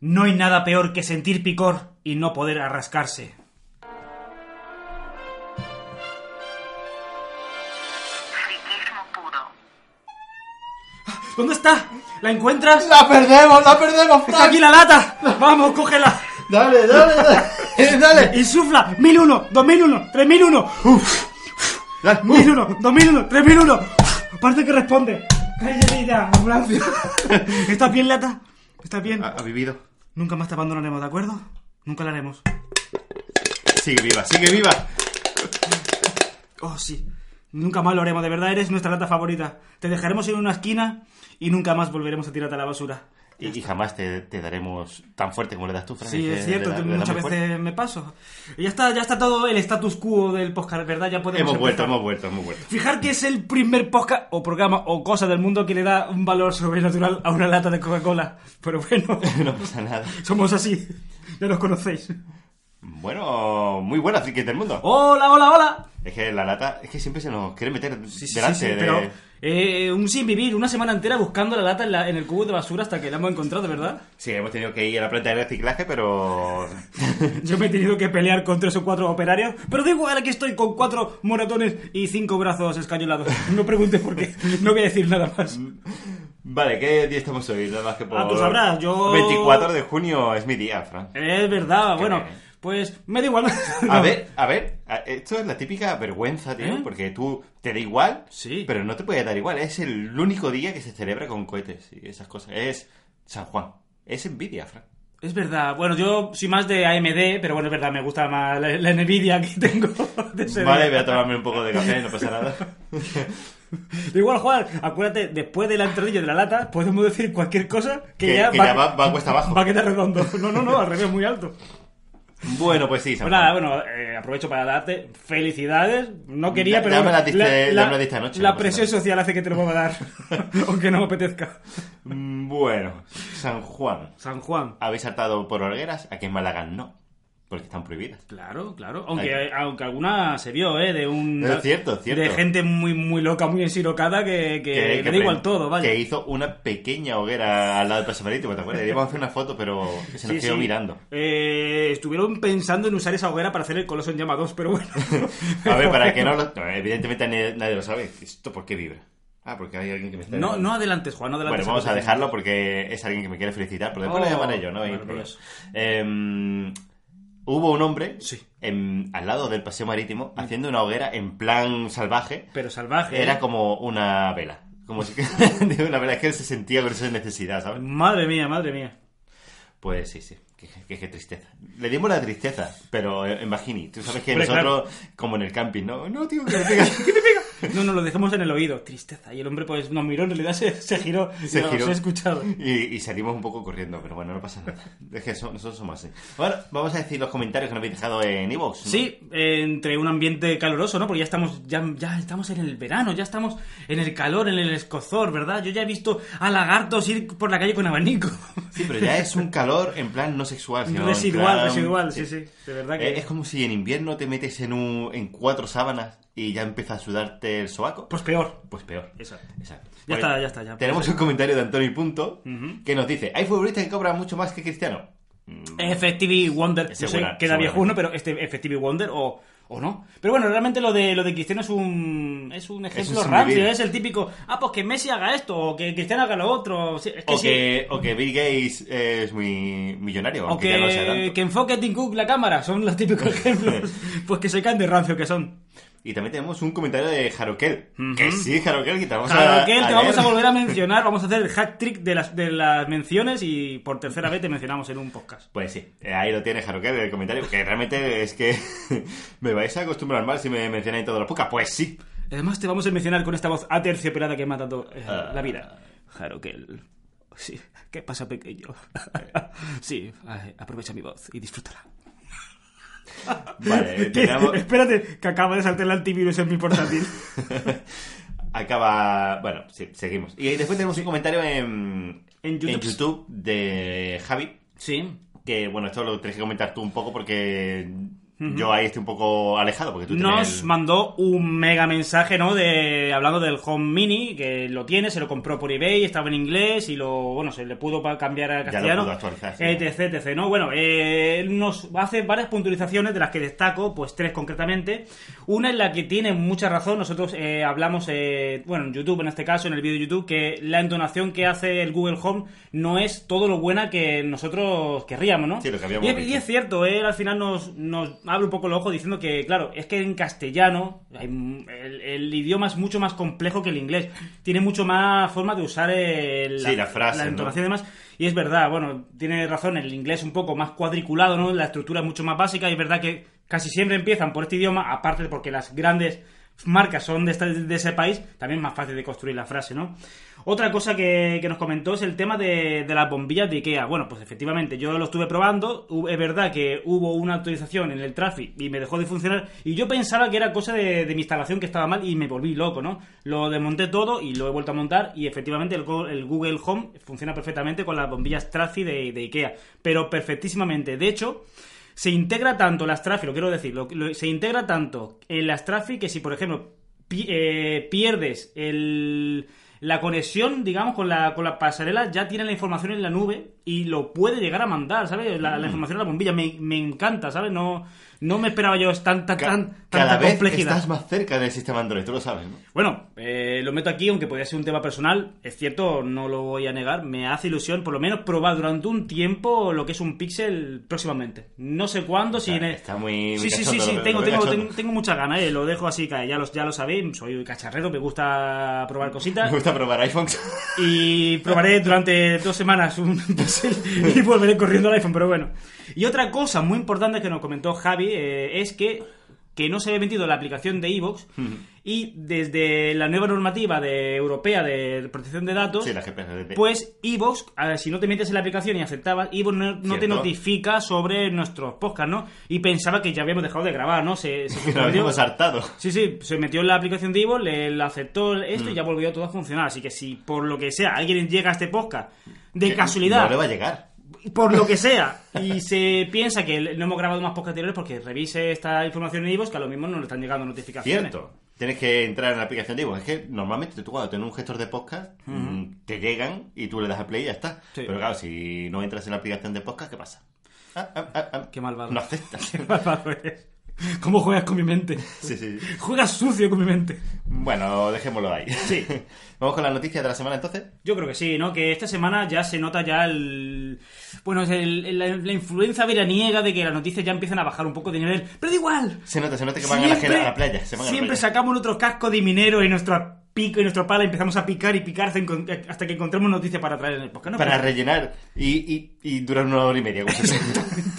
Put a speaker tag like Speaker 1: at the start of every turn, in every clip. Speaker 1: No hay nada peor que sentir picor y no poder arrascarse.
Speaker 2: Friquismo puro.
Speaker 1: ¿Dónde está? ¿La encuentras?
Speaker 3: ¡La perdemos, la perdemos!
Speaker 1: ¡Está aquí la lata! ¡Vamos, cógela!
Speaker 3: Dale, dale, dale. dale.
Speaker 1: ¡Insufla! ¡1001! ¡2001! ¡3001! ¡Uf!
Speaker 3: Dale. Uh,
Speaker 1: ¡1001! ¡2001! ¡3001! Parece que responde. ¡Cállate ya, ambulancia! ¿Estás bien, lata? ¿Estás bien?
Speaker 3: ha, ha vivido.
Speaker 1: Nunca más te abandonaremos, ¿de acuerdo? Nunca la haremos.
Speaker 3: Sigue viva, sigue viva.
Speaker 1: Oh, sí. Nunca más lo haremos, de verdad eres nuestra lata favorita. Te dejaremos en una esquina y nunca más volveremos a tirarte a la basura.
Speaker 3: Y, y jamás te, te daremos tan fuerte como le das tú, Este, Frank.
Speaker 1: Sí,
Speaker 3: que
Speaker 1: es cierto,
Speaker 3: le da-
Speaker 1: tú
Speaker 3: le da
Speaker 1: muchas
Speaker 3: muy
Speaker 1: veces
Speaker 3: fuerte.
Speaker 1: me paso. Y ya está, ya está todo el status quo del podcast, ¿verdad? Ya podemos
Speaker 3: Hemos vuelto,
Speaker 1: empezar.
Speaker 3: hemos vuelto, hemos vuelto.
Speaker 1: Fijar que es el primer podcast o programa o cosa del mundo que le da un valor sobrenatural a una lata de Coca-Cola. Pero bueno,
Speaker 3: No pasa nada.
Speaker 1: somos así. Ya nos conocéis.
Speaker 3: Bueno, muy buena friquis del mundo.
Speaker 1: ¡Hola, hola, hola!
Speaker 3: Es que la lata, es que siempre se nos quiere meter
Speaker 1: Sí, sí,
Speaker 3: delante
Speaker 1: sí, sí,
Speaker 3: de...
Speaker 1: pero eh, un sin vivir, una semana entera buscando la lata en, la- en el cubo de basura hasta que la hemos encontrado, ¿verdad?
Speaker 3: Sí, hemos tenido que ir a la planta de reciclaje, pero...
Speaker 1: Yo me he tenido que pelear con tres o cuatro operarios, pero digo igual, aquí estoy con cuatro moratones y cinco brazos escañolados. No preguntes por qué, no voy a decir nada más.
Speaker 3: vale, ¿qué día estamos hoy? Nada más que por...
Speaker 1: Ah, tú sabrás, yo-
Speaker 3: 24 de junio es mi día, Fran.
Speaker 1: Es verdad,
Speaker 3: Qué
Speaker 1: bueno,
Speaker 3: bien.
Speaker 1: pues me da igual.
Speaker 3: A
Speaker 1: No.
Speaker 3: ver, a ver, a- esto es la típica vergüenza, tío,
Speaker 1: ¿Eh?
Speaker 3: porque tú te da igual,
Speaker 1: Sí.
Speaker 3: pero no te puede dar igual. Es el único día que se celebra con cohetes y esas cosas. Es San Juan. Es envidia, Fran.
Speaker 1: Es verdad, bueno, yo soy más de AMD, pero bueno, es verdad, me gusta más la, la Nvidia que tengo. de ese
Speaker 3: Vale,
Speaker 1: día.
Speaker 3: voy a tomarme un poco de café, no pasa nada.
Speaker 1: Igual, Juan, acuérdate, después de la entradilla de la lata, podemos decir cualquier cosa que,
Speaker 3: Que-
Speaker 1: ya,
Speaker 3: que
Speaker 1: va,
Speaker 3: ya va- va cuesta abajo.
Speaker 1: Va a quedar redondo. No, no, no, al revés, muy alto.
Speaker 3: Bueno, pues sí, San
Speaker 1: Pues
Speaker 3: Juan.
Speaker 1: nada, bueno, eh, aprovecho para darte felicidades. No quería,
Speaker 3: Ya-
Speaker 1: pero.
Speaker 3: ya me
Speaker 1: bueno,
Speaker 3: las diste- ya me las diste anoche,
Speaker 1: la
Speaker 3: no pasa
Speaker 1: presión
Speaker 3: nada.
Speaker 1: social hace que te lo pueda dar, aunque no me apetezca.
Speaker 3: Mm, Bueno, San Juan.
Speaker 1: San Juan.
Speaker 3: ¿Habéis saltado por hogueras? Aquí en Málaga no, porque están prohibidas.
Speaker 1: Claro, claro. Aunque,
Speaker 3: Ahí.
Speaker 1: aunque alguna se vio, ¿eh? De un.
Speaker 3: Es cierto, es cierto.
Speaker 1: De gente muy, muy loca, muy ensirocada que, que, le da
Speaker 3: pre-
Speaker 1: igual todo, vaya.
Speaker 3: que hizo una pequeña hoguera al lado del Paso Marítimo, ¿te acuerdas? Íbamos a hacer una foto, pero se nos
Speaker 1: Sí,
Speaker 3: quedó
Speaker 1: sí.
Speaker 3: mirando.
Speaker 1: Eh, estuvieron pensando en usar esa hoguera para hacer el Coloso en Llama 2, pero bueno.
Speaker 3: A ver, para que no lo... no, evidentemente nadie, nadie lo sabe. ¿Esto por qué vibra? Ah, porque hay alguien que me está...
Speaker 1: No, no adelantes, Juan, no adelantes.
Speaker 3: Bueno, vamos a
Speaker 1: Adelante.
Speaker 3: dejarlo porque es alguien que me quiere felicitar, pero después
Speaker 1: Oh,
Speaker 3: lo llamaré yo, ¿no? Hay problema.
Speaker 1: maravilloso.
Speaker 3: Em, hubo un hombre
Speaker 1: Sí. Mm.
Speaker 3: en- al lado del paseo marítimo haciendo una hoguera en plan salvaje.
Speaker 1: Pero salvaje. ¿eh?
Speaker 3: Era como una vela. Como si que... de una vela que él se sentía con esa necesidad, ¿sabes?
Speaker 1: Madre mía, madre mía.
Speaker 3: Pues sí, sí. Qué, qué- qué tristeza. Le dimos la tristeza, pero eh, en bajini. Tú sabes que
Speaker 1: Hombre,
Speaker 3: nosotros, como en el camping, ¿no? No, tío, que me pega, que me pega.
Speaker 1: No, no, lo dejamos en el oído. Tristeza. Y el hombre, pues, nos miró, en realidad se, se giró.
Speaker 3: Se
Speaker 1: y nos
Speaker 3: giró.
Speaker 1: ha escuchado.
Speaker 3: Y, y salimos un poco corriendo, pero bueno, no pasa nada. Es que so- nosotros somos así. Bueno, vamos a decir los comentarios que nos habéis dejado en Evox.
Speaker 1: Sí, eh, entre un ambiente caluroso, ¿no? Porque ya estamos, ya, ya estamos en el verano, ya estamos en el calor, en el escozor, ¿verdad? Yo ya he visto a lagartos ir por la calle con abanico.
Speaker 3: Sí, pero ya es un calor en plan no sexual, sino en
Speaker 1: residual,
Speaker 3: plan-
Speaker 1: residual, sí, sí. De verdad que.
Speaker 3: Eh, Es como si en invierno te metes en, un, en cuatro sábanas y ya empieza a sudarte el sobaco.
Speaker 1: Pues peor.
Speaker 3: Pues peor.
Speaker 1: Exacto.
Speaker 3: Exacto.
Speaker 1: Ya está, ya está, ya.
Speaker 3: Tenemos un comentario de Antonio Punto
Speaker 1: Ujú.
Speaker 3: que nos dice: Hay futbolistas que cobran mucho más que Cristiano. Mm,
Speaker 1: Effectively Wonder, yo sé
Speaker 3: Segura-
Speaker 1: que da
Speaker 3: seguramente.
Speaker 1: viejuno, pero este Effectively Wonder o, o no. Pero bueno, realmente lo de, lo de Cristiano es un, es un ejemplo
Speaker 3: sin
Speaker 1: rancio,
Speaker 3: vivir.
Speaker 1: es el típico, ah, pues que Messi haga esto, o que Cristiano haga lo otro, sí, es que
Speaker 3: O
Speaker 1: sí.
Speaker 3: que, o que Bill Gates es muy millonario,
Speaker 1: O
Speaker 3: aunque ya no sea
Speaker 1: que,
Speaker 3: tanto.
Speaker 1: que enfoque Tim Cook la cámara, son los típicos ejemplos. pues que se caen de rancio que son.
Speaker 3: Y también tenemos un comentario de Harokel.
Speaker 1: Ujú.
Speaker 3: Que sí, Harokel, que te vamos a-
Speaker 1: Claro, que
Speaker 3: a
Speaker 1: te vamos
Speaker 3: leer.
Speaker 1: a volver a mencionar, vamos a hacer el hack trick de las, de las menciones y por tercera vez te mencionamos en un podcast.
Speaker 3: Pues sí, eh, ahí lo tiene Harokel el comentario, porque realmente es que me vais a acostumbrar mal si me mencionáis todos los pocas. Pues sí.
Speaker 1: Además te vamos a mencionar con esta voz aterciopelada que me ha dado eh,
Speaker 3: Ah.
Speaker 1: la vida. Harokel. Sí, ¿qué pasa pequeño? Eh. sí, ay, aprovecha mi voz y disfrútala.
Speaker 3: Vale,
Speaker 1: Que-
Speaker 3: tenemos-
Speaker 1: Espérate, que acaba de saltar el antivirus en mi portátil.
Speaker 3: Acaba. Bueno, sí, seguimos. Y después tenemos un comentario en,
Speaker 1: En YouTube.
Speaker 3: de Javi.
Speaker 1: sí.
Speaker 3: Que bueno, esto lo tienes que comentar tú un poco porque Yo ahí estoy un poco alejado porque tú
Speaker 1: Nos
Speaker 3: tienes...
Speaker 1: mandó un mega mensaje, ¿no? De, hablando del Home Mini, que lo tiene, se lo compró por eBay, estaba en inglés y lo, bueno, se le pudo pa- cambiar a
Speaker 3: lo
Speaker 1: castellano. Eh,
Speaker 3: pudo actualizar, sí.
Speaker 1: etc, etc, ¿no? Bueno, eh, nos hace varias puntualizaciones de las que destaco, pues tres concretamente. Una en la que tiene mucha razón, nosotros eh, hablamos, eh, bueno, en YouTube en este caso, en el vídeo de YouTube, que la entonación que hace el Google Home no es todo lo buena que nosotros querríamos, ¿no?
Speaker 3: Sí, lo que habíamos
Speaker 1: Y es- y
Speaker 3: dicho.
Speaker 1: es cierto, él al final nos, nos abre un poco el ojo diciendo que, claro, es que en castellano hay m- el, el idioma es mucho más complejo que el inglés. Tiene mucho más forma de usar el,
Speaker 3: Sí, la frase, ¿no?
Speaker 1: entonación y demás. Y es verdad, bueno, tiene razón, el inglés un poco más cuadriculado, ¿no? La estructura es mucho más básica y es verdad que casi siempre empiezan por este idioma, aparte porque las grandes marcas son de, esta- de ese país, también es más fácil de construir la frase, ¿no? Otra cosa que, que nos comentó es el tema de, de las bombillas de Ikea. Bueno, pues efectivamente, yo lo estuve probando, hu- es verdad que hubo una actualización en el Traffic y me dejó de funcionar y yo pensaba que era cosa de, de mi instalación que estaba mal y me volví loco, ¿no? Lo desmonté todo y lo he vuelto a montar y efectivamente el, go- el Google Home funciona perfectamente con las bombillas Traffic de, de Ikea, pero perfectísimamente. De hecho, se integra tanto las Traffic, lo quiero decir, lo- lo- se integra tanto en las Traffic que si, por ejemplo, pi- eh, pierdes el- la conexión, digamos, con la, con la pasarela, ya tiene la información en la nube y lo puede llegar a mandar, ¿sabes? La,
Speaker 3: Mm.
Speaker 1: la información de la bombilla me, me encanta, ¿sabes? No, no me esperaba yo tanta,
Speaker 3: Ca-
Speaker 1: tan,
Speaker 3: cada
Speaker 1: tanta
Speaker 3: vez
Speaker 1: complejidad.
Speaker 3: estás más cerca del sistema Android, tú lo sabes, ¿no?
Speaker 1: Bueno, eh, lo meto aquí, aunque podría ser un tema personal, es cierto, no lo voy a negar, me hace ilusión por lo menos probar durante un tiempo lo que es un pixel próximamente. No sé cuándo, si... en el-
Speaker 3: está muy- muy
Speaker 1: Sí, sí, sí,
Speaker 3: cachondo,
Speaker 1: sí,
Speaker 3: lo veo,
Speaker 1: tengo,
Speaker 3: lo veo
Speaker 1: tengo,
Speaker 3: cachondo.
Speaker 1: tengo, tengo muchas ganas, eh, lo dejo así, cae, ya, los, ya lo sabéis, soy cacharrero, me gusta probar
Speaker 3: Me
Speaker 1: cositas
Speaker 3: gusta probar iPhones.
Speaker 1: y probaré durante dos semanas un pixel y volveré corriendo al iPhone, pero bueno. Y otra cosa muy importante que nos comentó Javi eh, es que, que no se había vendido la aplicación de iVoox y desde la nueva normativa de europea de protección de datos,
Speaker 3: sí, la GPRDT.
Speaker 1: pues iVoox, a ver, si no te metes en la aplicación y aceptabas, iVoox no, no te
Speaker 3: Cierto.
Speaker 1: notifica sobre nuestros podcasts, ¿no? Y pensaba que ya habíamos dejado de grabar, ¿no? Se, se
Speaker 3: Que lo
Speaker 1: suspendió.
Speaker 3: habíamos hartado.
Speaker 1: Sí, sí, se metió en la aplicación de Ivo, le, le aceptó esto
Speaker 3: Mm.
Speaker 1: y ya volvió todo a funcionar. Así que si por lo que sea alguien llega a este podcast de
Speaker 3: Que
Speaker 1: casualidad,
Speaker 3: No le va a llegar.
Speaker 1: por lo que sea, y se piensa que no hemos grabado más podcasts anteriores porque revise esta información en Ivo, que a lo mismo no le están llegando notificaciones.
Speaker 3: Cierto. Tienes que entrar en la aplicación de iVoox. Es que normalmente tú cuando tienes un gestor de podcast, mm, te llegan y tú le das al play y ya está.
Speaker 1: Sí.
Speaker 3: Pero claro, si no entras en la aplicación de podcast, ¿qué pasa? Ah, ah, ah, ah.
Speaker 1: Qué malvado.
Speaker 3: No aceptas.
Speaker 1: Qué malvado eres. ¿Cómo juegas con mi mente?
Speaker 3: Sí, sí.
Speaker 1: Juegas sucio con mi mente.
Speaker 3: Bueno, dejémoslo ahí.
Speaker 1: Sí.
Speaker 3: Vamos con las noticias de la semana entonces.
Speaker 1: Yo creo que sí, ¿no? Que esta semana ya se nota ya el... Bueno, es el- la, la influencia veraniega de que las noticias ya empiezan a bajar un poco de nivel. Pero da igual,
Speaker 3: Se nota, se nota que van a la gen- a, la, playa. Se van a la
Speaker 1: siempre
Speaker 3: playa.
Speaker 1: sacamos nuestros cascos de minero y nuestro pico y nuestro pala y empezamos a picar y picar hasta, encon- hasta que encontremos noticias para traer en el podcast. ¿no? pues,
Speaker 3: para
Speaker 1: Pero-
Speaker 3: rellenar y, y, y durar una hora y media. como se suele.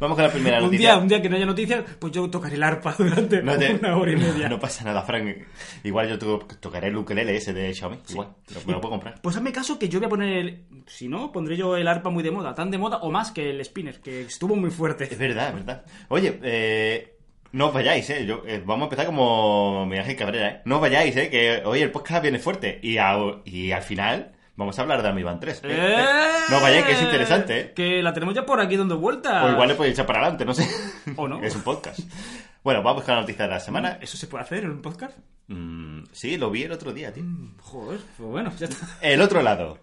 Speaker 3: Vamos con la primera
Speaker 1: un
Speaker 3: noticia.
Speaker 1: día, un día que no haya noticias, pues yo tocaré el arpa durante
Speaker 3: No te-
Speaker 1: una hora y media.
Speaker 3: No pasa nada, Frank. Igual yo to- tocaré el ukelele ese de Xiaomi. Igual, lo- me lo puedo comprar.
Speaker 1: Pues hazme caso que yo voy a poner, el- si no, pondré yo el arpa muy de moda, tan de moda o más que el spinner, que estuvo muy fuerte.
Speaker 3: Es verdad, es verdad. Oye, eh, no os vayáis, ¿eh? Yo, eh, vamos a empezar como mi Ángel Cabrera, ¿eh? No os vayáis, ¿eh? Que hoy el podcast viene fuerte. Y, a- y al final vamos a hablar de Amiban 3. ¿eh?
Speaker 1: ¡Eh!
Speaker 3: No os vayáis, que es interesante, ¿eh?
Speaker 1: Que la tenemos ya por aquí dando vueltas.
Speaker 3: O igual le podéis echar para adelante, no sé.
Speaker 1: O no.
Speaker 3: Es un podcast. Bueno, vamos con la noticia de la semana.
Speaker 1: ¿Eso se puede hacer en un podcast?
Speaker 3: Mm, sí, lo vi el otro día, tío.
Speaker 1: Joder, pues bueno, ya está.
Speaker 3: El otro lado.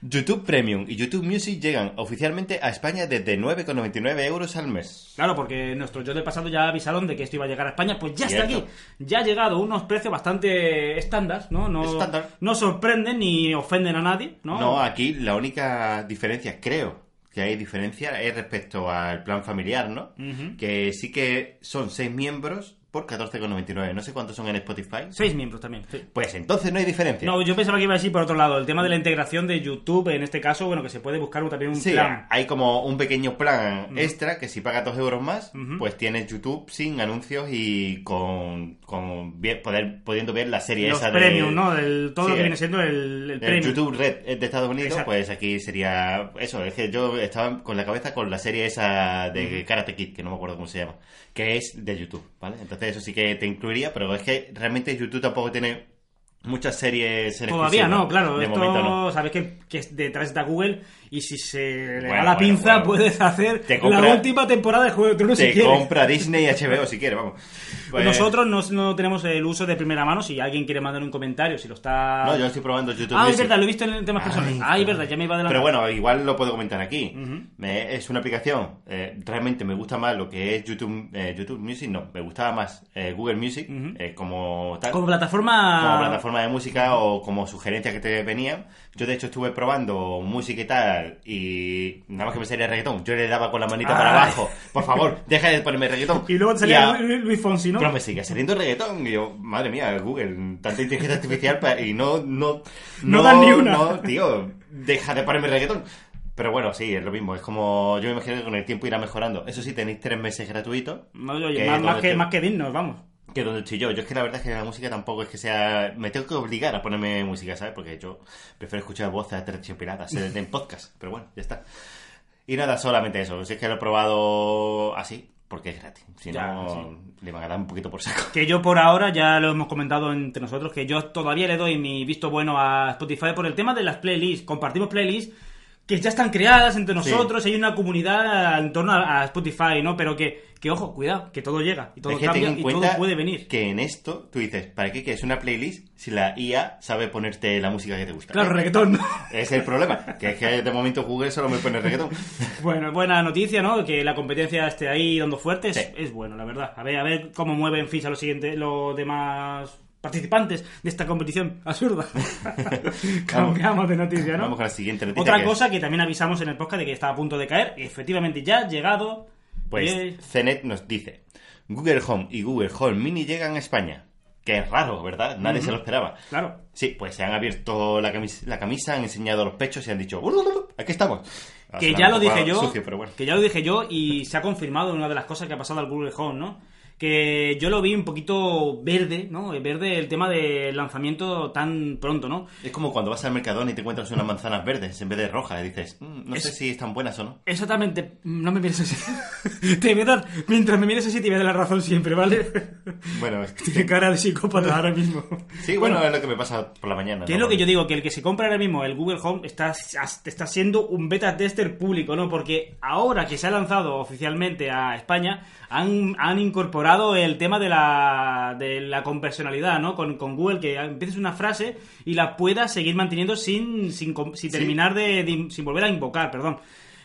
Speaker 3: YouTube Premium y YouTube Music llegan oficialmente a España desde 9,99 euros al mes.
Speaker 1: Claro, porque nuestros yo del pasado ya avisaron de que esto iba a llegar a España, pues ya está
Speaker 3: Cierto.
Speaker 1: aquí. Ya ha llegado unos precios bastante estándar, ¿no? No,
Speaker 3: Estándar.
Speaker 1: no sorprenden ni ofenden a nadie, ¿no?
Speaker 3: No, aquí la única diferencia, creo que hay diferencia, es respecto al plan familiar, ¿no?
Speaker 1: Ujú.
Speaker 3: Que sí que son 6 miembros por 14,99. No sé cuántos son en Spotify.
Speaker 1: Seis miembros también. sí.
Speaker 3: Pues entonces no hay diferencia.
Speaker 1: No, yo pensaba que iba a decir por otro lado, el tema de la integración de YouTube, en este caso, bueno, que se puede buscar un- también un
Speaker 3: Sí,
Speaker 1: plan.
Speaker 3: hay como un pequeño plan extra que si pagas 2 euros más,
Speaker 1: Ujú.
Speaker 3: pues tienes YouTube sin anuncios y con, con bien- poder, pudiendo ver la serie
Speaker 1: Los
Speaker 3: esa
Speaker 1: premium,
Speaker 3: de...
Speaker 1: ¿no? El- todo
Speaker 3: Sí,
Speaker 1: lo que
Speaker 3: el-
Speaker 1: viene siendo el, el
Speaker 3: El
Speaker 1: premium.
Speaker 3: YouTube Red es de Estados Unidos,
Speaker 1: Exacto.
Speaker 3: pues aquí sería eso. Es que yo estaba con la cabeza con la serie esa de Karate Kid, que no me acuerdo cómo se llama, que es de YouTube, ¿vale? Entonces eso sí que te incluiría, pero es que realmente YouTube tampoco tiene muchas series en
Speaker 1: Todavía
Speaker 3: exclusiva.
Speaker 1: no, claro.
Speaker 3: De
Speaker 1: esto,
Speaker 3: momento no.
Speaker 1: sabes que, que es detrás está Google y si se le
Speaker 3: Bueno,
Speaker 1: da la
Speaker 3: bueno,
Speaker 1: pinza
Speaker 3: bueno.
Speaker 1: puedes hacer
Speaker 3: Te compra-
Speaker 1: la última temporada de Juego de Tronos si
Speaker 3: Te
Speaker 1: quieres.
Speaker 3: compra Disney y HBO si quiere, vamos. Pues-
Speaker 1: Nosotros no, no tenemos el uso de primera mano. Si alguien quiere mandar un comentario, si lo está.
Speaker 3: No, yo estoy probando YouTube
Speaker 1: ah, es
Speaker 3: Music.
Speaker 1: verdad, lo he visto en temas personales. Ah, es verdad, ya me iba de la.
Speaker 3: Pero bueno, igual lo puedo comentar aquí.
Speaker 1: Ujú.
Speaker 3: Me- es una aplicación. eh, realmente me gusta más lo que es YouTube, eh, YouTube Music. No, me gustaba más eh, Google Music
Speaker 1: Ujú.
Speaker 3: eh, como tal.
Speaker 1: Como plataforma.
Speaker 3: como plataforma de música o como sugerencias que te venían. Yo de hecho estuve probando música y tal y nada más que me salía reggaetón. Yo le daba con la manita para
Speaker 1: Ay.
Speaker 3: abajo. Por favor, deja de ponerme reggaetón.
Speaker 1: Ah. Y luego te salía
Speaker 3: a-
Speaker 1: Lu- Luis Fonsi, ¿no?
Speaker 3: Pero me sigue saliendo reggaetón. Y yo, madre mía, Google, tanta inteligencia artificial pa- y no... No,
Speaker 1: No dan ni una.
Speaker 3: No, tío, deja de ponerme reggaetón. Pero bueno, sí, es lo mismo. Es como... Yo me imagino que con el tiempo irá mejorando. Eso sí, tenéis tres meses gratuitos.
Speaker 1: No, oye,
Speaker 3: Que este-
Speaker 1: más, más
Speaker 3: donde
Speaker 1: que,
Speaker 3: te-
Speaker 1: más que dignos, vamos.
Speaker 3: Que donde estoy yo. Yo es que la verdad es que la música tampoco es que sea. Me tengo que obligar a ponerme música, ¿sabes? Porque yo prefiero escuchar voces aterciopeladas en en podcast. Pero bueno, ya está. Y nada, solamente eso. Si es que lo he probado así, porque es gratis. Si
Speaker 1: Ya,
Speaker 3: no, le van a dar un poquito por saco.
Speaker 1: Que yo por ahora, ya lo hemos comentado entre nosotros, que yo todavía le doy mi visto bueno a Spotify por el tema de las playlists. Compartimos playlists que ya están creadas entre nosotros, hay una comunidad en torno a, a Spotify, ¿no? Pero que, que, ojo, cuidado, que todo llega, y todo
Speaker 3: es que
Speaker 1: cambia,
Speaker 3: ten en
Speaker 1: y todo
Speaker 3: cuenta
Speaker 1: puede venir.
Speaker 3: que en esto tú dices, ¿para qué quieres una playlist si la IA sabe ponerte la música que te gusta?
Speaker 1: Claro, reggaetón. ¿no?
Speaker 3: Es el problema. Que es que de momento Google solo me pone reggaetón.
Speaker 1: bueno, buena noticia, ¿no? Que la competencia esté ahí dando fuerte, es,
Speaker 3: Sí.
Speaker 1: es bueno, la verdad. A ver, a ver cómo mueven ficha los siguientes, los demás participantes de esta competición absurda. Cambiamos de noticia, ¿no?
Speaker 3: Vamos con la siguiente noticia.
Speaker 1: Otra
Speaker 3: que es-
Speaker 1: cosa que también avisamos en el podcast de que estaba a punto de caer, y efectivamente ya ha llegado.
Speaker 3: Pues
Speaker 1: Yes.
Speaker 3: CNET nos dice, Google Home y Google Home Mini llegan a España. Que es raro, ¿verdad? Nadie se lo esperaba.
Speaker 1: Claro.
Speaker 3: Sí, pues se han abierto la camisa, la camisa han enseñado los pechos y han dicho, "Urururu, aquí estamos. Ha
Speaker 1: Que
Speaker 3: sonado
Speaker 1: ya lo
Speaker 3: un poco
Speaker 1: dije yo.
Speaker 3: sucio, pero bueno.
Speaker 1: Que ya lo dije yo y se ha confirmado una de las cosas que ha pasado al Google Home, ¿no? Que yo lo vi un poquito verde, ¿no? Verde el tema del lanzamiento tan pronto, ¿no?
Speaker 3: Es como cuando vas al Mercadona y te encuentras unas manzanas verdes en vez de rojas y dices, "Mm, no
Speaker 1: Es-
Speaker 3: sé si están buenas o no.
Speaker 1: Exactamente, no me mires así. Te voy a dar, mientras me mires así, te voy a dar la razón siempre, ¿vale?
Speaker 3: Bueno, es que-
Speaker 1: Tiene cara de psicópata ahora mismo.
Speaker 3: sí, bueno, es lo que me pasa por la mañana.
Speaker 1: Que es lo que yo digo, que el que se compra ahora mismo el Google Home está, está siendo un beta tester público, ¿no? Porque ahora que se ha lanzado oficialmente a España, han, han incorporado el tema de la, de la conversionalidad, ¿no? Con, con Google, que empieces una frase y la puedas seguir manteniendo sin, sin, com- sin terminar de, de- sin volver a invocar, perdón.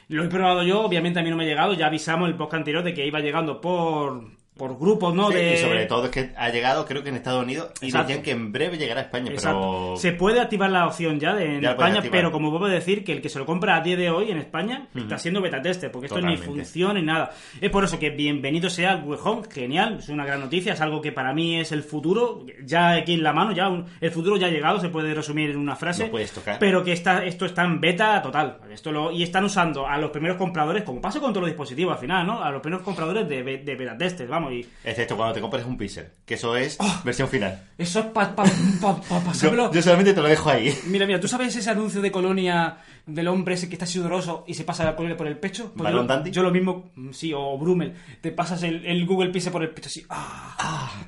Speaker 1: Lo he probado yo, obviamente a mí no me ha llegado, ya avisamos el podcast anterior de que iba llegando por, por grupos, ¿no?
Speaker 3: Sí,
Speaker 1: de...
Speaker 3: Y sobre todo es que ha llegado, creo que en Estados Unidos, y
Speaker 1: Exacto.
Speaker 3: decían que en breve llegará a España,
Speaker 1: Exacto.
Speaker 3: pero...
Speaker 1: Se puede activar la opción ya de, en
Speaker 3: Ya la puedes
Speaker 1: España,
Speaker 3: activar.
Speaker 1: pero como vuelvo a decir, que el que se lo compra a día de hoy en España está siendo beta tester, porque esto
Speaker 3: Totalmente.
Speaker 1: ni funciona ni nada. Es por eso que bienvenido sea el Google Home, genial, es una gran noticia, es algo que para mí es el futuro, ya aquí en la mano, ya un- el futuro ya ha llegado, se puede resumir en una frase.
Speaker 3: No puedes tocar.
Speaker 1: Pero que está, esto está en beta total. Esto lo, y están usando a los primeros compradores, como pasa con todos los dispositivos al final, ¿no? A los primeros compradores de, be- de beta testers, vamos, y
Speaker 3: Excepto cuando te compres un pixel, que eso es
Speaker 1: Oh.
Speaker 3: versión final.
Speaker 1: eso es para pa, pa- pa- pasármelo
Speaker 3: Yo, yo solamente te lo dejo ahí.
Speaker 1: Mira, mira, ¿tú sabes ese anuncio de colonia del hombre ese que está sudoroso y se pasa la colonia por el pecho? Pues yo,
Speaker 3: ¿Balón
Speaker 1: lo-
Speaker 3: Dandy?
Speaker 1: yo lo mismo, mm, sí, o Brummel, te pasas el, el Google Pixel por el pecho así. ¡ah!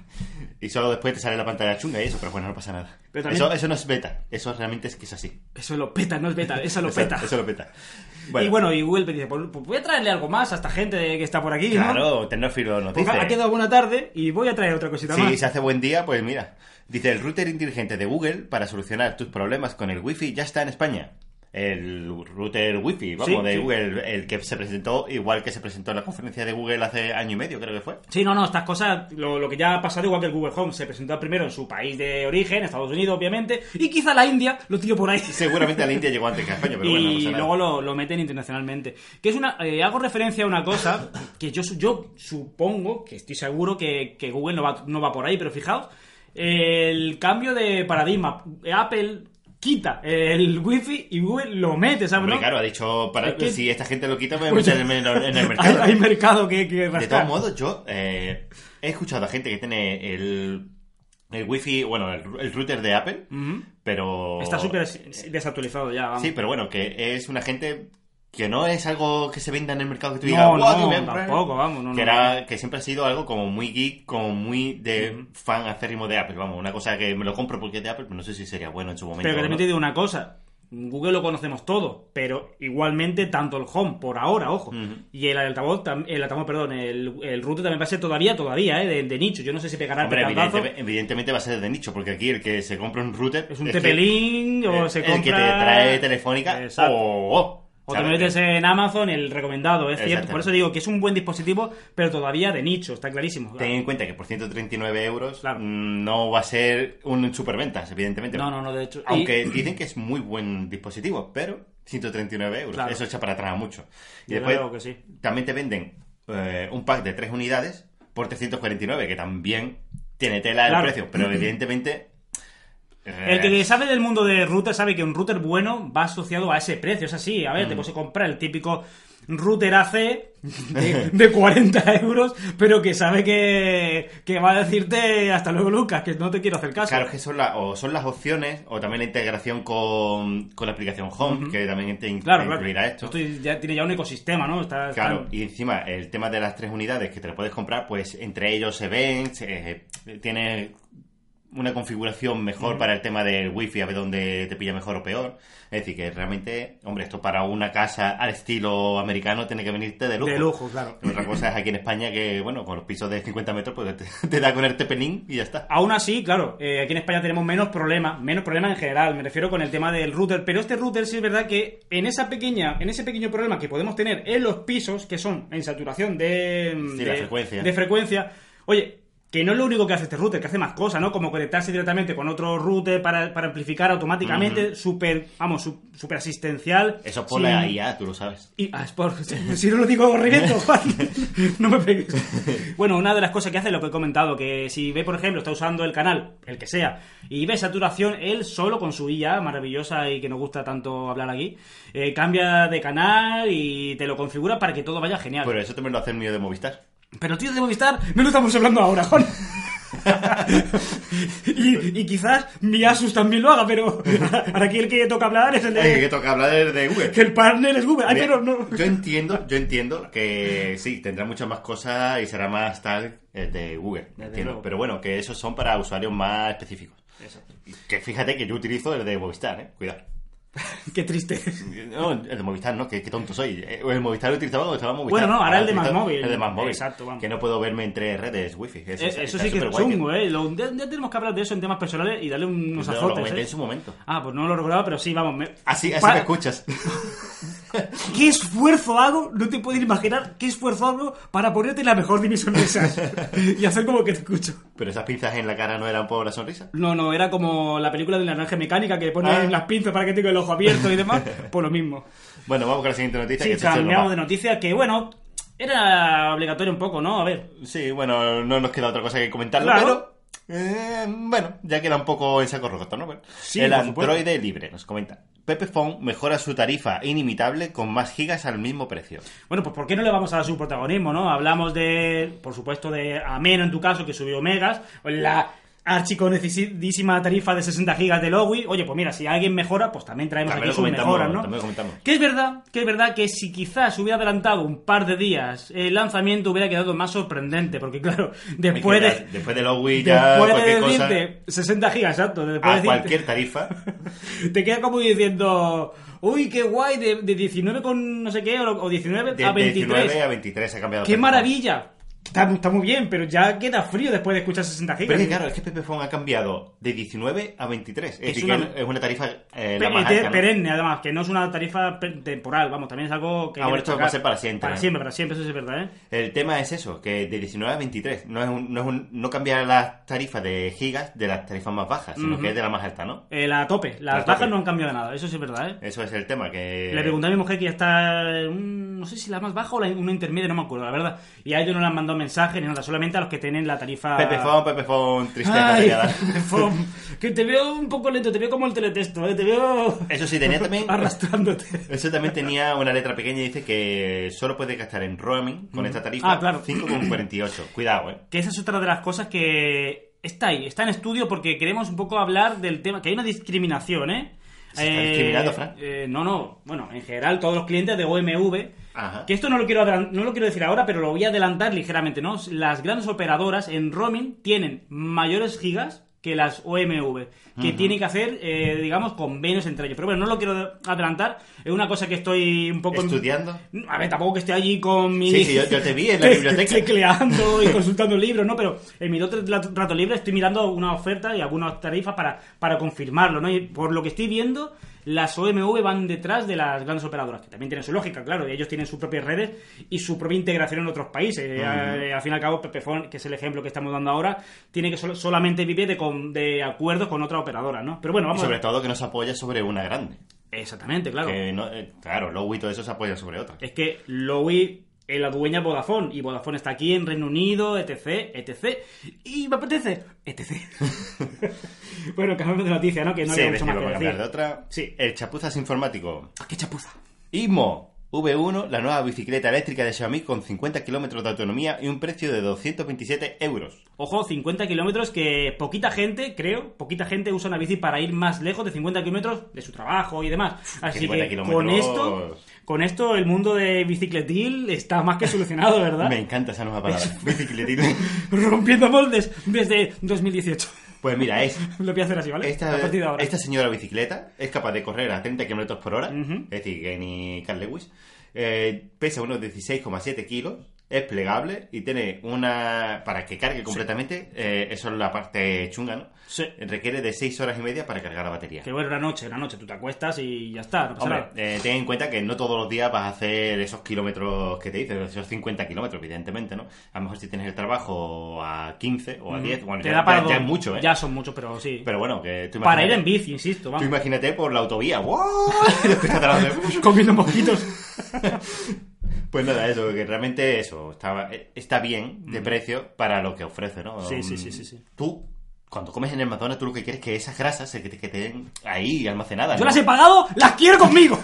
Speaker 3: Y solo después te sale la pantalla chunga y eso, pero bueno, no pasa nada.
Speaker 1: Pero también-
Speaker 3: Eso, eso no es beta, eso realmente es que es así.
Speaker 1: Eso lo peta, no es beta, eso lo
Speaker 3: Eso-
Speaker 1: peta.
Speaker 3: Eso lo peta.
Speaker 1: Y bueno, y Google dice, pues pues voy a traerle algo más a esta gente que está por aquí, ¿no?
Speaker 3: claro, Tecnófilo nos
Speaker 1: Porque
Speaker 3: dice.
Speaker 1: ha quedado buena tarde y voy a traer otra cosita
Speaker 3: Si
Speaker 1: más.
Speaker 3: se hace buen día, pues mira. Dice, el router inteligente de Google para solucionar tus problemas con el wifi ya está en España. El router wifi, vamos,
Speaker 1: Sí,
Speaker 3: de
Speaker 1: sí.
Speaker 3: Google, el que se presentó igual que se presentó en la conferencia de Google hace año y medio, creo que fue.
Speaker 1: Sí, no, no, estas cosas, lo, lo que ya ha pasado igual que el Google Home, se presentó primero en su país de origen, Estados Unidos, obviamente, y quizá la India lo tiró por ahí.
Speaker 3: Seguramente a la India llegó antes que a España, pero bueno, no
Speaker 1: y
Speaker 3: pasa nada.
Speaker 1: luego lo, lo meten internacionalmente. Que es una, eh, hago referencia a una cosa que yo, su- yo supongo, que estoy seguro que, que Google no va, no va por ahí, pero fijaos, el cambio de paradigma. Apple quita el wifi y Google lo mete, ¿sabes?
Speaker 3: Hombre,
Speaker 1: no?
Speaker 3: claro, ha dicho, para,
Speaker 1: Es que-
Speaker 3: si esta gente lo quita, me voy a
Speaker 1: Pues-
Speaker 3: meter en el, en el mercado.
Speaker 1: hay, hay mercado que, que
Speaker 3: De
Speaker 1: rascar.
Speaker 3: todos modos, yo eh, he escuchado a gente que tiene el, el wifi, bueno, el, el router de Apple,
Speaker 1: Ujú.
Speaker 3: pero...
Speaker 1: Está súper desactualizado ya, vamos.
Speaker 3: Sí, pero bueno, que es una gente que no es algo que se venda en el mercado que tú digas,
Speaker 1: No,
Speaker 3: "Wow, tío,
Speaker 1: no,
Speaker 3: voy a comprar".
Speaker 1: tampoco, vamos. No,
Speaker 3: que,
Speaker 1: no.
Speaker 3: era, que siempre ha sido algo como muy geek, como muy de fan acérrimo de Apple. Vamos, una cosa que me lo compro porque es de Apple, pero no sé si sería bueno en su momento.
Speaker 1: Pero que
Speaker 3: o
Speaker 1: también
Speaker 3: no.
Speaker 1: te digo una cosa. Google lo conocemos todo, pero igualmente tanto el Home, por ahora, ojo.
Speaker 3: Ujú.
Speaker 1: Y el altavoz, tam- el altavoz, perdón, el, el router también va a ser todavía, todavía, ¿eh? De, de nicho. Yo no sé si pegará el
Speaker 3: Hombre,
Speaker 1: petardazo.
Speaker 3: evidentemente, evidentemente va a ser de nicho, porque aquí el que se compra un router
Speaker 1: Es un
Speaker 3: que-
Speaker 1: tepelín o
Speaker 3: el-
Speaker 1: se
Speaker 3: el
Speaker 1: compra...
Speaker 3: que te trae Telefónica
Speaker 1: Exacto.
Speaker 3: o... o,
Speaker 1: O te
Speaker 3: ¿sabes?
Speaker 1: metes en Amazon, el recomendado, es cierto.
Speaker 3: Exactamente.
Speaker 1: Por eso digo que es un buen dispositivo, pero todavía de nicho, está clarísimo.
Speaker 3: Ten en cuenta que por 139 euros
Speaker 1: Claro.
Speaker 3: mm, no va a ser un superventas, evidentemente.
Speaker 1: No, no, no, de hecho. y-
Speaker 3: Aunque dicen que es muy buen dispositivo, pero 139 euros.
Speaker 1: Claro.
Speaker 3: Eso echa para atrás mucho. Y
Speaker 1: Yo
Speaker 3: después
Speaker 1: creo que sí.
Speaker 3: también te venden eh, un pack de 3 unidades por 349, que también tiene tela
Speaker 1: Claro. Mm-hmm.
Speaker 3: el precio, pero evidentemente... eh,
Speaker 1: El que sabe del mundo de router sabe que un router bueno va asociado a ese precio. Es así, a ver,
Speaker 3: Mm.
Speaker 1: te puedes comprar el típico router AC de, de 40 euros, pero que sabe que, que va a decirte hasta luego, Lucas, que no te quiero hacer caso.
Speaker 3: Claro, es que son, la- o son las opciones o también la integración con, con la aplicación Home, que también te in-
Speaker 1: claro,
Speaker 3: te
Speaker 1: claro.
Speaker 3: incluirá esto.
Speaker 1: Esto ya tiene ya un ecosistema, ¿no? Está, está-
Speaker 3: Claro, y encima el tema de las tres unidades que te lo puedes comprar, pues entre ellos se ven, se- tiene una configuración mejor para el tema del wifi, a ver dónde te pilla mejor o peor. Es decir, que realmente, hombre, esto para una casa al estilo americano tiene que venirte de lujo.
Speaker 1: de lujo, claro.
Speaker 3: Otra cosa es aquí en España que, bueno, con los pisos de 50 metros, pues te, te da con el tepelín y ya está.
Speaker 1: Aún así, claro, eh, aquí en España tenemos menos problemas, menos problemas en general, me refiero con el tema del router, pero este router sí es verdad que en esa pequeña, en ese pequeño problema que podemos tener en los pisos, que son en saturación de, mm,
Speaker 3: Sí,
Speaker 1: de,
Speaker 3: la frecuencia.
Speaker 1: de frecuencia, oye, que no es lo único que hace este router, que hace más cosas, ¿no? Como conectarse directamente con otro router para, para amplificar automáticamente, súper, vamos, su- súper asistencial.
Speaker 3: Eso es por
Speaker 1: sin-
Speaker 3: la IA, tú lo sabes.
Speaker 1: y, ah, es por- si no lo digo reviento, Juan, no me pegues. Bueno, una de las cosas que hace lo que he comentado, que si ve, por ejemplo, está usando el canal, el que sea, y ve saturación, él solo con su IA maravillosa y que nos gusta tanto hablar aquí, eh, cambia de canal y te lo configura para que todo vaya genial.
Speaker 3: Pero eso también lo hace el mío de Movistar.
Speaker 1: Pero el tío de Movistar no lo estamos hablando ahora, Juan. y, y quizás mi Asus también lo haga, pero ahora aquí el que toca hablar es el
Speaker 3: Eh, que
Speaker 1: de...
Speaker 3: toca hablar de- de Google.
Speaker 1: que el partner es Google. Ay,
Speaker 3: Mira,
Speaker 1: Ah, pero no...
Speaker 3: Yo entiendo, yo entiendo que sí, tendrá muchas más cosas y será más tal eh, de Google.
Speaker 1: Desde
Speaker 3: entiendo.
Speaker 1: luego.
Speaker 3: Pero bueno, que esos son para usuarios más específicos. Que fíjate que yo utilizo el de Movistar, eh. Cuidado.
Speaker 1: Qué triste.
Speaker 3: No, el de Movistar no, que, que tonto soy. Eh, El Movistar lo utilizaba cuando estaba en Movistar.
Speaker 1: Bueno, no, ahora el de
Speaker 3: utilizo
Speaker 1: Másmóvil.
Speaker 3: El de más móvil.
Speaker 1: Exacto, vamos.
Speaker 3: Que no puedo verme entre redes wifi. Eso,
Speaker 1: Eh,
Speaker 3: está-
Speaker 1: Eso
Speaker 3: está
Speaker 1: sí que es
Speaker 3: superguay,
Speaker 1: chungo, ¿eh? Lo- un día- un día tenemos que hablar de eso en temas personales y darle
Speaker 3: No,
Speaker 1: unos
Speaker 3: lo
Speaker 1: azotes.
Speaker 3: comenté
Speaker 1: ¿eh?
Speaker 3: en su momento.
Speaker 1: Ah, pues no lo recordaba, pero sí, vamos. me-
Speaker 3: Así, así
Speaker 1: Pa-
Speaker 3: me escuchas.
Speaker 1: ¿Qué esfuerzo hago? No te puedes imaginar qué esfuerzo hago para ponerte la mejor de mis sonrisas y hacer como que te escucho.
Speaker 3: Pero esas pinzas en la cara no eran por la sonrisa.
Speaker 1: No, no, era como la película de la naranja mecánica que pone
Speaker 3: Ah.
Speaker 1: las pinzas para que tenga el ojo abierto y demás. Pues lo mismo.
Speaker 3: Bueno, vamos con la siguiente noticia.
Speaker 1: Sí,
Speaker 3: que esto se nos va.
Speaker 1: cambiamos de noticia que, bueno, era obligatorio un poco, ¿no? A ver.
Speaker 3: Sí, bueno, no nos queda otra cosa que comentarlo,
Speaker 1: Claro.
Speaker 3: pero eh, bueno, ya queda un poco en saco roto, ¿no? Bueno,
Speaker 1: Sí,
Speaker 3: el
Speaker 1: por supuesto.
Speaker 3: androide libre, nos comenta. Pepephone mejora su tarifa inimitable con más gigas al mismo precio.
Speaker 1: Bueno, pues ¿por qué no le vamos a dar su protagonismo, no? Hablamos de, por supuesto, de Ameno en tu caso, que subió megas, la archiconecidísima tarifa de 60 gigas de Lowy. Oye, pues mira, si alguien mejora, pues también traemos
Speaker 3: También lo
Speaker 1: aquí sus
Speaker 3: comentamos,
Speaker 1: mejoras, ¿no?
Speaker 3: también lo comentamos.
Speaker 1: Que es verdad, que es verdad que si quizás hubiera adelantado un par de días el lanzamiento hubiera quedado más sorprendente, porque claro, después
Speaker 3: Es que
Speaker 1: de...
Speaker 3: ya- después de los Wii ya
Speaker 1: Después de
Speaker 3: cualquier cosa,
Speaker 1: decirte 60 gigas, exacto, después de
Speaker 3: a
Speaker 1: decirte-
Speaker 3: cualquier tarifa,
Speaker 1: te queda como diciendo, uy, qué guay, de, de 19 con no sé qué, o, o 19
Speaker 3: de
Speaker 1: a 23.
Speaker 3: 19 a 23 ha cambiado.
Speaker 1: ¡Qué
Speaker 3: Pepephone.
Speaker 1: maravilla! Está, está muy bien, pero ya queda frío después de escuchar 60 gigas.
Speaker 3: Pero es que claro, es que Pepephone ha cambiado de 19 a 23. Es, decir,
Speaker 1: una-
Speaker 3: que es una tarifa eh, la
Speaker 1: Pe-
Speaker 3: más
Speaker 1: de-
Speaker 3: alta, ¿no?
Speaker 1: Perenne, además, que no es una tarifa pe- temporal, vamos, también es algo que...
Speaker 3: Ah,
Speaker 1: hay
Speaker 3: bueno,
Speaker 1: que
Speaker 3: esto va a
Speaker 1: destacar.
Speaker 3: ser para siempre, ¿eh?
Speaker 1: Para
Speaker 3: ¿no?
Speaker 1: siempre, para siempre, eso sí es verdad, ¿eh?
Speaker 3: El tema es eso, que de 19 a 23 no es un, no, es un- no cambia las tarifas de gigas de las tarifas más bajas, sino
Speaker 1: Ujú.
Speaker 3: que es de la más alta, ¿no?
Speaker 1: Eh, la tope, las
Speaker 3: La tope.
Speaker 1: bajas no han cambiado nada, eso sí es verdad, ¿eh?
Speaker 3: Eso es el tema, que...
Speaker 1: Le pregunté a mi mujer que ya está, en un- no sé si la más baja o la, una intermedia, no me acuerdo, la verdad. Y a ellos no le han mandado mensajes ni nada, solamente a los que tienen la tarifa...
Speaker 3: Pepefón, Pepefón, tristeza.
Speaker 1: Ay,
Speaker 3: te voy a dar.
Speaker 1: Pepefón, que te veo un poco lento, te veo como el teletexto, ¿eh? te veo
Speaker 3: Eso sí, tenía también...
Speaker 1: arrastrándote.
Speaker 3: Eso también tenía una letra pequeña y dice que solo puedes gastar en roaming con esta tarifa
Speaker 1: Ah, claro.
Speaker 3: 5,48. Cuidado, eh.
Speaker 1: que esa es otra de las cosas que está ahí, está en estudio porque queremos un poco hablar del tema, que hay una discriminación, ¿eh?
Speaker 3: ¿Se está discriminando, Fran?
Speaker 1: eh, no, no. Bueno, en general, todos los clientes de OMV.
Speaker 3: Ajá.
Speaker 1: Que esto no lo, quiero adelan- no lo quiero decir ahora, pero lo voy a adelantar ligeramente, ¿no? Las grandes operadoras en roaming tienen mayores gigas que las OMV, que tienen que hacer, eh, digamos, convenios entre ellos. Pero bueno, no lo quiero adelantar. Es una cosa que estoy un poco...
Speaker 3: ¿Estudiando?
Speaker 1: A ver, tampoco que esté allí con mi...
Speaker 3: Sí, sí, yo- yo te vi en la biblioteca.
Speaker 1: Tecleando y consultando libros, ¿no? Pero en mi otro rato rato libre estoy mirando una oferta y algunas tarifas para, para confirmarlo, ¿no? Y por lo que estoy viendo, las OMV van detrás de las grandes operadoras, que también tienen su lógica, claro. Ellos tienen sus propias redes y su propia integración en otros países. Eh, Al fin y al cabo, Pepefon, que es el ejemplo que estamos dando ahora, tiene que sol- solamente vivir de, con- de acuerdos con otra operadora, ¿no? Pero bueno,
Speaker 3: Y
Speaker 1: vamos... a-
Speaker 3: sobre todo que no se apoya sobre una grande.
Speaker 1: Exactamente, claro.
Speaker 3: Que no- eh, claro, Lowe y todo eso se apoya sobre otra.
Speaker 1: Es que Lowy es la dueña de Vodafone y Vodafone está aquí en Reino Unido, etc, etc. Y me apetece, etc. bueno, cambiamos de noticia, ¿no? Que no
Speaker 3: sí,
Speaker 1: hay
Speaker 3: es
Speaker 1: mucho
Speaker 3: decir,
Speaker 1: más
Speaker 3: vamos a
Speaker 1: que
Speaker 3: cambiar
Speaker 1: decir.
Speaker 3: de otra.
Speaker 1: Sí.
Speaker 3: El chapuzas informático.
Speaker 1: Ah, ¡Qué chapuza!
Speaker 3: IMO V1, la nueva bicicleta eléctrica de Xiaomi con 50 kilómetros de autonomía y un precio de 227 euros.
Speaker 1: Ojo, 50 kilómetros que poquita gente, creo, poquita gente usa una bici para ir más lejos de 50 kilómetros de su trabajo y demás. Así
Speaker 3: 50
Speaker 1: que con
Speaker 3: kilómetros.
Speaker 1: esto, con esto el mundo de bicicletil está más que solucionado, ¿verdad?
Speaker 3: Me encanta esa nueva palabra. Bicicletín.
Speaker 1: Rompiendo moldes desde 2018.
Speaker 3: Pues mira, es
Speaker 1: Lo voy a hacer así, ¿vale? a
Speaker 3: Esta,
Speaker 1: partir de ahora.
Speaker 3: esta señora bicicleta es capaz de correr a 30 km por hora,
Speaker 1: Ujú.
Speaker 3: es decir, que ni Carl Lewis. Eh, pesa unos 16,7 kilos, es plegable y tiene una. Para que cargue completamente, eh, eso es la parte chunga, ¿no?
Speaker 1: Sí.
Speaker 3: Requiere de 6 horas y media para cargar la batería.
Speaker 1: Que bueno, una noche, una noche, tú te acuestas y ya está, no pasa
Speaker 3: Hombre,
Speaker 1: nada.
Speaker 3: eh, ten en cuenta que no todos los días vas a hacer esos kilómetros que te dices, esos 50 kilómetros, evidentemente, ¿no? A lo mejor si tienes el trabajo a 15 o a 10, bueno,
Speaker 1: Mm, Te
Speaker 3: ya,
Speaker 1: da para
Speaker 3: ya- ya
Speaker 1: dos-
Speaker 3: es mucho, ¿eh?
Speaker 1: Ya son muchos, pero sí.
Speaker 3: Pero bueno, que tú
Speaker 1: para ir
Speaker 3: imagínate-
Speaker 1: en bici, insisto,
Speaker 3: Tú
Speaker 1: vamos.
Speaker 3: imagínate por la autovía. ¡guau! Y los que están atrás de-
Speaker 1: Comiendo mosquitos.
Speaker 3: Pues nada, eso, que realmente eso, está, está bien de precio para lo que ofrece, ¿no?
Speaker 1: Mm.
Speaker 3: Mm,
Speaker 1: Sí, sí, sí, sí, sí.
Speaker 3: Tú, cuando comes en el McDonald's, tú lo que quieres es que esas grasas se- que te, que te den ahí almacenadas.
Speaker 1: Yo
Speaker 3: ¿no?
Speaker 1: las he pagado, las quiero conmigo.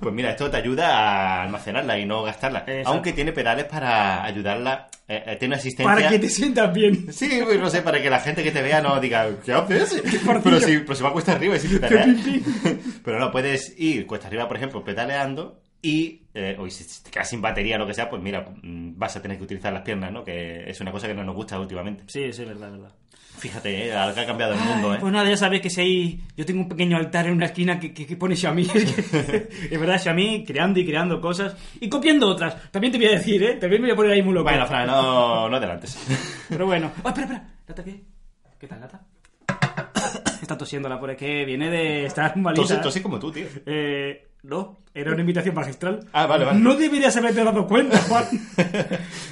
Speaker 3: Pues mira, esto te ayuda a almacenarlas y no gastarlas.
Speaker 1: Exacto.
Speaker 3: Aunque tiene pedales para ayudarla, eh, eh, tiene una asistencia.
Speaker 1: para que te sientas bien.
Speaker 3: Sí, pues no sé, para que la gente que te vea no diga, ¿qué haces?
Speaker 1: portillo?
Speaker 3: Pero si, pero ¿eh? si va cuesta arriba y si te Pero no, puedes ir cuesta arriba, por ejemplo, pedaleando y, eh, o y si te quedas sin batería o lo que sea, pues mira, mm, vas a tener que utilizar las piernas, ¿no? Que es una cosa que no nos gusta últimamente.
Speaker 1: Sí, sí, verdad, verdad.
Speaker 3: Fíjate, eh, algo que ha cambiado el mundo,
Speaker 1: Ay,
Speaker 3: ¿eh?
Speaker 1: Pues nada, ya sabéis que si hay... Yo tengo un pequeño altar en una esquina que, que, que pone Xiaomi. Es que- es verdad, Xiaomi creando y creando cosas y copiando otras. También te voy a decir, ¿eh? También me voy a poner ahí muy loco.
Speaker 3: Bueno, Fran, no, no adelantes.
Speaker 1: Pero bueno. Oh, espera, espera. ¿Lata qué? ¿Qué tal, lata? Está tosiéndola por es que viene de estar malita.
Speaker 3: Tosí, tosí como tú, tío.
Speaker 1: Eh, no, era una invitación magistral.
Speaker 3: Ah, vale, vale.
Speaker 1: No deberías haberte dado cuenta, Juan.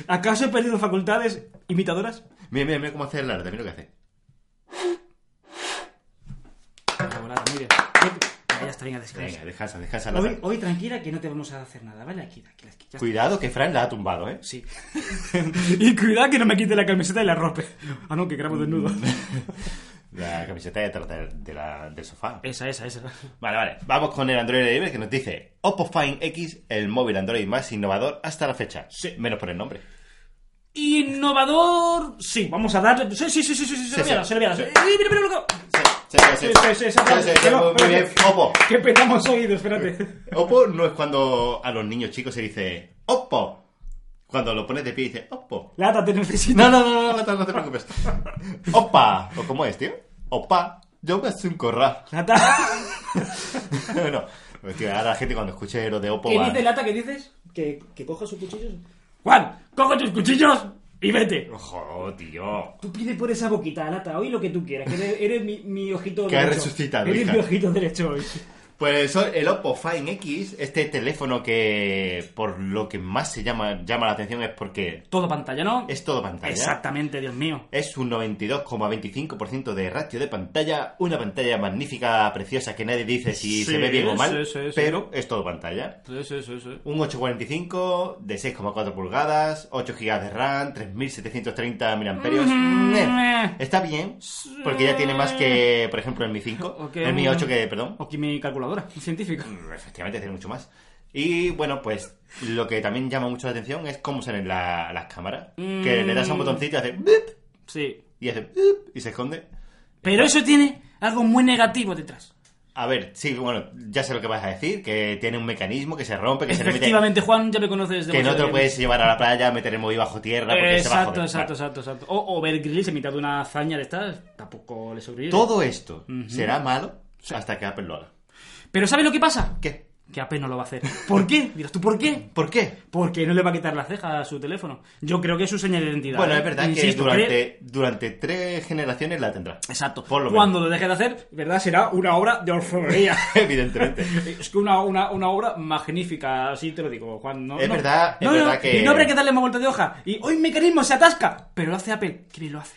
Speaker 1: ¿Acaso he perdido facultades imitadoras?
Speaker 3: Mira, mira, mira cómo hace el Lara, mira lo que hace.
Speaker 1: Bravo, Lara, muy bien. Ya está, venga,
Speaker 3: Venga,
Speaker 1: descansa.
Speaker 3: descansa, descansa, Lara.
Speaker 1: Hoy, hoy tranquila que no te vamos a hacer nada, ¿vale? Aquí, aquí, aquí. ya está.
Speaker 3: Cuidado que Fran la ha tumbado, ¿eh?
Speaker 1: Sí. y cuidado que no me quite la camiseta y la ropa. Ah, no, que grabo desnudo.
Speaker 3: La camiseta detrás de, de la- del sofá.
Speaker 1: esa, esa, esa.
Speaker 3: Vale, vale. Vamos con el Android Libre que nos dice Oppo Find X, el móvil Android más innovador hasta la fecha.
Speaker 1: Sí.
Speaker 3: Menos por el nombre.
Speaker 1: Innovador. Sí, vamos a darle. Sí, sí, sí, sí, sí, sí, se lo voy a dar,
Speaker 3: sí,
Speaker 1: se lo voy a dar.
Speaker 3: sí.
Speaker 1: Eh, Mira, mira, loco.
Speaker 3: Sí, sí,
Speaker 1: Sí, sí, sí, sí, sí, sí, no,
Speaker 3: Muy bien. Oppo.
Speaker 1: Que petamos oídos, espérate.
Speaker 3: Oppo no es cuando a los niños chicos se dice Oppo. Cuando lo pones de pie y dice Oppo.
Speaker 1: Lata, te necesito.
Speaker 3: No, no, no, no, no, no te preocupes. Opa. ¿O cómo es, tío? Opa. Yo me hace un corral.
Speaker 1: Lata.
Speaker 3: no. Tío, ahora la gente cuando escuche lo de Oppo
Speaker 1: ¿Qué
Speaker 3: va-
Speaker 1: dices, Lata? ¿Qué dices? Que, que coja sus cuchillos. Juan, coge tus cuchillos y vete.
Speaker 3: Ojo, tío.
Speaker 1: Tú pide por esa boquita, Lata, hoy lo que tú quieras, que eres, eres mi, mi ojito
Speaker 3: Que ha
Speaker 1: derecho.
Speaker 3: resucitado,
Speaker 1: Eres
Speaker 3: hija.
Speaker 1: mi ojito derecho hoy.
Speaker 3: Pues son el Oppo Find X, este teléfono que por lo que más se llama, llama la atención es porque
Speaker 1: Todo pantalla, ¿no?
Speaker 3: es todo pantalla.
Speaker 1: Exactamente, Dios mío.
Speaker 3: Es un 92,25% de ratio de pantalla, una pantalla magnífica, preciosa, que nadie dice si
Speaker 1: Sí,
Speaker 3: se ve bien o mal,
Speaker 1: sí, sí, sí.
Speaker 3: pero es todo pantalla.
Speaker 1: Sí, sí, sí, sí.
Speaker 3: Un 845 de 6,4 pulgadas, 8 GB de RAM, 3730 miliamperios.
Speaker 1: Mm.
Speaker 3: Eh, Está bien, porque ya tiene más que, por ejemplo, el Mi 5,
Speaker 1: Ok.
Speaker 3: el Mi 8 que, perdón,
Speaker 1: O que mi calculadora, un científico.
Speaker 3: Mm, Efectivamente, tiene mucho más. Y bueno, pues lo que también llama mucho la atención es cómo salen la- las cámaras.
Speaker 1: Mm.
Speaker 3: Que le das a un botoncito y hace bip,
Speaker 1: Sí.
Speaker 3: y hace bip, y se esconde.
Speaker 1: Pero eso tiene algo muy negativo detrás.
Speaker 3: A ver, sí, bueno, ya sé lo que vas a decir, que tiene un mecanismo que se rompe, que se le mete...
Speaker 1: Efectivamente, Juan, ya me conoces de
Speaker 3: Que no te lo puedes llevar a la playa, meter el móvil bajo tierra porque se va a
Speaker 1: Exacto,
Speaker 3: joder.
Speaker 1: exacto,
Speaker 3: Vale.
Speaker 1: exacto, exacto. O, o Bear Grylls en mitad de una hazaña de estas, tampoco le sobrevive.
Speaker 3: Todo esto será malo hasta que Apple lo haga.
Speaker 1: Pero ¿sabes lo que pasa?
Speaker 3: ¿Qué?
Speaker 1: Que Apple no lo va a hacer. ¿Por qué? Dirás tú, ¿por qué?
Speaker 3: ¿Por qué?
Speaker 1: Porque no le va a quitar la ceja a su teléfono. Yo creo que es su señal de identidad.
Speaker 3: Bueno,
Speaker 1: ¿eh?
Speaker 3: es verdad que
Speaker 1: Insisto, creo-
Speaker 3: durante, durante tres generaciones la tendrá.
Speaker 1: Exacto.
Speaker 3: Por lo
Speaker 1: Cuando lo deje de hacer, ¿verdad? Será una obra de orfebrería.
Speaker 3: Evidentemente.
Speaker 1: Es que una, una, una obra magnífica, así te lo digo, Juan. No,
Speaker 3: Es
Speaker 1: no.
Speaker 3: verdad, es
Speaker 1: No, no,
Speaker 3: verdad que-
Speaker 1: Y no habrá que darle más vuelta de hoja. Y hoy el mecanismo se atasca, pero lo hace Apple. Que bien lo hace.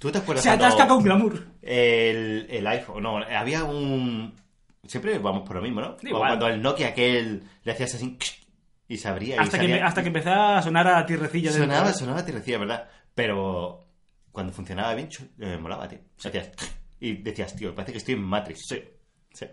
Speaker 3: ¿Tú te acuerdas
Speaker 1: Se
Speaker 3: cuando
Speaker 1: atasca con glamour.
Speaker 3: El, el iPhone, no, había un... Siempre vamos por lo mismo, ¿no?
Speaker 1: Da
Speaker 3: Como
Speaker 1: igual.
Speaker 3: Cuando el Nokia aquel le hacías así y se abría y
Speaker 1: Hasta que,
Speaker 3: salía-
Speaker 1: hasta que empezó a sonar a tierrecilla. de
Speaker 3: Sonaba, sonaba, te decía, ¿verdad? Pero cuando funcionaba bien, chu- eh, molaba, tío. Hacías y decías, tío, parece que estoy en Matrix. Sí, sí.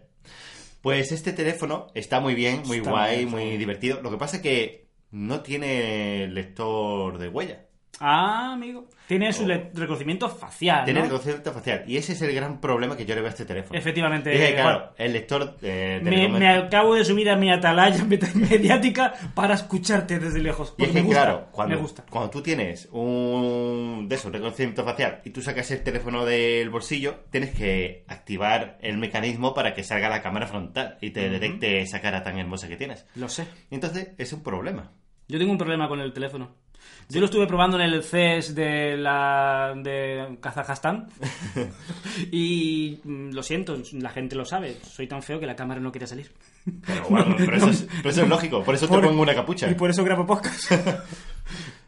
Speaker 3: Pues este teléfono está muy bien, muy
Speaker 1: Está
Speaker 3: guay,
Speaker 1: bien,
Speaker 3: muy
Speaker 1: sí.
Speaker 3: divertido. Lo que pasa es que no tiene lector de huella.
Speaker 1: Ah, amigo. Tiene su
Speaker 3: Oh.
Speaker 1: le- reconocimiento facial.
Speaker 3: Tiene
Speaker 1: ¿no?
Speaker 3: reconocimiento facial. Y ese es el gran problema que yo le veo a este teléfono.
Speaker 1: Efectivamente,
Speaker 3: Dije, claro,
Speaker 1: Juan.
Speaker 3: el lector eh, de
Speaker 1: Me,
Speaker 3: recomen-
Speaker 1: me acabo de subir a mi atalaya meta- mediática para escucharte desde lejos. porque
Speaker 3: Y es
Speaker 1: pues me
Speaker 3: que,
Speaker 1: gusta,
Speaker 3: claro, cuando,
Speaker 1: me gusta.
Speaker 3: cuando tú tienes un de esos reconocimiento facial y tú sacas el teléfono del bolsillo, tienes que activar el mecanismo para que salga la cámara frontal y te detecte esa cara tan hermosa que tienes.
Speaker 1: Lo sé.
Speaker 3: Entonces, es un problema.
Speaker 1: Yo tengo un problema con el teléfono. Yo lo estuve probando en el CES de la de Kazajstán y mm, lo siento, la gente lo sabe. Soy tan feo que la cámara no quería salir.
Speaker 3: Pero bueno, pero eso, es, pero eso es lógico, por eso
Speaker 1: Por-
Speaker 3: te pongo una capucha.
Speaker 1: Y por eso grabo podcast.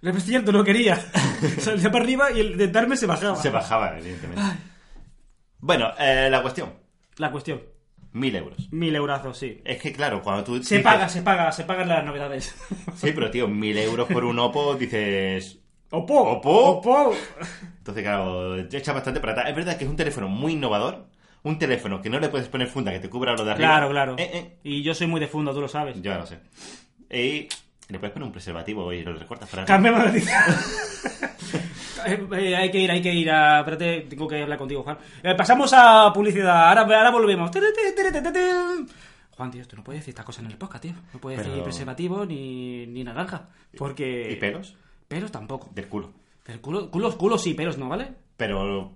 Speaker 1: Lo es cierto, no quería. Salía para arriba y el de darme se bajaba.
Speaker 3: Se bajaba, evidentemente. Bueno, eh, la cuestión,
Speaker 1: La cuestión,
Speaker 3: mil euros.
Speaker 1: mil eurazos, sí.
Speaker 3: Es que claro, cuando tú...
Speaker 1: Se
Speaker 3: dices-
Speaker 1: paga, se paga, se pagan las novedades.
Speaker 3: Sí, pero tío, mil euros por un Oppo, dices...
Speaker 1: ¡Opo!
Speaker 3: Opo.
Speaker 1: ¡Opo!
Speaker 3: Entonces, claro, echa bastante para atrás. Es verdad que es un teléfono muy innovador. Un teléfono que no le puedes poner funda, que te cubra lo de arriba.
Speaker 1: Claro, claro.
Speaker 3: Eh, eh,
Speaker 1: Y yo soy muy de funda, tú lo sabes.
Speaker 3: yo no sé. Y le puedes poner un preservativo y lo recortas para arriba.
Speaker 1: Cambiamos de noticia. Eh, eh, hay que ir, hay que ir a... Espérate, tengo que hablar contigo, Juan. Eh, pasamos a publicidad. Ahora, ahora volvemos. Tere, tere, tere, tere, tere. Juan, tío, tú no puedes decir estas cosas en el podcast, tío. No puedes
Speaker 3: Pero-
Speaker 1: decir preservativo ni, ni naranja. Porque...
Speaker 3: ¿Y pelos?
Speaker 1: Pelos tampoco.
Speaker 3: Del culo.
Speaker 1: Pero culo- culos, culos sí, pelos no, ¿vale?
Speaker 3: Pero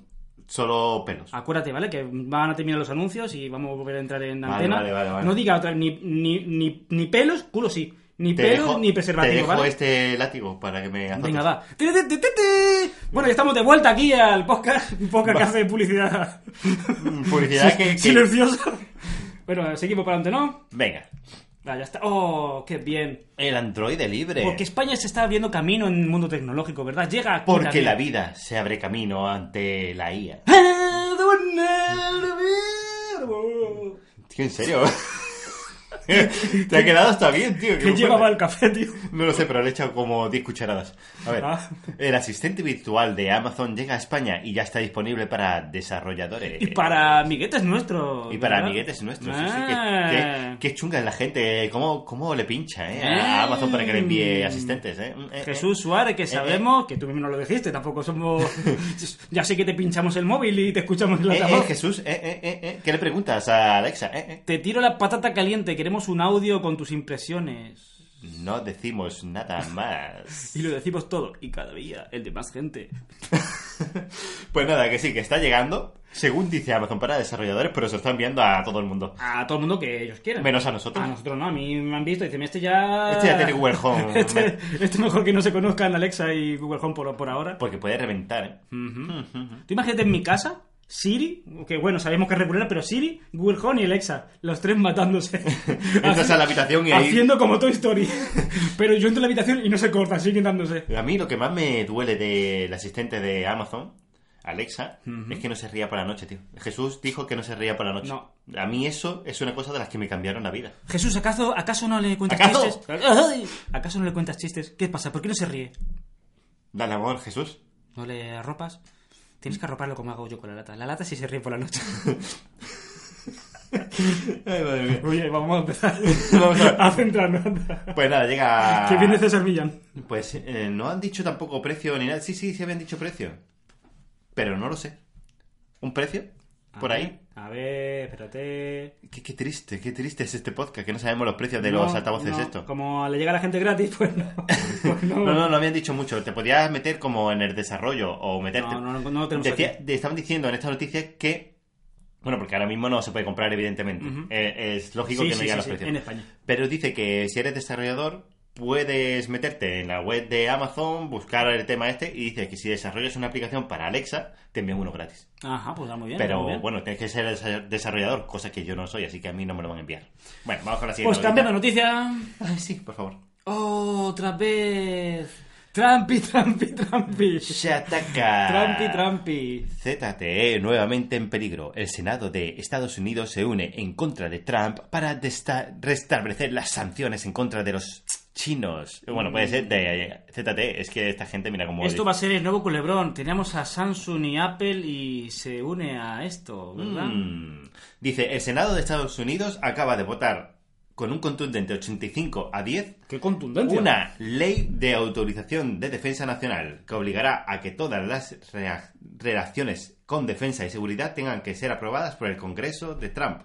Speaker 3: solo pelos.
Speaker 1: Acuérdate, ¿vale? Que van a terminar los anuncios y vamos a volver a entrar en
Speaker 3: Vale,
Speaker 1: antena.
Speaker 3: vale, vale, vale.
Speaker 1: No diga otra ni, ni, ni, ni pelos, culos sí. Ni
Speaker 3: Te
Speaker 1: pelos
Speaker 3: dejo-
Speaker 1: ni
Speaker 3: Te
Speaker 1: preservativo,
Speaker 3: dejo
Speaker 1: ¿vale?
Speaker 3: este látigo para que me azotes.
Speaker 1: Venga, va. Te, te, te, te, te. Bueno, ya estamos de vuelta aquí al podcast, un podcast que hace publicidad.
Speaker 3: Mm, Publicidad que... que-
Speaker 1: Silenciosa. Bueno, seguimos para adelante, ¿no?
Speaker 3: Venga.
Speaker 1: Ah, ya está. ¡Oh, qué bien!
Speaker 3: El androide libre.
Speaker 1: Porque España se está abriendo camino en el mundo tecnológico, ¿verdad? Llega aquí
Speaker 3: Porque
Speaker 1: también.
Speaker 3: la vida se abre camino ante la IA.
Speaker 1: Ah, de buen nervio.
Speaker 3: Tío, ¿en serio? te ha quedado hasta bien, tío. qué
Speaker 1: Que
Speaker 3: fuerte.
Speaker 1: llevaba el café, tío.
Speaker 3: No lo sé, pero le he echado como 10 cucharadas. A ver,
Speaker 1: Ah.
Speaker 3: el asistente virtual de Amazon llega a España y ya está disponible para desarrolladores.
Speaker 1: Y para amiguetes nuestros.
Speaker 3: Y para
Speaker 1: ¿verdad?
Speaker 3: amiguetes nuestros. sí, sí,
Speaker 1: Ah.
Speaker 3: que- que- Qué chunga es la gente. eh, ¿Cómo, cómo le pincha eh,
Speaker 1: Ah.
Speaker 3: a Amazon para que le envíe asistentes? Eh? Mm, eh, eh.
Speaker 1: Jesús Suárez, que
Speaker 3: eh.
Speaker 1: sabemos que tú mismo no lo dijiste, tampoco somos. ya sé que te pinchamos el móvil y te escuchamos en
Speaker 3: Eh,
Speaker 1: la
Speaker 3: eh, Jesús, eh, eh, eh, eh. ¿qué le preguntas a Alexa? Eh, eh.
Speaker 1: Te tiro la patata caliente, queremos un audio con tus impresiones.
Speaker 3: No decimos nada más.
Speaker 1: Y lo decimos todo, y cada día el de más gente.
Speaker 3: Pues nada, que sí, que está llegando, según dice Amazon para desarrolladores, pero se lo está enviando a todo el mundo.
Speaker 1: A todo el mundo que ellos quieran.
Speaker 3: Menos a nosotros.
Speaker 1: A nosotros no, a mí me han visto y dicen, este ya...
Speaker 3: Este ya tiene Google Home.
Speaker 1: Este, este mejor que no se conozcan Alexa y Google Home por, por ahora.
Speaker 3: Porque puede reventar, ¿eh?
Speaker 1: Tú imagínate en mi casa, Siri, que bueno, sabemos que es regular, pero Siri, Google Home y Alexa, los tres matándose.
Speaker 3: Entras a la habitación y ahí-
Speaker 1: Haciendo como Toy Story. pero yo entro en la habitación y no se corta, siguen dándose.
Speaker 3: A mí lo que más me duele del asistente de Amazon, Alexa, es que no se ría por la noche, tío. Jesús dijo que no se ría por la noche.
Speaker 1: No.
Speaker 3: A mí eso es una cosa de las que me cambiaron la vida.
Speaker 1: Jesús, ¿acaso, acaso no le cuentas
Speaker 3: ¿Acaso?
Speaker 1: chistes? Ay, ¿Acaso no le cuentas chistes? ¿Qué pasa? ¿Por qué no se ríe?
Speaker 3: Dale amor, Jesús.
Speaker 1: ¿No le arropas? Tienes que arroparlo como hago yo con la lata. La lata sí se ríe por la noche.
Speaker 3: Ay, madre mía.
Speaker 1: Oye, vamos a empezar
Speaker 3: Vamos a-
Speaker 1: a centrarnos.
Speaker 3: Pues nada, llega...
Speaker 1: Que viene César Millán.
Speaker 3: Pues eh, no han dicho tampoco precio ni nada. Sí, sí, sí habían dicho precio. Pero no lo sé. ¿Un precio? ¿Por
Speaker 1: Ah.
Speaker 3: ahí?
Speaker 1: A ver, espérate.
Speaker 3: Qué, qué triste, qué triste es este podcast, que no sabemos los precios de
Speaker 1: No,
Speaker 3: los altavoces
Speaker 1: no,
Speaker 3: estos.
Speaker 1: Como le llega a la gente gratis, pues no. Pues no.
Speaker 3: No, no, no habían dicho mucho. Te podías meter como en el desarrollo o meterte.
Speaker 1: No, no, no, no lo tenemos
Speaker 3: Decía-
Speaker 1: aquí.
Speaker 3: de- estaban diciendo en esta noticia que. Bueno, porque ahora mismo no se puede comprar, evidentemente.
Speaker 1: Ujú.
Speaker 3: Eh, es lógico
Speaker 1: Sí,
Speaker 3: que no
Speaker 1: sí,
Speaker 3: digan
Speaker 1: sí,
Speaker 3: los
Speaker 1: sí,
Speaker 3: precios.
Speaker 1: en España.
Speaker 3: Pero dice que si eres desarrollador, puedes meterte en la web de Amazon, buscar el tema este, y dice que si desarrollas una aplicación para Alexa, te envían uno gratis.
Speaker 1: Ajá, pues está muy bien.
Speaker 3: Pero
Speaker 1: muy bien.
Speaker 3: bueno, tienes que ser desa- desarrollador, cosa que yo no soy, así que a mí no me lo van a enviar. Bueno, vamos con la siguiente.
Speaker 1: Pues cambiando de noticia.
Speaker 3: Ay, sí, por favor.
Speaker 1: otra vez. Trampi, trampi, trampi.
Speaker 3: Se ataca.
Speaker 1: Trampi, trampi.
Speaker 3: ZTE E nuevamente en peligro. El Senado de Estados Unidos se une en contra de Trump para desta- restablecer las sanciones en contra de los chinos. Bueno, puede ser de eh, ZTE. E. Es que esta gente mira cómo...
Speaker 1: Esto va a ser el nuevo culebrón. Teníamos a Samsung y Apple y se une a esto, ¿verdad?
Speaker 3: Mm. Dice, el Senado de Estados Unidos acaba de votar con un contundente 85 a 10
Speaker 1: Qué contundencia.
Speaker 3: una ley de autorización de defensa nacional que obligará a que todas las rea- relaciones con defensa y seguridad tengan que ser aprobadas por el Congreso de Trump.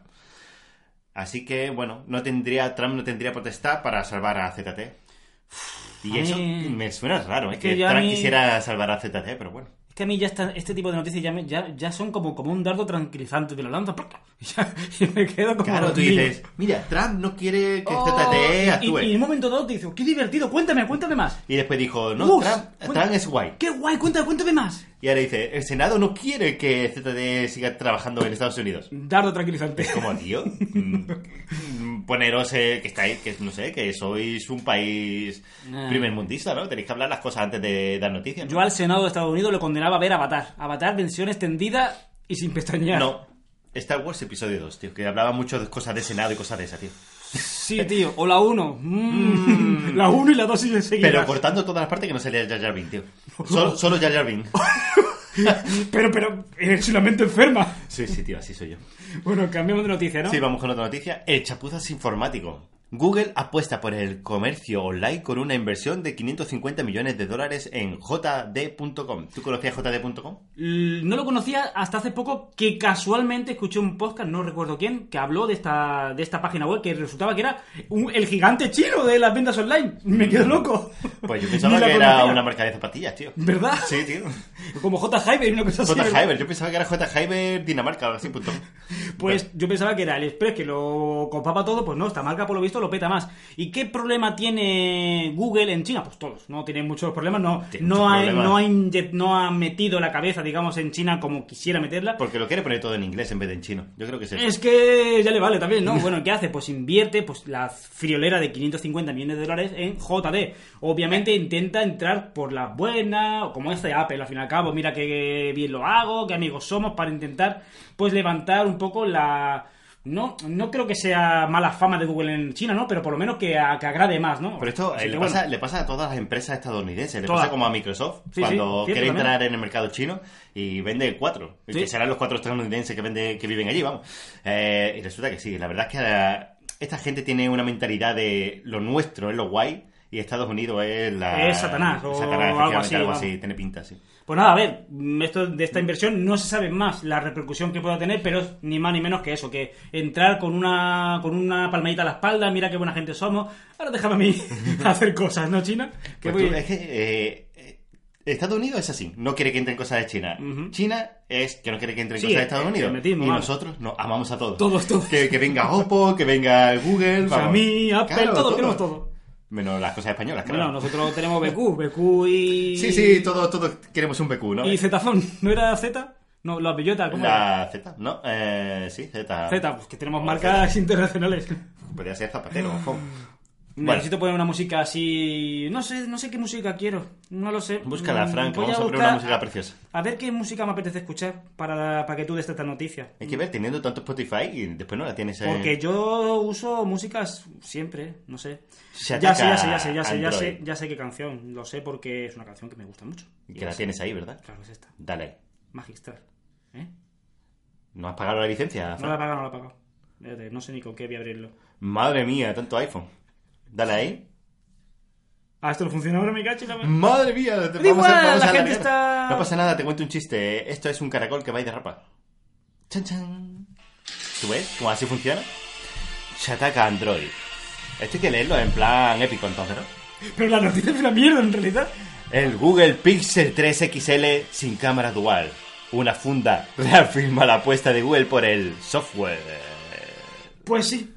Speaker 3: Así que, bueno, no tendría Trump no tendría potestad para salvar a ZT. Y
Speaker 1: a
Speaker 3: eso
Speaker 1: mí-
Speaker 3: me suena raro, es
Speaker 1: que
Speaker 3: que,
Speaker 1: ya a
Speaker 3: Trump
Speaker 1: mí-
Speaker 3: quisiera salvar a ZT, pero bueno.
Speaker 1: Es que a mí ya está, este tipo de noticias ya, me- ya, ya son como, como un dardo tranquilizante. Te lo lanzas ¡plac! y, ya- y me quedo como...
Speaker 3: Claro,
Speaker 1: los
Speaker 3: tú
Speaker 1: niños.
Speaker 3: dices, mira, Trump no quiere que
Speaker 1: Oh,
Speaker 3: ZTE
Speaker 1: y,
Speaker 3: actúe.
Speaker 1: y en un momento dado te dice, qué divertido, cuéntame, cuéntame más.
Speaker 3: Y después dijo, no,
Speaker 1: Uf,
Speaker 3: Trump,
Speaker 1: cuéntame.
Speaker 3: Trump es guay.
Speaker 1: Qué guay, cuéntame, cuéntame más.
Speaker 3: Y ahora dice, el Senado no quiere que ZTE siga trabajando en Estados Unidos.
Speaker 1: Dardo tranquilizante.
Speaker 3: Como tío, Mm, poneros eh, que estáis, que no sé, que sois un país
Speaker 1: Ah.
Speaker 3: primer mundista, ¿no? Tenéis que hablar las cosas antes de dar noticias. ¿no?
Speaker 1: Yo al Senado de Estados Unidos lo condenaba a ver Avatar. Avatar, versión extendida y sin pestañear.
Speaker 3: No, Star Wars episodio 2, tío, que hablaba mucho de cosas de Senado y cosas de esa, tío.
Speaker 1: Sí, tío. O la Mm. 1. La 1 y la 2 siguen seguidas.
Speaker 3: Pero cortando todas las partes que no salía Jar Jar Binks, tío. Solo, solo Jar Jar Binks.
Speaker 1: Pero, pero, es una mente enferma.
Speaker 3: Sí, sí, tío, así soy yo.
Speaker 1: Bueno, cambiamos de noticia, ¿no?
Speaker 3: Sí, vamos con otra noticia. El chapuzas informático. Google apuesta por el comercio online con una inversión de 550 millones de dólares en jd.com. ¿Tú conocías jd.com?
Speaker 1: L- No lo conocía hasta hace poco que casualmente escuché un podcast, no recuerdo quién, que habló de esta, de esta página web que resultaba que era un- el gigante chino de las ventas online. Me quedo loco.
Speaker 3: Pues yo
Speaker 1: Ni
Speaker 3: pensaba
Speaker 1: la
Speaker 3: que era
Speaker 1: conocía.
Speaker 3: una marca de zapatillas, tío.
Speaker 1: ¿Verdad?
Speaker 3: Sí, tío.
Speaker 1: Como J. Hyber y una cosa así.
Speaker 3: J.
Speaker 1: ¿verdad?
Speaker 3: Hyber. Yo pensaba que era J. Hyber Dinamarca o algo así, punto.
Speaker 1: Pues yo pensaba que era AliExpress que lo copaba todo, pues no, esta marca por lo visto lo peta más. ¿Y qué problema tiene Google en China? Pues todos, no tienen muchos problemas, no,
Speaker 3: Tiene
Speaker 1: no,
Speaker 3: muchos
Speaker 1: ha,
Speaker 3: problemas.
Speaker 1: no, ha inye- no ha metido la cabeza, digamos, en China como quisiera meterla.
Speaker 3: Porque lo quiere poner todo en inglés en vez de en chino. Yo creo que es eso.
Speaker 1: Es que ya le vale también, ¿no? Bueno, ¿qué hace? Pues invierte pues la friolera de 550 millones de dólares en JD. Obviamente intenta entrar por las buenas, o como hace Apple al fin y al cabo, mira qué bien lo hago, qué amigos somos, para intentar pues levantar un poco la... No, no creo que sea mala fama de Google en China, ¿no? Pero por lo menos que, a- que agrade más, ¿no?
Speaker 3: Pero esto
Speaker 1: Así
Speaker 3: eh,
Speaker 1: que
Speaker 3: le,
Speaker 1: bueno.
Speaker 3: pasa, le pasa a todas las empresas estadounidenses. Le
Speaker 1: Todas.
Speaker 3: pasa como a Microsoft
Speaker 1: Sí,
Speaker 3: cuando
Speaker 1: sí, cierto
Speaker 3: quiere
Speaker 1: también.
Speaker 3: entrar en el mercado chino y vende cuatro.
Speaker 1: Sí.
Speaker 3: Que serán los cuatro estadounidenses que, vende, que viven allí, vamos. Eh, y resulta que sí. La verdad es que la- esta gente tiene una mentalidad de lo nuestro es lo guay y Estados Unidos es la...
Speaker 1: Es Satanás, o
Speaker 3: Satanás,
Speaker 1: algo
Speaker 3: efectivamente,
Speaker 1: así,
Speaker 3: algo
Speaker 1: vamos.
Speaker 3: así. Tiene pinta, sí.
Speaker 1: Pues nada, a ver, mm, esto de esta inversión no se sabe más la repercusión que pueda tener, pero es ni más ni menos que eso, que entrar con una con una palmadita a la espalda, mira qué buena gente somos, ahora déjame a mí hacer cosas, ¿no, China? Que
Speaker 3: Pues
Speaker 1: voy-
Speaker 3: tú, es que eh, eh, Estados Unidos es así, no quiere que entren cosas de China.
Speaker 1: Ujú.
Speaker 3: China es que no quiere que entren
Speaker 1: Sí,
Speaker 3: cosas de Estados
Speaker 1: el
Speaker 3: Unidos.
Speaker 1: hermetismo,
Speaker 3: y
Speaker 1: vamos.
Speaker 3: nosotros nos amamos a todos.
Speaker 1: Todos, Pues todos.
Speaker 3: Que, que venga Oppo, que venga Google, vamos.
Speaker 1: Xiaomi, Apple,
Speaker 3: Claro,
Speaker 1: todos, queremos todo.
Speaker 3: Menos las cosas españolas, claro.
Speaker 1: Bueno, nosotros tenemos BQ, BQ y...
Speaker 3: Sí, sí, todos, todos queremos un BQ, ¿no?
Speaker 1: Y Zetafone, ¿no era Z? No, la bellota, ¿cómo era?
Speaker 3: La Z, ¿no? Eh, sí, Z.
Speaker 1: Z, pues que tenemos
Speaker 3: O
Speaker 1: marcas internacionales.
Speaker 3: Z. Podría ser Zapatero, ojo. Bueno.
Speaker 1: Mm. Necesito poner una música así... No sé, no sé qué música quiero, no lo sé.
Speaker 3: Búscala,
Speaker 1: Mm,
Speaker 3: Frank,
Speaker 1: voy
Speaker 3: vamos a poner
Speaker 1: buscar-
Speaker 3: una música preciosa.
Speaker 1: A ver qué música me apetece escuchar para, para que tú des esta noticia.
Speaker 3: Hay que ver, teniendo tanto Spotify y después no la tienes eh, en...
Speaker 1: Porque yo uso músicas siempre, no sé.
Speaker 3: Se
Speaker 1: ya sé, ya
Speaker 3: ataca
Speaker 1: sé, ya sé, ya sé, ya sé,
Speaker 3: Android.
Speaker 1: ya sé qué canción. Lo sé porque es una canción que me gusta mucho.
Speaker 3: Y que la tienes ahí, ¿verdad?
Speaker 1: Claro, es esta.
Speaker 3: Dale ahí.
Speaker 1: Magistral. ¿Eh?
Speaker 3: ¿No has pagado la licencia?
Speaker 1: No la he pagado, no la he pagado. Espérate, no sé ni con qué voy a abrirlo.
Speaker 3: Madre mía, tanto iPhone. Dale ahí.
Speaker 1: Ah, esto lo funciona ahora, me cacho. y la-
Speaker 3: Madre mía, te
Speaker 1: Da igual, la
Speaker 3: a
Speaker 1: gente
Speaker 3: mierda.
Speaker 1: está-
Speaker 3: No pasa nada, te cuento un chiste. Esto es un caracol que va y derrapa. Chan, chan. ¿Tú ves cómo así funciona? Se ataca a Android. Esto hay que leerlo en plan épico, entonces, ¿no?
Speaker 1: Pero la noticia es una mierda en realidad.
Speaker 3: El Google Pixel 3 XL sin cámara dual. Una funda reafirma la apuesta de Google por el software.
Speaker 1: Pues sí.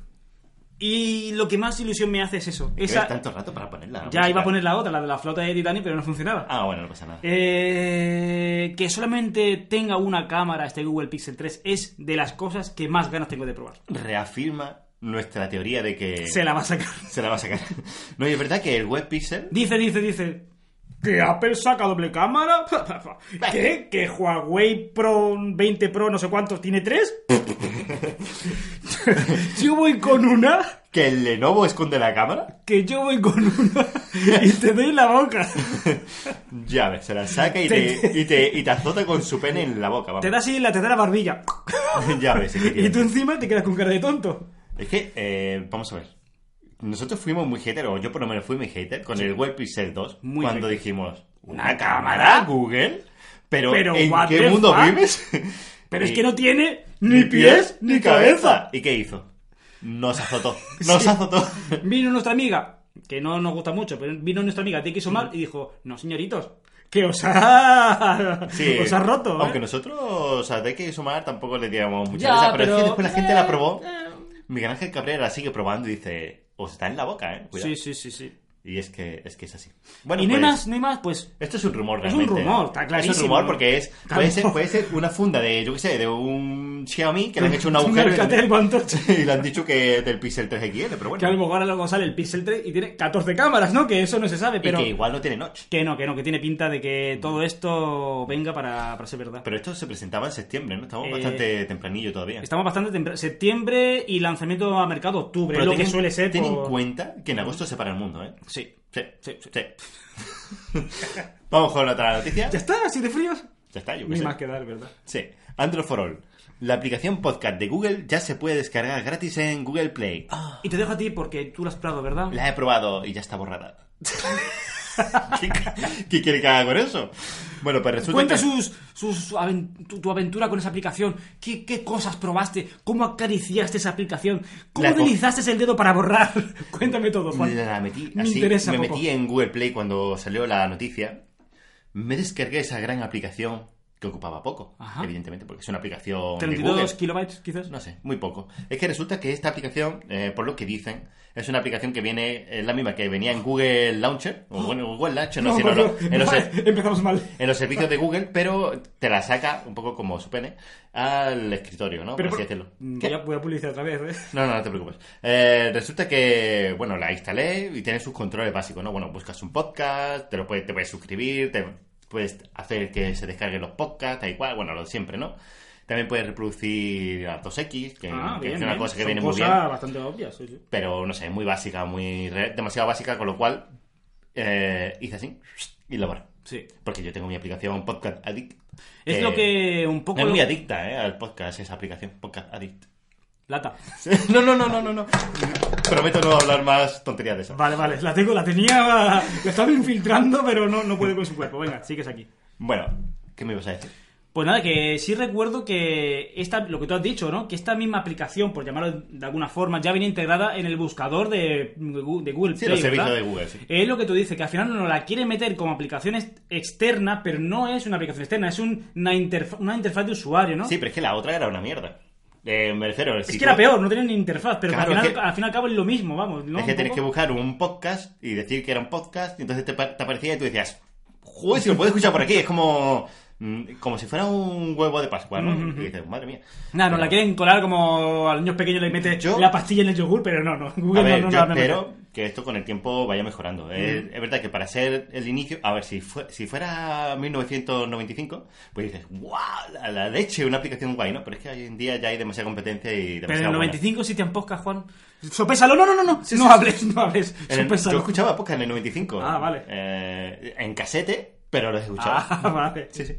Speaker 1: Y lo que más ilusión me hace es eso.
Speaker 3: Esa...
Speaker 1: Esa...
Speaker 3: tanto rato para ponerla.
Speaker 1: Ya iba a poner la otra, la de la flota de Titanic, pero no funcionaba.
Speaker 3: Ah, bueno, no pasa nada.
Speaker 1: Eh, que solamente tenga una cámara este Google Pixel 3 es de las cosas que más ganas tengo de probar.
Speaker 3: Reafirma nuestra teoría de que
Speaker 1: Se la va a sacar.
Speaker 3: se la va a sacar. No, y es verdad que el web pixel
Speaker 1: Dice, dice, dice. ¿Que Apple saca doble cámara? ¿Qué? ¿Que Huawei Pro 20 Pro no sé cuántos tiene tres? yo voy con una,
Speaker 3: que el Lenovo esconde la cámara,
Speaker 1: que yo voy con una y te doy la boca.
Speaker 3: ya ves, se la saca y te, y te, y te azota con su pene en la boca. Vamos.
Speaker 1: Te da así la tercera barbilla.
Speaker 3: ya ves, es que
Speaker 1: Y
Speaker 3: tiene.
Speaker 1: tú encima te quedas con cara de tonto.
Speaker 3: Es que, eh, vamos a ver. Nosotros fuimos muy hater, o yo por lo menos fui muy hater, con el Web Pixel 2,
Speaker 1: Muy
Speaker 3: cuando
Speaker 1: hater.
Speaker 3: dijimos, ¿una cámara, Google? Pero,
Speaker 1: Pero,
Speaker 3: ¿en
Speaker 1: what
Speaker 3: qué
Speaker 1: the
Speaker 3: mundo
Speaker 1: fuck?
Speaker 3: vives?
Speaker 1: Pero es
Speaker 3: Y-
Speaker 1: que no tiene ni pies ni cabeza.
Speaker 3: ¿Y qué hizo? Nos azotó, nos azotó.
Speaker 1: Vino nuestra amiga, que no nos gusta mucho, pero vino nuestra amiga de Omar y dijo, no, señoritos, que os ha,
Speaker 3: Sí,
Speaker 1: os ha roto.
Speaker 3: Aunque
Speaker 1: ¿eh?".
Speaker 3: nosotros, o sea, de que sumar tampoco le digamos mucha
Speaker 1: Ya,
Speaker 3: risa, pero, es
Speaker 1: pero- eh,
Speaker 3: que después la gente la probó. Miguel Ángel Cabrera sigue probando y dice, os está en la boca, ¿eh? Cuidado.
Speaker 1: Sí, sí, sí, sí.
Speaker 3: Y es que, es que es así. Bueno,
Speaker 1: y no hay
Speaker 3: pues-
Speaker 1: más, no hay más, pues...
Speaker 3: Esto es un rumor,
Speaker 1: Es un
Speaker 3: realmente.
Speaker 1: rumor, está
Speaker 3: Es
Speaker 1: clarísimo.
Speaker 3: un rumor porque es,
Speaker 1: Está
Speaker 3: puede, ser,
Speaker 1: rumor.
Speaker 3: puede ser una funda de, yo qué sé, de un Xiaomi que le han hecho un agujero y le
Speaker 1: Mercatel,
Speaker 3: han-
Speaker 1: ¿cuánto?
Speaker 3: y le han dicho que del Pixel 3XL, pero
Speaker 1: Que a lo
Speaker 3: bueno.
Speaker 1: mejor ahora luego sale el Pixel 3 y tiene 14 cámaras, ¿no? Que eso no se sabe, pero...
Speaker 3: Y que igual no tiene notch.
Speaker 1: Que no, que no, que tiene pinta de que todo esto venga para, para ser verdad.
Speaker 3: Pero esto se presentaba en septiembre, ¿no? Estamos
Speaker 1: Eh,
Speaker 3: bastante tempranillo todavía.
Speaker 1: Estamos bastante temprano. Septiembre y lanzamiento a mercado octubre, es lo que
Speaker 3: ten-
Speaker 1: suele ser
Speaker 3: Ten
Speaker 1: por-
Speaker 3: en cuenta que en agosto se para el mundo, ¿eh?
Speaker 1: Sí.
Speaker 3: Sí,
Speaker 1: Sí, sí.
Speaker 3: sí. Vamos con otra noticia.
Speaker 1: ¿Ya está? ¿Así de fríos?
Speaker 3: Ya está, yo qué
Speaker 1: Ni
Speaker 3: sé.
Speaker 1: más que dar, ¿verdad?
Speaker 3: Sí, Android for All. La aplicación podcast de Google ya se puede descargar gratis en Google Play.
Speaker 1: Y te dejo a ti porque tú lo has probado, ¿verdad?
Speaker 3: La he probado y ya está borrada. ¿Qué, qué quiere que haga con eso? Bueno, pues resulta
Speaker 1: Cuenta
Speaker 3: que-
Speaker 1: sus, sus- su aven- tu, tu aventura con esa aplicación. ¿Qué, qué cosas probaste? ¿Cómo acariciaste esa aplicación? ¿Cómo
Speaker 3: La co-
Speaker 1: deslizaste el dedo para borrar? Cuéntame todo, Juan.
Speaker 3: La metí
Speaker 1: Me
Speaker 3: así,
Speaker 1: interesa
Speaker 3: me
Speaker 1: poco.
Speaker 3: metí en Google Play cuando salió la noticia. Me descargué esa gran aplicación que ocupaba poco,
Speaker 1: Ajá.
Speaker 3: evidentemente, porque es una aplicación de
Speaker 1: 32
Speaker 3: Google.
Speaker 1: kilobytes, quizás.
Speaker 3: No sé, muy poco. Es que resulta que esta aplicación, eh, por lo que dicen, es una aplicación que viene, es la misma que venía en Google Launcher, o bueno, Google Launcher, no, sé, no, no, en los-
Speaker 1: empezamos mal.
Speaker 3: en los servicios de Google, pero te la saca un poco como su pene al escritorio, ¿no? Por
Speaker 1: Pero
Speaker 3: así
Speaker 1: por- Mm,
Speaker 3: decirlo. ¿Qué?
Speaker 1: voy, a, voy a publicar otra vez, ¿eh?
Speaker 3: No, no, no te preocupes. Eh, resulta que, bueno, la instalé y tiene sus controles básicos, ¿no? Bueno, buscas un podcast, te lo puedes, te puedes suscribir, te puedes hacer que se descarguen los podcasts, tal y cual, bueno, lo de siempre, ¿no? También puedes reproducir a 2X, que,
Speaker 1: Ah,
Speaker 3: que
Speaker 1: bien,
Speaker 3: es una
Speaker 1: bien.
Speaker 3: cosa que
Speaker 1: Son
Speaker 3: viene muy
Speaker 1: cosas
Speaker 3: bien
Speaker 1: bastante obvias. sí, sí.
Speaker 3: pero no sé, muy básica, muy re- demasiado básica, con lo cual eh, hice así y lo borré.
Speaker 1: Sí.
Speaker 3: Porque yo tengo mi aplicación Podcast Addict.
Speaker 1: Es lo que un poco
Speaker 3: Eh, Es
Speaker 1: lo-
Speaker 3: muy adicta, ¿eh? Al podcast, esa aplicación Podcast Addict.
Speaker 1: Lata.
Speaker 3: No, no, no, no, no, no. Prometo no hablar más tonterías de esas.
Speaker 1: Vale, vale, la tengo, la tenía, la estaba infiltrando, pero no, no puede con su cuerpo. Venga, sigues aquí.
Speaker 3: Bueno, ¿qué me ibas a decir?
Speaker 1: Pues nada, que sí recuerdo que esta, lo que tú has dicho, ¿no? Que esta misma aplicación, por llamarlo de alguna forma, ya viene integrada en el buscador de, Gu- de Google
Speaker 3: Sí,
Speaker 1: Play,
Speaker 3: los servicios
Speaker 1: ¿verdad?
Speaker 3: de Google, sí.
Speaker 1: Es lo que tú dices, que al final no la quiere meter como aplicación ex- externa, pero no es una aplicación externa, es un- una, interfa- una interfaz de usuario, ¿no?
Speaker 3: Sí, pero es que la otra era una mierda. Eh, me refiero...
Speaker 1: es que era peor, no tenía ni interfaz, pero
Speaker 3: Claro,
Speaker 1: al, final,
Speaker 3: es que-
Speaker 1: al fin y al cabo es lo mismo, vamos, ¿no?
Speaker 3: Es que
Speaker 1: Un
Speaker 3: tenés que
Speaker 1: poco.
Speaker 3: buscar un podcast y decir que era un podcast, y entonces te, pa- te aparecía y tú decías, joder, si lo puedes escuchar por aquí, es como, mm, como si fuera un huevo de Pascua, ¿no? Y dices, madre mía.
Speaker 1: Nada, nos
Speaker 3: Pero-
Speaker 1: la quieren colar como a los niños pequeños le mete
Speaker 3: Yo-
Speaker 1: la pastilla en el yogur, pero no, no, Google
Speaker 3: A ver,
Speaker 1: no, no
Speaker 3: yo
Speaker 1: la va a meter.
Speaker 3: espero que esto con el tiempo vaya mejorando. Es, es verdad que para ser el inicio, a ver, si, fue- si fuera 1995, pues dices, wow, la, la leche, una aplicación guay, ¿no? Pero es que hoy en día ya hay demasiada competencia y demasiada
Speaker 1: Pero en el
Speaker 3: buena.
Speaker 1: 95 sí te empujas, Juan. Sopésalo, no, no, no, no.
Speaker 3: Sí,
Speaker 1: no
Speaker 3: sí, sí.
Speaker 1: hables, no hables.
Speaker 3: En el- yo
Speaker 1: Sopésalo.
Speaker 3: escuchaba podcast en el 95.
Speaker 1: Ah, vale.
Speaker 3: eh, en casete, pero los escuchaba.
Speaker 1: Ah, vale.
Speaker 3: Sí, sí.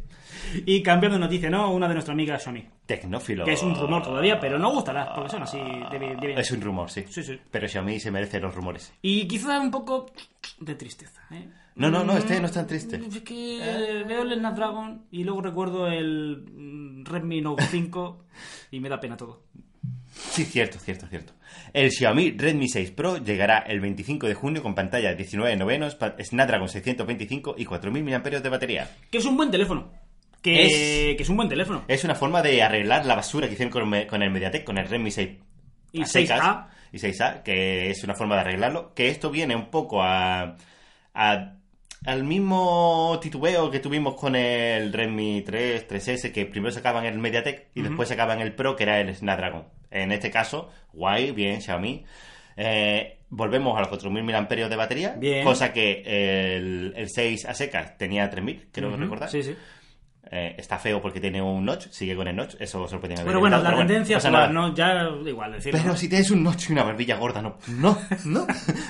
Speaker 1: Y cambiando de noticia, ¿no? Una de nuestra amiga Xiaomi.
Speaker 3: Tecnófilo.
Speaker 1: Que es un rumor todavía, pero no gustará, porque son así de, bien- de bien.
Speaker 3: Es un rumor, sí.
Speaker 1: Sí, sí.
Speaker 3: Pero Xiaomi se merece los rumores.
Speaker 1: Y quizá un poco de tristeza, ¿eh?
Speaker 3: No, no, no, este no es tan
Speaker 1: Mm,
Speaker 3: triste. ¿Eh?
Speaker 1: Es que veo el Snapdragon y luego recuerdo el mm, Redmi Note 5 y me da pena todo.
Speaker 3: Sí, cierto, cierto, cierto. El Xiaomi Redmi 6 Pro llegará el 25 de junio con pantalla de 19 novenos, pa- Snapdragon 625 y 4.000 mAh de batería.
Speaker 1: Que es un buen teléfono. Que
Speaker 3: Es- Eh,
Speaker 1: que es un buen teléfono.
Speaker 3: Es una forma de arreglar la basura que hicieron con, me- con el Mediatek, con el Redmi 6
Speaker 1: Y
Speaker 3: a secas,
Speaker 1: 6A.
Speaker 3: Y 6A, que es una forma de arreglarlo. Que esto viene un poco a, a- al mismo titubeo que tuvimos con el Redmi 3, 3S, que primero sacaban el Mediatek y después sacaban el Pro, que era el Snapdragon. En este caso, guay, bien, Xiaomi. Eh, volvemos a los 4.000 mAh de batería,
Speaker 1: Bien.
Speaker 3: cosa que el, el 6 a secas tenía 3.000, creo
Speaker 1: Ujú,
Speaker 3: recordar.
Speaker 1: Sí, sí.
Speaker 3: Eh, está feo porque tiene un notch, sigue con el notch, eso sorprende.
Speaker 1: Pero bueno, la tendencia
Speaker 3: no pasa
Speaker 1: pues,
Speaker 3: nada.
Speaker 1: no, ya igual decirlo.
Speaker 3: Pero
Speaker 1: ¿no?
Speaker 3: si tienes un notch y una barbilla gorda, no, no, no.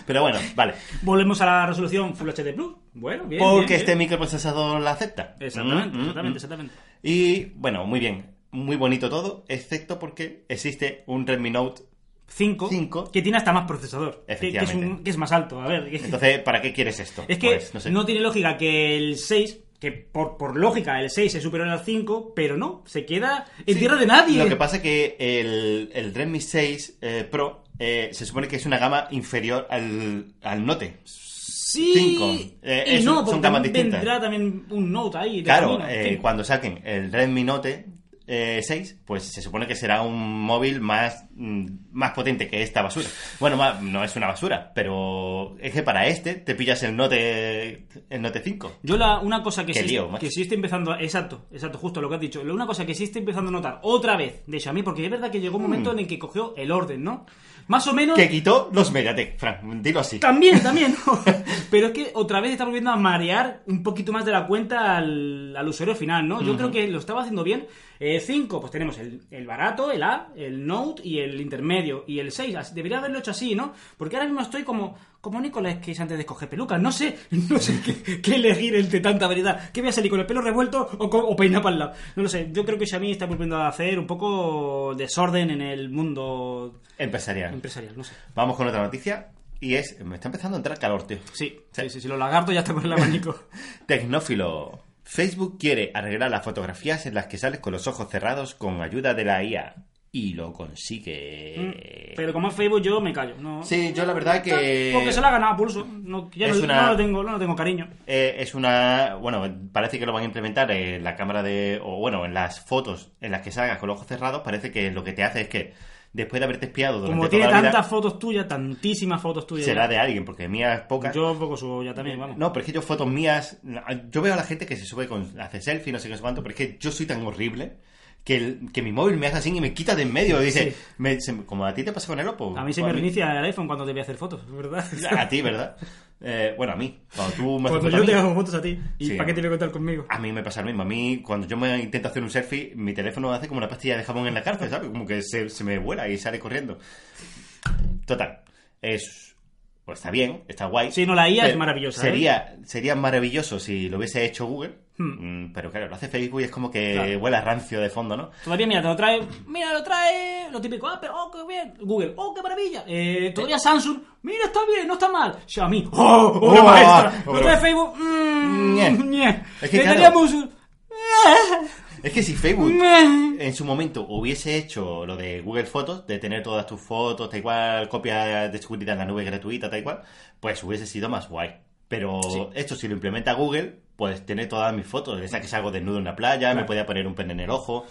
Speaker 3: Pero bueno, vale.
Speaker 1: Volvemos a la resolución Full HD Plus. Bueno, bien.
Speaker 3: Porque
Speaker 1: bien,
Speaker 3: este
Speaker 1: bien.
Speaker 3: microprocesador la acepta.
Speaker 1: Exactamente,
Speaker 3: Mm, mm,
Speaker 1: exactamente,
Speaker 3: mm.
Speaker 1: exactamente.
Speaker 3: Y bueno, muy bien. Muy bonito todo, excepto porque existe un Redmi Note.
Speaker 1: 5,
Speaker 3: Cinco.
Speaker 1: que tiene hasta más procesador. que- Que, es, un-
Speaker 3: Efectivamente.
Speaker 1: que es más alto. A ver, que-
Speaker 3: Entonces, ¿para qué quieres esto?
Speaker 1: Es que
Speaker 3: Pues,
Speaker 1: no,
Speaker 3: no sé.
Speaker 1: tiene lógica que el 6, que por, por lógica el 6 es superior al 5, pero no, se queda en
Speaker 3: Sí.
Speaker 1: tierra de nadie.
Speaker 3: Lo que pasa es que el, el Redmi 6 eh, Pro eh, se supone que es una gama inferior al, al Note.
Speaker 1: sí,
Speaker 3: cinco. Eh,
Speaker 1: y
Speaker 3: es
Speaker 1: no,
Speaker 3: un- son
Speaker 1: porque
Speaker 3: gamas
Speaker 1: también
Speaker 3: distintas.
Speaker 1: vendrá también un Note ahí. de
Speaker 3: Claro,
Speaker 1: camino, en
Speaker 3: eh,
Speaker 1: fin.
Speaker 3: cuando saquen el Redmi Note eh, 6, pues se supone que será un móvil más, mm, más potente que esta basura. Bueno, ma- no es una basura, pero es que para este te pillas el Note, el Note 5.
Speaker 1: Yo la, una cosa que
Speaker 3: Qué
Speaker 1: sí,
Speaker 3: lío, macho.
Speaker 1: que sí estoy empezando, a- exacto, exacto, justo lo que has dicho, Lo- una cosa que sí estoy empezando a notar otra vez de Xiaomi, porque es verdad que llegó un momento en el que cogió el orden, ¿no? Más o menos...
Speaker 3: Hmm. Que quitó los Mediatek, Fran, dilo así.
Speaker 1: También, también. ¿no? Pero es que otra vez está volviendo a marear un poquito más de la cuenta al, al usuario final, ¿no? Yo creo que lo estaba haciendo bien. 5, pues tenemos el, el barato, el A, el Note y el intermedio. Y el 6, debería haberlo hecho así, ¿no? Porque ahora mismo estoy como, como Nicolás que es antes de escoger pelucas. No sé, no sé qué, qué elegir entre tanta variedad. ¿Qué voy a salir con el pelo revuelto o, con- o peinado para el lado? No lo sé. Yo creo que Xiaomi está volviendo a hacer un poco desorden en el mundo
Speaker 3: Empresarial.
Speaker 1: empresarial, no sé.
Speaker 3: Vamos con otra noticia. Y es, me está empezando a entrar calor, tío.
Speaker 1: Sí, sí, sí, sí, los lagartos ya están con el abanico.
Speaker 3: Tecnófilo. Facebook quiere arreglar las fotografías en las que sales con los ojos cerrados con ayuda de la IA. Y lo consigue.
Speaker 1: Mm, Pero como es Facebook, yo me callo. No.
Speaker 3: Sí, yo la verdad que-
Speaker 1: Porque se la ha ganado a pulso. No, ya
Speaker 3: Es
Speaker 1: no,
Speaker 3: una-
Speaker 1: no lo tengo, no lo tengo cariño.
Speaker 3: Eh, es una. Bueno, parece que lo van a implementar en la cámara de. O bueno, en las fotos en las que salgas con los ojos cerrados. Parece que lo que te hace es que después de haberte espiado durante
Speaker 1: Como
Speaker 3: toda
Speaker 1: tiene
Speaker 3: la vida,
Speaker 1: tantas fotos tuyas, tantísimas fotos tuyas.
Speaker 3: será de alguien, porque mías
Speaker 1: ya.
Speaker 3: pocas.
Speaker 1: Yo un poco subo ya también, vamos.
Speaker 3: No, pero es que yo fotos mías. Yo veo a la gente que se sube con. hace selfie, no sé qué, no sé cuánto, pero es que yo soy tan horrible. Que, el- que mi móvil me hace así y me quita de en medio. Dice,
Speaker 1: Sí.
Speaker 3: me- se- como a ti te pasa con el Oppo.
Speaker 1: a mí se me reinicia el iPhone cuando te voy a hacer fotos, es ¿verdad?
Speaker 3: A ti, ¿verdad? Eh, bueno, a mí. Cuando tú me
Speaker 1: Cuando
Speaker 3: haces fotos a
Speaker 1: yo
Speaker 3: mí.
Speaker 1: te hago fotos a ti. ¿Y
Speaker 3: Sí, Ah,
Speaker 1: para qué
Speaker 3: vamos.
Speaker 1: te voy a contar conmigo?
Speaker 3: A mí me pasa lo mismo. A mí, cuando yo me intento hacer un selfie, mi teléfono hace como una pastilla de jamón en la cárcel, ¿sabes? Como que se, se me vuela y sale corriendo. Total. Es. Pues está bien, está guay.
Speaker 1: Sí, no, la IA es
Speaker 3: Pero
Speaker 1: maravillosa, ¿eh?
Speaker 3: Sería, sería maravilloso si lo hubiese hecho Google.
Speaker 1: Hmm.
Speaker 3: Mm, Pero claro, lo hace Facebook y es como que
Speaker 1: Claro.
Speaker 3: huele a rancio de fondo, ¿no?
Speaker 1: Todavía, mira, te lo trae. Mira, lo trae lo típico. Ah, pero oh, qué bien. Google, oh, qué maravilla. Eh, todavía Samsung. Mira, está bien, no está mal. Xiaomi, oh, una
Speaker 3: Oh,
Speaker 1: maestra.
Speaker 3: oh,
Speaker 1: lo trae Facebook. Mmm,
Speaker 3: Ñe. Es
Speaker 1: Es
Speaker 3: que
Speaker 1: que
Speaker 3: claro.
Speaker 1: teníamos un-
Speaker 3: Es que si Facebook
Speaker 1: Meh.
Speaker 3: en su momento hubiese hecho lo de Google Fotos, de tener todas tus fotos, tal cual, copia de seguridad en la nube gratuita, tal cual, pues hubiese sido más guay. Pero esto si lo implementa Google, pues tener todas mis fotos, esa que salgo desnudo en la playa, me podía poner un pen en el ojo,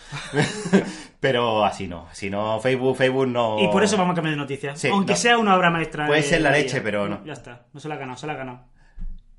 Speaker 3: pero así no, así no, Facebook, Facebook no...
Speaker 1: Y por eso vamos a cambiar de noticias.
Speaker 3: Sí,
Speaker 1: Aunque
Speaker 3: no.
Speaker 1: sea una obra maestra.
Speaker 3: Puede
Speaker 1: de-
Speaker 3: ser la
Speaker 1: de
Speaker 3: leche,
Speaker 1: ella.
Speaker 3: pero no.
Speaker 1: Ya está, no se la ha ganado, se la ha ganado.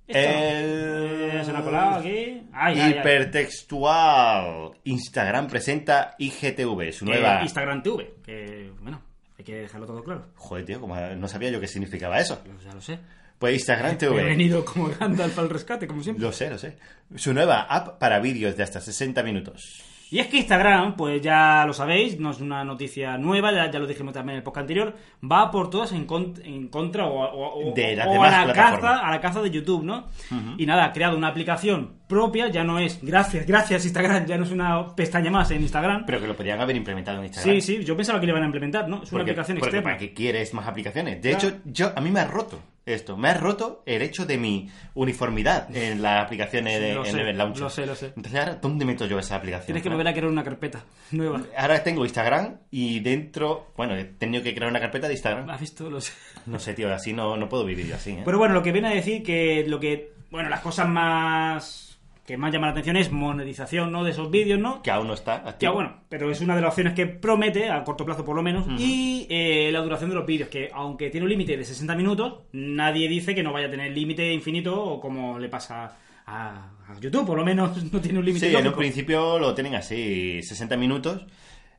Speaker 1: Esto
Speaker 3: El...
Speaker 1: no. Eh, Se la ha colado aquí. Ay, ay, ay.
Speaker 3: Hipertextual. Instagram presenta IGTV, su
Speaker 1: Eh,
Speaker 3: nueva...
Speaker 1: Instagram TV. Que, bueno, hay que dejarlo todo claro.
Speaker 3: Joder, tío, como no sabía yo qué significaba eso.
Speaker 1: Ya lo sé.
Speaker 3: Pues Instagram
Speaker 1: He
Speaker 3: TV.
Speaker 1: venido como Gandalf al rescate, como siempre.
Speaker 3: Lo sé, lo sé. Su nueva app para vídeos de hasta 60 minutos.
Speaker 1: Y es que Instagram, pues ya lo sabéis, no es una noticia nueva, ya, ya lo dijimos también en el podcast anterior, va por todas en, con- en contra o, o- o-
Speaker 3: De las
Speaker 1: o
Speaker 3: demás
Speaker 1: a, la
Speaker 3: plataformas.
Speaker 1: caza, a la caza de YouTube, ¿no? Y nada, ha creado una aplicación propia, ya no es, gracias, gracias Instagram, ya no es una pestaña más en Instagram.
Speaker 3: Pero que lo podrían haber implementado en Instagram.
Speaker 1: sí, sí, yo pensaba que le iban a implementar, ¿no? Es una
Speaker 3: Porque-
Speaker 1: aplicación
Speaker 3: porque
Speaker 1: externa.
Speaker 3: ¿Para qué quieres más aplicaciones? De
Speaker 1: Claro.
Speaker 3: hecho, yo a mí me ha roto. esto. Me has roto el hecho de mi uniformidad en las aplicaciones de
Speaker 1: Lo
Speaker 3: en
Speaker 1: sé,
Speaker 3: Level Launcher.
Speaker 1: lo sé, lo sé.
Speaker 3: Entonces, ahora, ¿dónde meto yo esa aplicación?
Speaker 1: Tienes que
Speaker 3: ¿no?
Speaker 1: volver a crear una carpeta nueva.
Speaker 3: Ahora tengo Instagram y dentro, bueno, he tenido que crear una carpeta de Instagram.
Speaker 1: ¿Has visto? Lo sé.
Speaker 3: No sé, tío, así no, no puedo vivir yo así, ¿eh?
Speaker 1: Pero bueno, lo que viene a decir que lo que. Bueno, las cosas más. que más llaman la atención es monetización, ¿no? De esos vídeos, ¿no?
Speaker 3: que aún no está
Speaker 1: Que
Speaker 3: activo.
Speaker 1: bueno, pero es una de las opciones que promete, a corto plazo por lo menos, y eh, la duración de los vídeos, que aunque tiene un límite de 60 minutos, nadie dice que no vaya a tener límite infinito o como le pasa a, a YouTube, por lo menos no tiene un límite.
Speaker 3: Sí, en un
Speaker 1: lógico.
Speaker 3: principio lo tienen así, 60 minutos.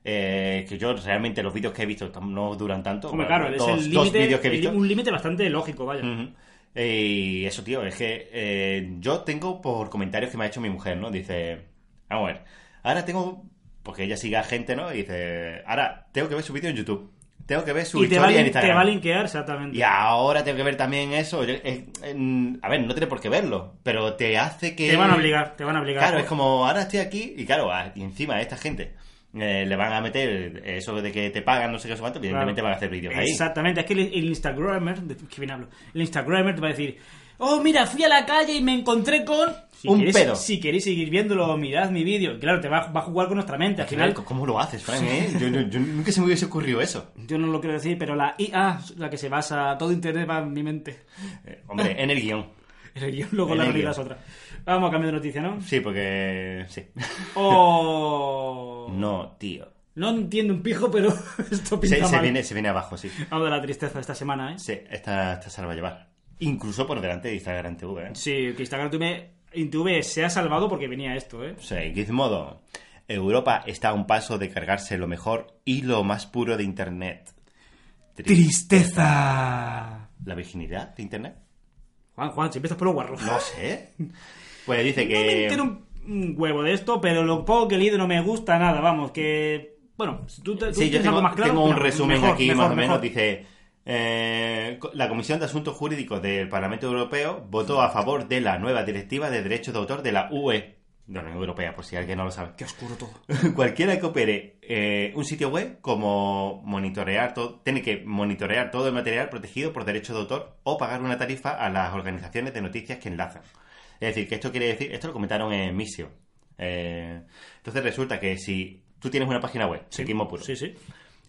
Speaker 3: eh, que yo realmente los vídeos que he visto tam- no duran tanto.
Speaker 1: Hombre,
Speaker 3: bueno,
Speaker 1: claro, es
Speaker 3: dos,
Speaker 1: el
Speaker 3: dos
Speaker 1: límite-
Speaker 3: vídeos que he
Speaker 1: el-
Speaker 3: visto.
Speaker 1: un límite bastante lógico, vaya.
Speaker 3: Ujú. Eh, Y eso, tío, es que eh, yo tengo por comentarios que me ha hecho mi mujer, ¿no? Dice, vamos a ver, ahora tengo, porque ella sigue a gente, ¿no? Y dice, ahora tengo que ver su vídeo en YouTube, tengo que ver su
Speaker 1: Y te va,
Speaker 3: historia
Speaker 1: a
Speaker 3: en
Speaker 1: lin-
Speaker 3: Instagram.
Speaker 1: te va a linkear, exactamente.
Speaker 3: Y ahora tengo que ver también eso. Yo, eh, en- a ver, no tiene por qué verlo, pero te hace que...
Speaker 1: Te van a obligar, te van a obligar.
Speaker 3: Claro, es como, ahora estoy aquí y claro, a- y encima a esta gente eh, le van a meter eso de que te pagan, no sé qué, no sé cuánto, evidentemente
Speaker 1: Claro.
Speaker 3: van a hacer vídeos ahí.
Speaker 1: Exactamente, es que el, el Instagramer, de qué bien hablo, el Instagramer te va a decir, oh mira, fui a la calle y me encontré con... Si
Speaker 3: Un
Speaker 1: queréis,
Speaker 3: pedo.
Speaker 1: Si queréis seguir viéndolo, mirad mi vídeo. Claro, te va, va a jugar con nuestra mente. Al
Speaker 3: Al final,
Speaker 1: final,
Speaker 3: ¿cómo lo haces, Frank? eh? Yo, yo- yo nunca se me hubiese ocurrido eso.
Speaker 1: yo no lo quiero decir, pero la IA, la que se basa, todo internet va en mi mente.
Speaker 3: Eh, hombre, en el guión.
Speaker 1: El guión, luego
Speaker 3: El
Speaker 1: la
Speaker 3: guión.
Speaker 1: realidad es otra. Vamos a cambiar de noticia, ¿no?
Speaker 3: Sí, porque... Sí.
Speaker 1: Oh...
Speaker 3: No, tío.
Speaker 1: No entiendo un pijo, pero esto pinta
Speaker 3: Se, se
Speaker 1: mal.
Speaker 3: viene, se viene abajo, sí.
Speaker 1: Vamos de la tristeza esta semana, ¿eh?
Speaker 3: Se, esta, esta se la va a llevar. Incluso por delante de Instagram TV, ¿eh?
Speaker 1: Sí, que Instagram TV, TV se ha salvado porque venía esto, ¿eh?
Speaker 3: O sea, en Gizmodo. Europa está a un paso de cargarse lo mejor y lo más puro de Internet. Triste.
Speaker 1: Tristeza.
Speaker 3: ¿La virginidad de Internet?
Speaker 1: Juan, Juan, si empiezas por los guarros.
Speaker 3: No sé. Pues dice
Speaker 1: No me
Speaker 3: que...
Speaker 1: entero un, un huevo de esto, pero lo poco que he leído no me gusta nada, vamos, que... Bueno, si tú, te- tú
Speaker 3: Sí, yo
Speaker 1: tienes
Speaker 3: tengo,
Speaker 1: algo más claro...
Speaker 3: tengo un
Speaker 1: pero
Speaker 3: resumen
Speaker 1: mejor,
Speaker 3: aquí,
Speaker 1: mejor,
Speaker 3: más o
Speaker 1: mejor.
Speaker 3: menos. Dice: eh, La Comisión de Asuntos Jurídicos del Parlamento Europeo votó a favor de la nueva directiva de derechos de autor de la UE, de la Unión Europea, por si alguien no lo sabe.
Speaker 1: Qué oscuro todo.
Speaker 3: Cualquiera que opere eh, un sitio web, como monitorear todo, tiene que monitorear todo el material protegido por derecho de autor o pagar una tarifa a las organizaciones de noticias que enlazan. Es decir, que esto quiere decir, esto lo comentaron en Missio. Eh, entonces resulta que si tú tienes una página web, Psiquismo Puro,
Speaker 1: Sí, sí.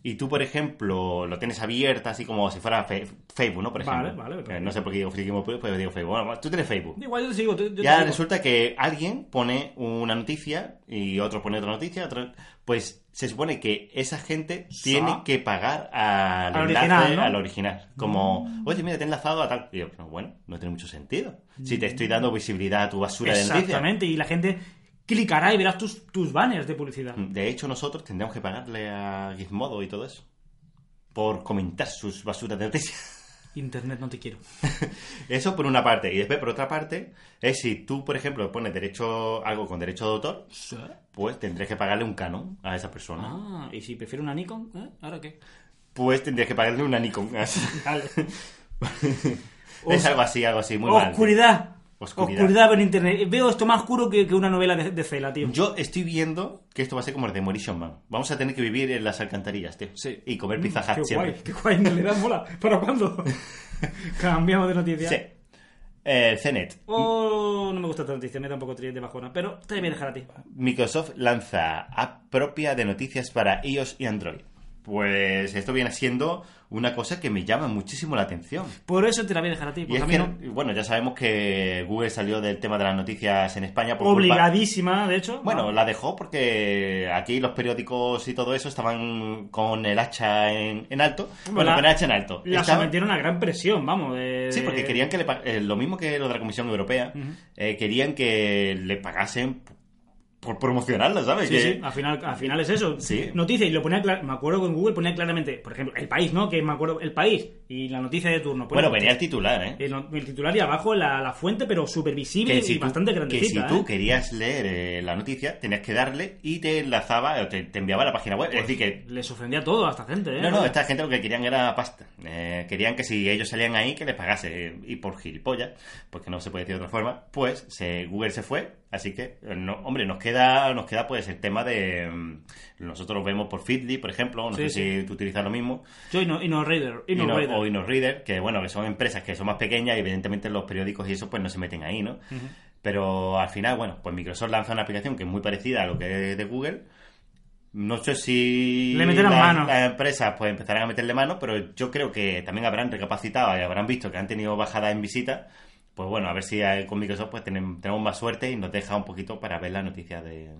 Speaker 3: y tú, por ejemplo, lo tienes abierta así como si fuera fe- Facebook, ¿no? Por
Speaker 1: Vale,
Speaker 3: ejemplo.
Speaker 1: vale, vale.
Speaker 3: Eh, no sé por qué digo Facebook, pero digo Facebook. Bueno, tú tienes Facebook.
Speaker 1: Igual yo te sigo, tú- yo te
Speaker 3: Ya
Speaker 1: sigo.
Speaker 3: resulta que alguien pone una noticia y otro pone otra noticia, otro... pues se supone que esa gente
Speaker 1: Sa-
Speaker 3: tiene que pagar al,
Speaker 1: Al
Speaker 3: enlace,
Speaker 1: original, ¿no? Mm.
Speaker 3: al original. Como, oye, mira, te he enlazado a tal. Y yo, "No, bueno, no tiene mucho sentido. Si te estoy dando visibilidad a tu basura de noticias.
Speaker 1: Mm. Exactamente, y la gente clicará y verás tus, tus banners de publicidad.
Speaker 3: De hecho, nosotros tendríamos que pagarle a Gizmodo y todo eso por comentar sus basuras de noticias.
Speaker 1: Internet, no te quiero.
Speaker 3: Eso por una parte. Y después, por otra parte, es si tú, por ejemplo, pones derecho algo con derecho de autor, pues tendrías que pagarle un canon a esa persona.
Speaker 1: Ah, y si prefiero una Nikon, ¿Eh? ¿Ahora qué?
Speaker 3: Pues tendrías que pagarle una Nikon.
Speaker 1: Dale.
Speaker 3: es algo así, algo así, muy mal.
Speaker 1: Oscuridad.
Speaker 3: Oscuridad.
Speaker 1: Oscuridad. en internet. Veo esto más oscuro que, que una novela de, de Cela, tío.
Speaker 3: Yo estoy viendo que esto va a ser como el Demolition Man. Vamos a tener que vivir en las alcantarillas, tío.
Speaker 1: Sí. Mm,
Speaker 3: Y comer pizza
Speaker 1: qué
Speaker 3: Hut siempre.
Speaker 1: guay, qué guay, me le da mola. ¿Para cuándo? Cambiamos de noticia.
Speaker 3: Sí. Eh, CNET.
Speaker 1: Oh, no me gusta esta noticia, me da un poco triste de bajona, pero te la voy a dejar a ti.
Speaker 3: Microsoft lanza app propia de noticias para iOS y Android. Pues esto viene siendo una cosa que me llama muchísimo la atención.
Speaker 1: Por eso te la voy a dejar a ti,
Speaker 3: Y
Speaker 1: porque
Speaker 3: es
Speaker 1: a mí
Speaker 3: que,
Speaker 1: no.
Speaker 3: bueno, ya sabemos que Google salió del tema de las noticias en España por culpa...
Speaker 1: Obligadísima, de hecho. Ah,
Speaker 3: Bueno, la dejó porque aquí los periódicos y todo eso estaban con el hacha en, en alto. Bueno,
Speaker 1: la-
Speaker 3: con el hacha en alto.
Speaker 1: la
Speaker 3: Estaban-
Speaker 1: sometieron a una gran presión, vamos. de-
Speaker 3: Sí, porque querían que le pa- eh, lo mismo que lo de la Comisión Europea, eh, querían que le pagasen por promocionarla, ¿sabes?
Speaker 1: Sí, Ah,
Speaker 3: Que-
Speaker 1: sí, al final, al final es eso.
Speaker 3: Sí.
Speaker 1: Noticia, y lo ponía clar- me acuerdo que en Google ponía claramente, por ejemplo, el país, ¿no? Que me acuerdo, el país y la noticia de turno. Ponía
Speaker 3: Bueno, venía el titular, ¿eh?
Speaker 1: El, el titular y abajo la, la fuente, pero súper visible
Speaker 3: que
Speaker 1: y
Speaker 3: si tú,
Speaker 1: bastante
Speaker 3: que si
Speaker 1: grandecita.
Speaker 3: tú
Speaker 1: ¿eh?
Speaker 3: querías leer eh, la noticia, tenías que darle y te enlazaba, eh, te, te enviaba a la página web.
Speaker 1: Pues
Speaker 3: es decir, que
Speaker 1: Les ofendía todo a esta gente, ¿eh?
Speaker 3: No, no, esta gente lo que querían era pasta. Eh, querían que si ellos salían ahí, que les pagase. Eh, Y por gilipollas, porque no se puede decir de otra forma, pues se, Google se fue. Así que, eh, no, hombre, nos queda queda, nos queda pues el tema de... mm, Nosotros lo vemos por Fitly, por ejemplo, no
Speaker 1: Sí,
Speaker 3: sé si tú utilizas lo mismo.
Speaker 1: Yo y no, y no Raider. Y no
Speaker 3: Inno-
Speaker 1: Raider.
Speaker 3: o InnoReader, que bueno, que son empresas que son más pequeñas y evidentemente los periódicos y eso pues no se meten ahí, ¿no? Pero al final, bueno, pues Microsoft lanza una aplicación que es muy parecida a lo que es de Google. No sé si
Speaker 1: Le meterán
Speaker 3: las,
Speaker 1: mano.
Speaker 3: las empresas pues empezarán a meterle mano, pero yo creo que también habrán recapacitado y habrán visto que han tenido bajada en visitas. Pues bueno, a ver si eh, con Microsoft pues tenem- tenemos más suerte y nos deja un poquito para ver las noticias de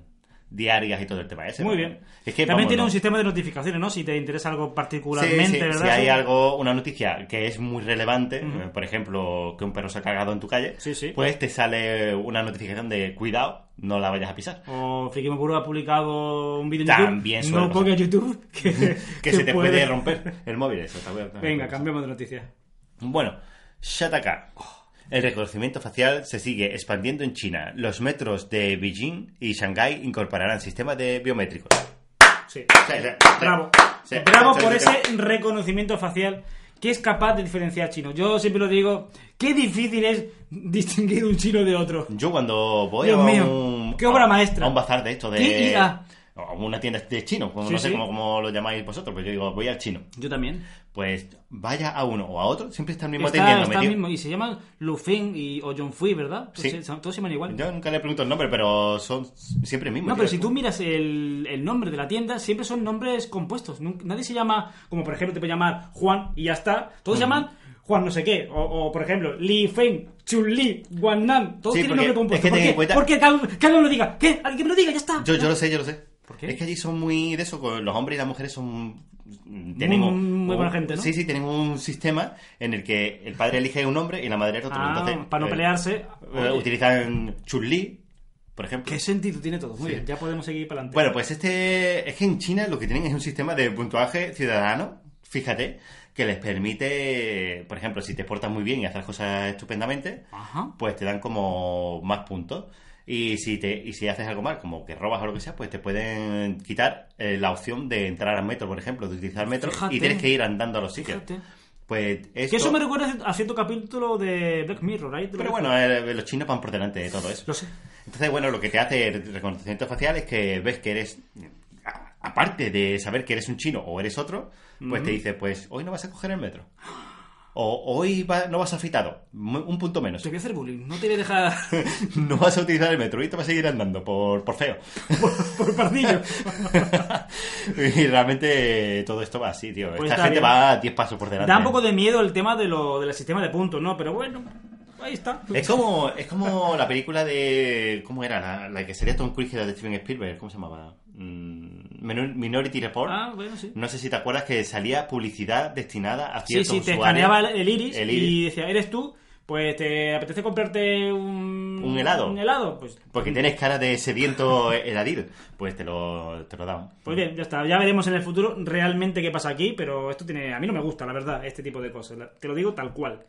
Speaker 3: diarias y todo el tema ese.
Speaker 1: Muy
Speaker 3: ¿no?
Speaker 1: bien.
Speaker 3: Es que,
Speaker 1: También
Speaker 3: vamos,
Speaker 1: tiene
Speaker 3: ¿no?
Speaker 1: un sistema de notificaciones, ¿no? Si te interesa algo
Speaker 3: Sí,
Speaker 1: particularmente,
Speaker 3: sí,
Speaker 1: ¿verdad?
Speaker 3: Si hay algo, una noticia que es muy relevante,
Speaker 1: Ujú.
Speaker 3: eh, por ejemplo, que un perro se ha cagado en tu calle,
Speaker 1: Sí, sí.
Speaker 3: pues te sale una notificación de cuidado, no la vayas a pisar.
Speaker 1: O Friki Mapuro ha publicado un vídeo en
Speaker 3: También
Speaker 1: YouTube.
Speaker 3: suele
Speaker 1: No ponga YouTube. Que,
Speaker 3: Que se te puede, romper Ah, el móvil, eso está bueno.
Speaker 1: Venga, cambiamos de noticia.
Speaker 3: Bueno, Shataka. El reconocimiento facial se sigue expandiendo en China. Los metros de Beijing y Shanghái incorporarán sistemas de biométricos.
Speaker 1: Sí.
Speaker 3: Sí, sí, sí.
Speaker 1: Bravo.
Speaker 3: Sí.
Speaker 1: Bravo
Speaker 3: Sí,
Speaker 1: por
Speaker 3: sí,
Speaker 1: ese reconocimiento facial que es capaz de diferenciar chinos. Yo siempre lo digo, qué difícil es distinguir un chino de otro.
Speaker 3: Yo cuando voy
Speaker 1: Dios
Speaker 3: a
Speaker 1: mío,
Speaker 3: un...
Speaker 1: qué obra maestra.
Speaker 3: A un bazar de esto de...
Speaker 1: ¿Qué irá?
Speaker 3: A una tienda de chino, como-
Speaker 1: Sí,
Speaker 3: no sé
Speaker 1: sí.
Speaker 3: cómo, cómo lo llamáis vosotros, pero yo digo, voy al chino.
Speaker 1: Yo también.
Speaker 3: Pues vaya a uno o a otro, siempre está el mismo
Speaker 1: Está,
Speaker 3: atendiendo,
Speaker 1: está
Speaker 3: metido.
Speaker 1: mismo, y se llaman Lufeng y, o Fui, ¿verdad? Pues
Speaker 3: Sí.
Speaker 1: se- todos se llaman igual.
Speaker 3: Yo nunca le pregunto el nombre, pero son siempre el mismo.
Speaker 1: No,
Speaker 3: tío.
Speaker 1: pero si tú miras el, el nombre de la tienda, siempre son nombres compuestos. Nun- nadie se llama, como por ejemplo te puede llamar Juan y ya está. Todos se llaman Juan no sé qué. O, o, por ejemplo, Li Feng, Chun Li, Guan Nan. Todos
Speaker 3: Sí,
Speaker 1: tienen
Speaker 3: porque
Speaker 1: nombre compuesto.
Speaker 3: es que ten
Speaker 1: ¿Por
Speaker 3: en
Speaker 1: qué?
Speaker 3: cuenta-
Speaker 1: Porque cada- cada uno lo diga. ¿Qué? Alguien que me lo diga, ya está.
Speaker 3: Yo, yo lo sé, yo lo sé.
Speaker 1: ¿Por qué?
Speaker 3: Es que allí son muy de eso, con los hombres y las mujeres son... Tienen
Speaker 1: Muy-
Speaker 3: un-
Speaker 1: muy buena
Speaker 3: un-
Speaker 1: gente, ¿no?
Speaker 3: Sí, sí, tienen un sistema en el que el padre elige un hombre y la madre el otro.
Speaker 1: Ah,
Speaker 3: Entonces,
Speaker 1: para no
Speaker 3: eh,
Speaker 1: pelearse.
Speaker 3: eh,
Speaker 1: Oye,
Speaker 3: utilizan Chun-Li, por ejemplo.
Speaker 1: ¿Qué sentido tiene todo? Muy
Speaker 3: Sí.
Speaker 1: bien, ya podemos seguir para adelante.
Speaker 3: Bueno, pues este. Es que en China lo que tienen es un sistema de puntuaje ciudadano, fíjate, que les permite, por ejemplo, si te portas muy bien y haces las cosas estupendamente,
Speaker 1: Ajá.
Speaker 3: pues te dan como más puntos. Y si, te, y si haces algo mal, como que robas o lo que sea, pues te pueden quitar eh, la opción de entrar al metro, por ejemplo, de utilizar metro
Speaker 1: Fíjate.
Speaker 3: y tienes que ir andando a los sitios.
Speaker 1: Fíjate.
Speaker 3: Pues esto,
Speaker 1: Que eso me recuerda a cierto capítulo de Black Mirror, ¿right?
Speaker 3: Pero bueno, eh, los chinos van por delante de todo eso.
Speaker 1: Lo sé.
Speaker 3: Entonces, bueno, lo que te hace el reconocimiento facial es que ves que eres. a- Aparte de saber que eres un chino o eres otro, pues te dice, pues hoy no vas a coger el metro. O hoy va- no vas afeitado. mu- Un punto menos.
Speaker 1: Te voy a hacer bullying, no te voy a dejar
Speaker 3: No vas a utilizar el metro y te vas a seguir andando por, por feo.
Speaker 1: por, por pardillo.
Speaker 3: y realmente todo esto va así, tío.
Speaker 1: Pues
Speaker 3: Esta
Speaker 1: está
Speaker 3: gente
Speaker 1: bien.
Speaker 3: va a 10 pasos por delante.
Speaker 1: Da un poco de miedo el tema de lo, del sistema de puntos, ¿no? Pero bueno, ahí está.
Speaker 3: Es como, es como la película de. ¿Cómo era? La, la que sería Tom Cruise y la de Steven Spielberg. ¿Cómo se llamaba? Mm, Minor- Minority Report.
Speaker 1: Ah, bueno, sí.
Speaker 3: No sé si te acuerdas que salía publicidad destinada a
Speaker 1: Sí,
Speaker 3: ciertos
Speaker 1: sí, te
Speaker 3: usuarios.
Speaker 1: escaneaba el- el iris,
Speaker 3: El iris.
Speaker 1: y decía, ¿eres tú? Pues te apetece comprarte un...
Speaker 3: Un helado.
Speaker 1: Un helado, pues...
Speaker 3: Porque tienes cara de sediento heladil. Pues te lo, te lo daban.
Speaker 1: Pues bien, ya está. Ya veremos en el futuro realmente qué pasa aquí, pero esto tiene... A mí no me gusta, la verdad, este tipo de cosas. La- Te lo digo tal cual.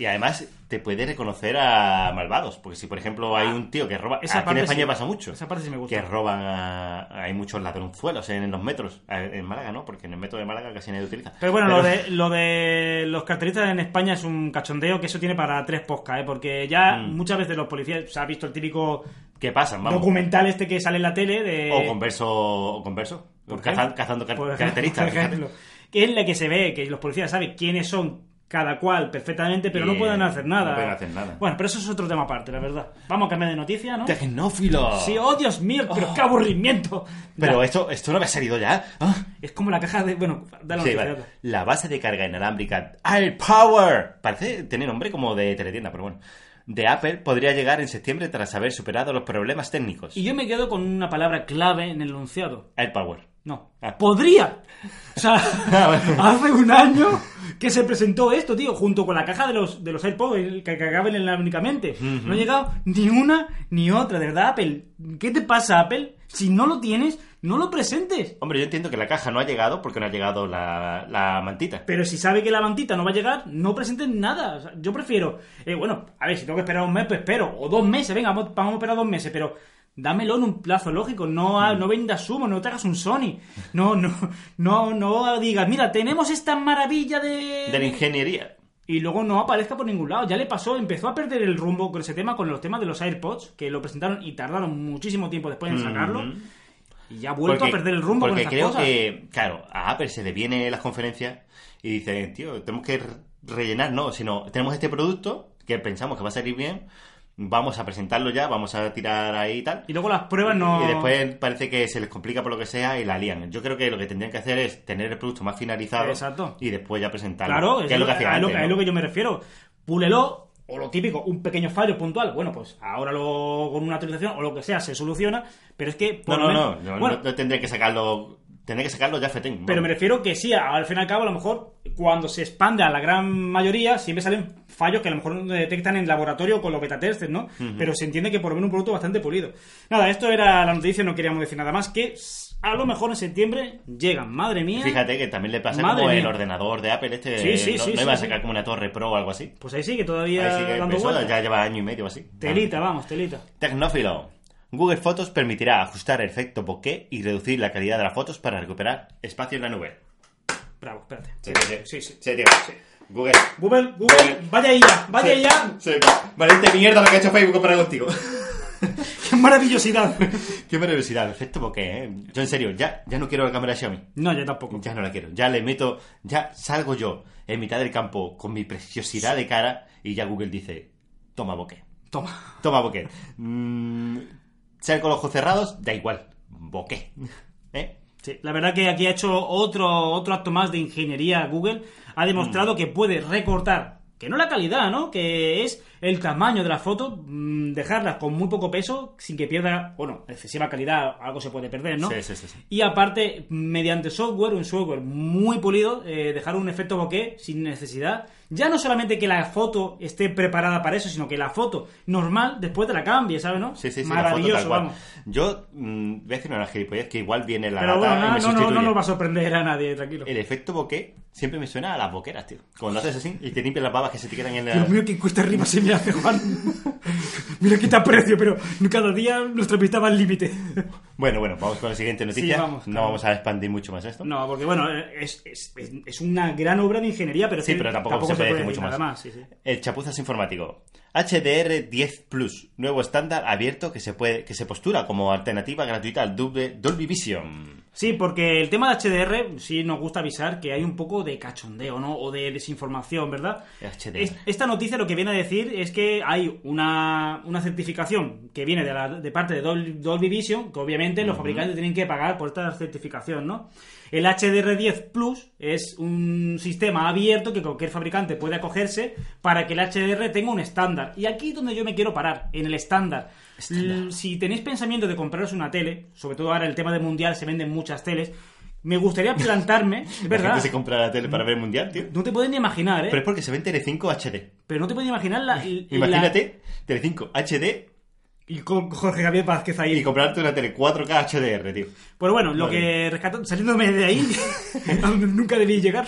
Speaker 3: Y además te puede reconocer a malvados. Porque si, por ejemplo, hay un tío que roba...
Speaker 1: Esa
Speaker 3: aquí en
Speaker 1: parte
Speaker 3: España
Speaker 1: sí.
Speaker 3: pasa mucho.
Speaker 1: Esa parte sí me gusta.
Speaker 3: Que roban a... Hay muchos ladronzuelos en los metros. A- En Málaga, ¿no? Porque en el metro de Málaga casi nadie utiliza.
Speaker 1: Pero bueno, Lo, de, lo de los carteristas en España es un cachondeo que eso tiene para tres poscas, ¿eh? porque ya
Speaker 3: Mm.
Speaker 1: muchas veces los policías, se ha visto el típico
Speaker 3: ¿Qué pasan? Vamos.
Speaker 1: documental este que sale en la tele de...
Speaker 3: O converso... O converso.
Speaker 1: ¿Por qué?
Speaker 3: Caza- cazando car-
Speaker 1: Por ejemplo,
Speaker 3: características.
Speaker 1: por ejemplo, que es la que se ve, que los policías saben quiénes son cada cual perfectamente, pero no
Speaker 3: Bien,
Speaker 1: pueden hacer nada.
Speaker 3: no pueden hacer nada.
Speaker 1: Bueno, pero eso es otro tema aparte, la verdad. Vamos a cambiar de noticia, ¿no?
Speaker 3: ¡Tecnófilo!
Speaker 1: Sí, oh Dios mío, pero qué aburrimiento.
Speaker 3: Pero
Speaker 1: Ya,
Speaker 3: esto, esto no me ha salido ya. Ah.
Speaker 1: es como la caja de... Bueno, dale
Speaker 3: Sí,
Speaker 1: noticia,
Speaker 3: vale.
Speaker 1: dale.
Speaker 3: La base de carga inalámbrica Power Parece tener nombre como de teletienda, pero bueno. De Apple podría llegar en septiembre tras haber superado los problemas técnicos.
Speaker 1: Y yo me quedo con una palabra clave en el enunciado.
Speaker 3: AirPower.
Speaker 1: No.
Speaker 3: Ah.
Speaker 1: Podría. O sea,
Speaker 3: bueno.
Speaker 1: hace un año que se presentó esto, tío, junto con la caja de los, de los AirPods el que cagaban únicamente. No ha llegado ni una ni otra, de verdad, Apple. ¿Qué te pasa, Apple? Si no lo tienes, no lo presentes.
Speaker 3: Hombre, yo entiendo que la caja no ha llegado porque no ha llegado la, la mantita.
Speaker 1: Pero si sabe que la mantita no va a llegar, no presentes nada. O sea, yo prefiero, eh, bueno, a ver, si tengo que esperar un mes, pues espero. O dos meses, venga, vamos, vamos a esperar dos meses, pero dámelo en un plazo lógico. No,
Speaker 3: Mm.
Speaker 1: ha- no vendas sumo, no te hagas un Sony. No, no, no, no digas, mira, tenemos esta maravilla de...
Speaker 3: De la ingeniería.
Speaker 1: y luego no aparezca por ningún lado. Ya le pasó, empezó a perder el rumbo con ese tema, con los temas de los AirPods, que lo presentaron y tardaron muchísimo tiempo después en sacarlo.
Speaker 3: Ujú.
Speaker 1: Y ya ha vuelto a perder el rumbo con
Speaker 3: Mm. porque
Speaker 1: esas
Speaker 3: creo
Speaker 1: cosas.
Speaker 3: que, claro, a Apple se le viene las conferencias y dicen, tío, tenemos que re- rellenar, no, sino tenemos este producto que pensamos que va a salir bien, vamos a presentarlo ya, vamos a tirar ahí y tal.
Speaker 1: Y luego las pruebas no.
Speaker 3: Y después parece que se les complica por lo que sea y la lían. Yo creo que lo que tendrían que hacer es tener el producto más finalizado
Speaker 1: Exacto.
Speaker 3: y después ya presentarlo.
Speaker 1: Claro,
Speaker 3: que es lo que hacía
Speaker 1: a
Speaker 3: antes,
Speaker 1: a
Speaker 3: ¿no?
Speaker 1: lo que yo me refiero. Púlelo, o lo típico, un pequeño fallo puntual. Bueno, pues ahora lo, con una actualización o lo que sea se soluciona, pero es que.
Speaker 3: No,
Speaker 1: por
Speaker 3: no,
Speaker 1: lo
Speaker 3: no,
Speaker 1: menos-
Speaker 3: no,
Speaker 1: Bueno,
Speaker 3: no tendría que sacarlo, tendría que sacarlo ya fetén.
Speaker 1: Pero
Speaker 3: vamos.
Speaker 1: me refiero que sí, al fin y al cabo, a lo mejor cuando se expande a la gran mayoría, siempre salen fallos que a lo mejor no detectan en laboratorio con los beta testers, ¿no? Pero se entiende que por lo menos un producto bastante pulido. Nada, esto era la noticia, no queríamos decir nada más, que a lo mejor en septiembre llegan, madre mía.
Speaker 3: Fíjate que también le pasa
Speaker 1: Madre
Speaker 3: como el
Speaker 1: mía.
Speaker 3: ordenador de Apple este.
Speaker 1: Sí, sí,
Speaker 3: no,
Speaker 1: sí,
Speaker 3: no
Speaker 1: sí,
Speaker 3: iba a
Speaker 1: sí.
Speaker 3: sacar como una torre pro o algo así.
Speaker 1: Pues ahí sí que
Speaker 3: Ahí
Speaker 1: todavía
Speaker 3: sí que
Speaker 1: dando
Speaker 3: empezó,
Speaker 1: vueltas.
Speaker 3: ya lleva año y medio o así.
Speaker 1: Telita, vamos, telita.
Speaker 3: Tecnófilo. Google Fotos permitirá ajustar el efecto bokeh y reducir la calidad de las fotos para recuperar espacio en la nube.
Speaker 1: Bravo, espérate. Sí, sí.
Speaker 3: Sí, tío. Google.
Speaker 1: Google, Google, vaya ya, vaya
Speaker 3: Sí,
Speaker 1: ya.
Speaker 3: sí. Valiente mierda lo que ha hecho Facebook comparado contigo.
Speaker 1: Qué maravillosidad.
Speaker 3: Qué maravillosidad, efecto bokeh, eh. Yo en serio, ya, ya no quiero la cámara Xiaomi.
Speaker 1: No, yo tampoco.
Speaker 3: Ya no la quiero. Ya le meto, ya salgo yo en mitad del campo con mi preciosidad de cara y ya Google dice, toma bokeh.
Speaker 1: Toma.
Speaker 3: Toma bokeh. Mm, ser con los ojos cerrados, da igual. Bokeh. ¿Eh?
Speaker 1: Sí, la verdad que aquí ha hecho otro, otro acto más de ingeniería Google. Ha demostrado que puede recortar, que no la calidad, ¿no? Que es el tamaño de la foto, mm, dejarlas con muy poco peso sin que pierda, bueno, excesiva calidad, algo se puede perder, ¿no?
Speaker 3: Sí, sí, sí, sí.
Speaker 1: Y aparte, mediante software, un software muy pulido, eh, dejar un efecto bokeh sin necesidad. Ya no solamente que la foto esté preparada para eso, sino que la foto normal después te la cambie, ¿sabes, no?
Speaker 3: Sí, sí, sí, la foto
Speaker 1: Maravilloso,
Speaker 3: tal cual.
Speaker 1: vamos.
Speaker 3: Yo mm, voy a decir una gilipollez que igual viene la
Speaker 1: Pero bueno,
Speaker 3: lata y
Speaker 1: nada,
Speaker 3: me
Speaker 1: no, no, no
Speaker 3: sustituye.
Speaker 1: nos va a sorprender a nadie, tranquilo.
Speaker 3: El efecto bokeh siempre me suena a las boqueras, tío. Cuando haces así y te limpias las babas que se te quedan en la...
Speaker 1: Dios mío, qué cuesta arriba se me hace, Juan. Mira que te aprecio, pero cada día nuestra pista va al límite.
Speaker 3: Bueno, bueno, vamos con la siguiente noticia.
Speaker 1: Sí, vamos,
Speaker 3: no
Speaker 1: claro.
Speaker 3: vamos a expandir mucho más esto.
Speaker 1: No, porque bueno, es, es- es- es una gran obra de ingeniería, pero es
Speaker 3: Sí,
Speaker 1: que
Speaker 3: pero tampoco se puede decir mucho
Speaker 1: nada
Speaker 3: más.
Speaker 1: sí, sí.
Speaker 3: El chapuzas informático. HDR10 Plus, nuevo estándar abierto que se puede que se postura como alternativa gratuita al Dolby, Dolby Vision.
Speaker 1: Sí, porque el tema de HDR sí nos gusta avisar que hay un poco de cachondeo, ¿no? O de desinformación, ¿verdad?
Speaker 3: HDR.
Speaker 1: Es- Esta noticia lo que viene a decir es que hay una, una certificación que viene de, la- de parte de Dol- Dolby Vision, que obviamente los fabricantes tienen que pagar por esta certificación, ¿no? El HDR10 Plus es un sistema abierto que cualquier fabricante puede acogerse para que el HDR tenga un estándar. Y aquí es donde yo me quiero parar, en el estándar. L- Si tenéis pensamiento de compraros una tele, sobre todo ahora el tema de mundial se venden muchas teles, me gustaría plantarme, es
Speaker 3: La
Speaker 1: verdad,
Speaker 3: gente se compra la tele para ver el mundial, tío.
Speaker 1: no te pueden ni imaginar, ¿eh?
Speaker 3: Pero es porque se ve en Telecinco HD.
Speaker 1: Pero no te puedes imaginar la.
Speaker 3: Imagínate Telecinco HD
Speaker 1: la- y con Jorge Javier Vázquez ahí.
Speaker 3: y comprarte una tele 4K HDR, tío.
Speaker 1: Pero bueno, lo
Speaker 3: Vale.
Speaker 1: que rescato. Saliéndome de ahí, a donde nunca debí llegar.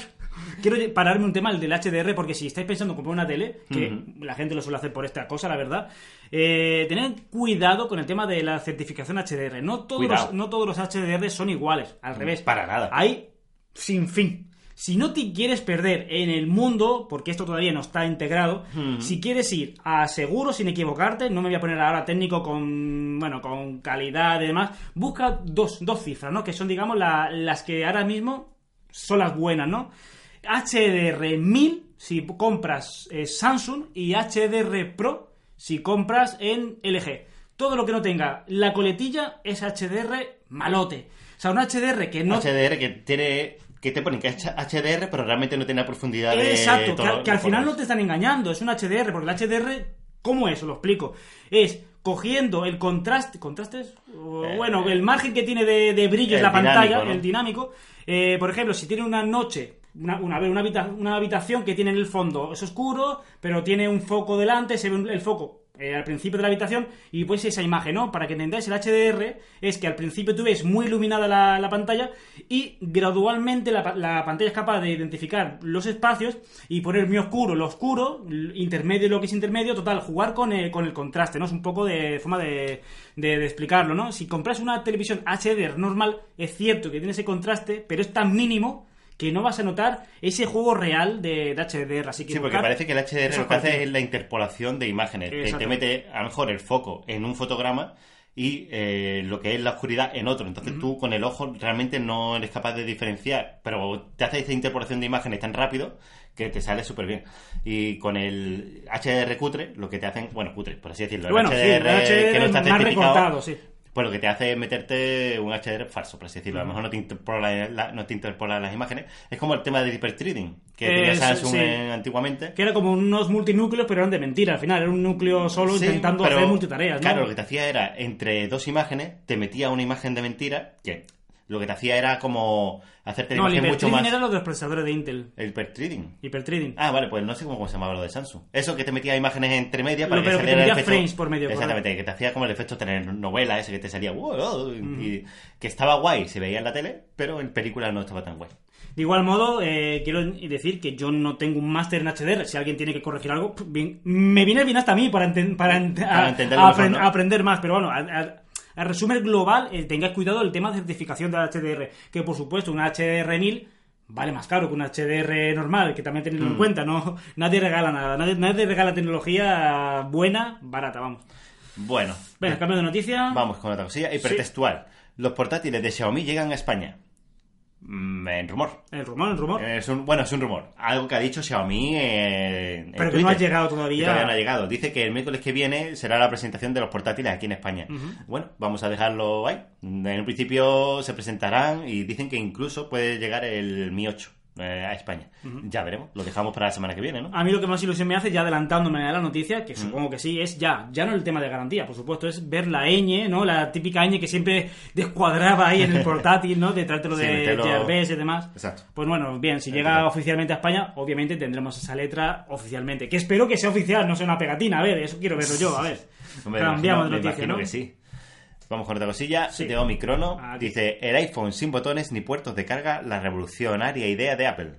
Speaker 1: Quiero lle- pararme un tema, el del HDR, porque si estáis pensando en comprar una tele, que
Speaker 3: Ujú.
Speaker 1: la gente lo suele hacer por esta cosa, la verdad, eh, tened cuidado con el tema de la certificación HDR. No todos,
Speaker 3: Cuidado. Mm,
Speaker 1: los, no todos los HDR son iguales, al revés.
Speaker 3: Para nada.
Speaker 1: Hay sin fin. Si no te quieres perder en el mundo, porque esto todavía no está integrado, si quieres ir a seguro sin equivocarte, no me voy a poner ahora técnico con bueno con calidad y demás, busca dos, dos cifras, ¿no? Que son, digamos, la- las que ahora mismo son las buenas, ¿no? HDR 1000 si compras eh, Samsung y HDR Pro si compras en LG. Todo lo que no tenga la coletilla es HDR malote. O sea, un HDR que no
Speaker 3: HDR que tiene que te ponen que es HDR, pero realmente no tiene la profundidad de
Speaker 1: Exacto, que,
Speaker 3: todos
Speaker 1: al- que al
Speaker 3: los
Speaker 1: final no
Speaker 3: colores.
Speaker 1: te están engañando, es un HDR, porque el HDR, ¿cómo es? Os lo explico. Es cogiendo el contraste, ¿contrastes? O,
Speaker 3: Eh,
Speaker 1: bueno, el margen que tiene de, de brillo en
Speaker 3: el
Speaker 1: la pantalla,
Speaker 3: dinámico, ¿no?
Speaker 1: el dinámico. Eh, por ejemplo, si tiene una noche, una, una, a ver, una, habita- una habitación que tiene en el fondo, es oscuro, pero tiene un foco delante, se ve un- el foco. eh, al principio de la habitación y pues esa imagen, ¿no? Para que entendáis, el HDR es que al principio tú ves muy iluminada la, la pantalla y gradualmente la, pa- la pantalla es capaz de identificar los espacios y poner mi oscuro, lo oscuro, l- intermedio, lo que es intermedio, total, jugar con el, con el contraste, ¿no? Es un poco de forma de, de- de explicarlo, ¿no? Si compras una televisión HDR normal, es cierto que tiene ese contraste, pero es tan mínimo que no vas a notar ese juego real de, de HDR. Así que
Speaker 3: Sí, porque
Speaker 1: buscad-
Speaker 3: parece que el HDR
Speaker 1: Eso
Speaker 3: lo que hace
Speaker 1: cualquiera.
Speaker 3: es la interpolación de imágenes. Te, te
Speaker 1: Exacto.
Speaker 3: mete a lo mejor el foco en un fotograma y eh, lo que es la oscuridad en otro. Entonces tú con el ojo realmente no eres capaz de diferenciar, pero te hace esta interpolación de imágenes tan rápido que te sale súper bien. Y con el HDR cutre, lo que te hacen, bueno, cutre, por así decirlo, el
Speaker 1: Bueno, sí, el HDR
Speaker 3: que no está
Speaker 1: más
Speaker 3: certificado,
Speaker 1: recortado, sí.
Speaker 3: pues lo que te hace es meterte un HDR falso, por así
Speaker 1: Mm.
Speaker 3: decirlo. A lo mejor no te interpola, la- no te interpola las imágenes. Es como el tema de hypertreading, que tenía
Speaker 1: Eh, sí,
Speaker 3: Samsung
Speaker 1: sí.
Speaker 3: en- antiguamente.
Speaker 1: Que era como unos multinúcleos, pero eran de mentira. Al final era un núcleo solo
Speaker 3: Sí,
Speaker 1: intentando
Speaker 3: pero,
Speaker 1: hacer multitareas, ¿no?
Speaker 3: Claro, lo que te hacía era, entre dos imágenes, te metía una imagen de mentira, que lo que te hacía era como hacerte la
Speaker 1: no, el
Speaker 3: imagen mucho más...
Speaker 1: hipertrading era lo de los procesadores de Intel.
Speaker 3: El hypertreading.
Speaker 1: Hipertrading.
Speaker 3: Ah, vale, pues no sé cómo se llamaba lo de Samsung. Eso que te metía imágenes entre media para
Speaker 1: Lo-
Speaker 3: que
Speaker 1: pero que te
Speaker 3: saliera el
Speaker 1: metía
Speaker 3: efecto.
Speaker 1: frames por medio, correcto.
Speaker 3: Exactamente, que te hacía como el efecto telenovela ese que te salía. "Wow",
Speaker 1: Mm.
Speaker 3: y que estaba guay, se veía en la tele, pero en película no estaba tan guay.
Speaker 1: De igual modo, eh, quiero decir que yo no tengo un máster en HDR. Si alguien tiene que corregir algo, pff, bien- me viene bien hasta a mí para, enten- para, ent-
Speaker 3: Para
Speaker 1: a-
Speaker 3: entenderlo
Speaker 1: a
Speaker 3: mejor,
Speaker 1: apren-
Speaker 3: ¿no?
Speaker 1: a aprender más. Pero bueno, a, a- a resumen global, eh, tengáis cuidado el tema de certificación del HDR. Que por supuesto, un HDR 1000 vale más caro que un HDR normal, que también
Speaker 3: Mm.
Speaker 1: tenedlo en cuenta. no Nadie regala nada. Nadie, nadie regala tecnología buena, barata, vamos.
Speaker 3: Bueno,
Speaker 1: Venga, cambio de noticia.
Speaker 3: vamos con otra cosilla. Hipertextual. Los portátiles de Xiaomi llegan a España. Mm, en rumor.
Speaker 1: El rumor, el rumor.
Speaker 3: Es un, bueno, es un rumor. Algo que ha dicho Xiaomi eh, en
Speaker 1: Pero que
Speaker 3: Twitter.
Speaker 1: no ha llegado
Speaker 3: Que
Speaker 1: todavía.
Speaker 3: todavía no ha llegado. Dice que el miércoles que viene será la presentación de los portátiles aquí en España. Bueno, vamos a dejarlo ahí. En un principio se presentarán y dicen que incluso puede llegar el Mi 8 eh, a España. Ya veremos. Lo dejamos para la semana que viene, ¿no?
Speaker 1: A mí lo que más ilusión me hace, ya adelantándome a la noticia,
Speaker 3: Mm.
Speaker 1: que supongo que sí, es ya, ya no el tema de garantía, por supuesto, es ver la ñ, ¿no? La típica ñ que siempre descuadraba ahí en el portátil, ¿no? De trátelo
Speaker 3: Sí,
Speaker 1: de
Speaker 3: meterlo-
Speaker 1: GRBs y demás.
Speaker 3: Exacto.
Speaker 1: Pues bueno, bien, si
Speaker 3: Exacto.
Speaker 1: llega oficialmente a España, obviamente tendremos esa letra oficialmente. Que espero que sea oficial, no sea una pegatina, a ver, eso quiero verlo yo, a ver.
Speaker 3: Hombre, me
Speaker 1: Cambiamos
Speaker 3: imagino-
Speaker 1: de
Speaker 3: me
Speaker 1: noticia,
Speaker 3: imagino
Speaker 1: ¿no?
Speaker 3: que sí. Vamos con otra cosilla
Speaker 1: Sí.
Speaker 3: de Omicrono.
Speaker 1: Ah, aquí.
Speaker 3: Dice, el iPhone sin botones ni puertos de carga, la revolucionaria idea de Apple.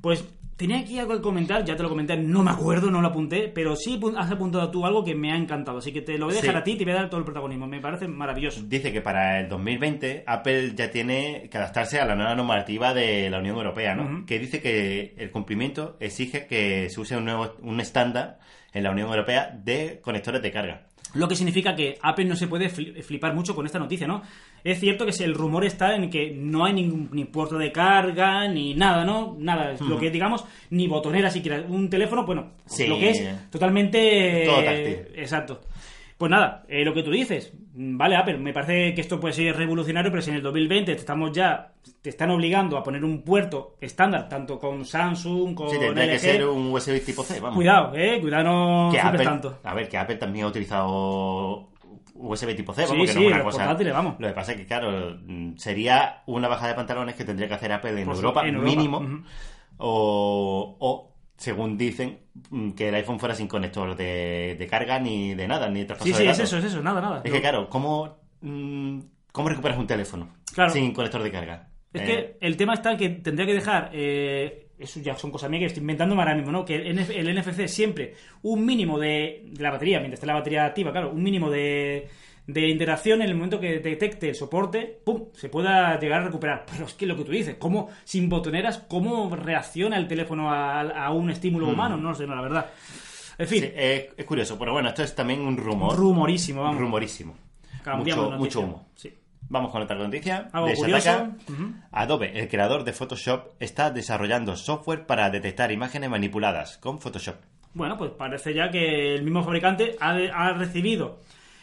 Speaker 1: Pues tenía aquí algo que comentar, ya te lo comenté, no me acuerdo, no lo apunté, pero sí apu- has apuntado tú algo que me ha encantado, así que te lo voy a dejar
Speaker 3: Sí.
Speaker 1: a ti y te voy a dar todo el protagonismo, me parece maravilloso.
Speaker 3: Dice que para el 2020 Apple ya tiene que adaptarse a la nueva normativa de la Unión Europea, ¿no?
Speaker 1: Ujú.
Speaker 3: Que dice que el cumplimiento exige que se use un nuevo un estándar en la Unión Europea de conectores de carga.
Speaker 1: Lo que significa que Apple no se puede fli- flipar mucho con esta noticia, ¿no? Es cierto que si el rumor está en que no hay ningún ni puerto de carga, ni nada, ¿no? Nada, es lo que digamos, ni botonera siquiera. Un teléfono, bueno,
Speaker 3: Sí.
Speaker 1: lo que es totalmente...
Speaker 3: Todo táctil.
Speaker 1: Exacto. Pues nada, eh, lo que tú dices, mm, vale Apple, me parece que esto puede ser revolucionario, pero si en el 2020 te estamos ya, te están obligando a poner un puerto estándar, tanto con Samsung, con
Speaker 3: sí, tendría que
Speaker 1: LG,
Speaker 3: ser un USB tipo C, vamos.
Speaker 1: cuidado, eh, cuidado no
Speaker 3: que
Speaker 1: flipes
Speaker 3: Apple,
Speaker 1: tanto.
Speaker 3: A ver, que Apple también ha utilizado USB tipo C,
Speaker 1: Sí,
Speaker 3: vamos, que
Speaker 1: sí,
Speaker 3: no es una
Speaker 1: los
Speaker 3: cosa.
Speaker 1: portátiles, vamos.
Speaker 3: Lo que pasa es que, claro, mm, sería una bajada de pantalones que tendría que hacer Apple en,
Speaker 1: Por su-
Speaker 3: Europa,
Speaker 1: en Europa,
Speaker 3: mínimo.
Speaker 1: ujú.
Speaker 3: o, o, según dicen, mm, que el iPhone fuera sin conector de, de carga ni de nada, ni de traspaso
Speaker 1: Sí,
Speaker 3: de
Speaker 1: sí, es
Speaker 3: datos.
Speaker 1: eso, es eso, nada, nada.
Speaker 3: Es que, claro, ¿cómo, mm, ¿cómo recuperas un teléfono
Speaker 1: Claro.
Speaker 3: sin conector de carga?
Speaker 1: Es
Speaker 3: Eh,
Speaker 1: que el tema está en que tendría que dejar. eh, eso ya son cosas mías que estoy inventando ahora mismo, ¿no? Que el, NF el NFC siempre un mínimo de, de la batería, mientras esté la batería activa, claro, un mínimo de, de interacción en el momento que detecte el soporte, ¡pum! se pueda llegar a recuperar. Pero es que lo que tú dices, ¿cómo, sin botoneras, cómo reacciona el teléfono a, a un estímulo humano? No lo sé, no, la verdad. En fin,
Speaker 3: Mm. sí, eh, es, es curioso, pero bueno, esto es también un rumor.
Speaker 1: rumorísimo, vamos.
Speaker 3: rumorísimo.
Speaker 1: Cambiamos
Speaker 3: mucho,
Speaker 1: de
Speaker 3: mucho
Speaker 1: noticia.
Speaker 3: humo.
Speaker 1: Sí.
Speaker 3: Vamos con otra noticia.
Speaker 1: Algo
Speaker 3: de
Speaker 1: curioso.
Speaker 3: Shataka.
Speaker 1: Ujú.
Speaker 3: Adobe, el creador de Photoshop, está desarrollando software para detectar imágenes manipuladas con Photoshop.
Speaker 1: Bueno, pues parece ya que el mismo fabricante ha, ha recibido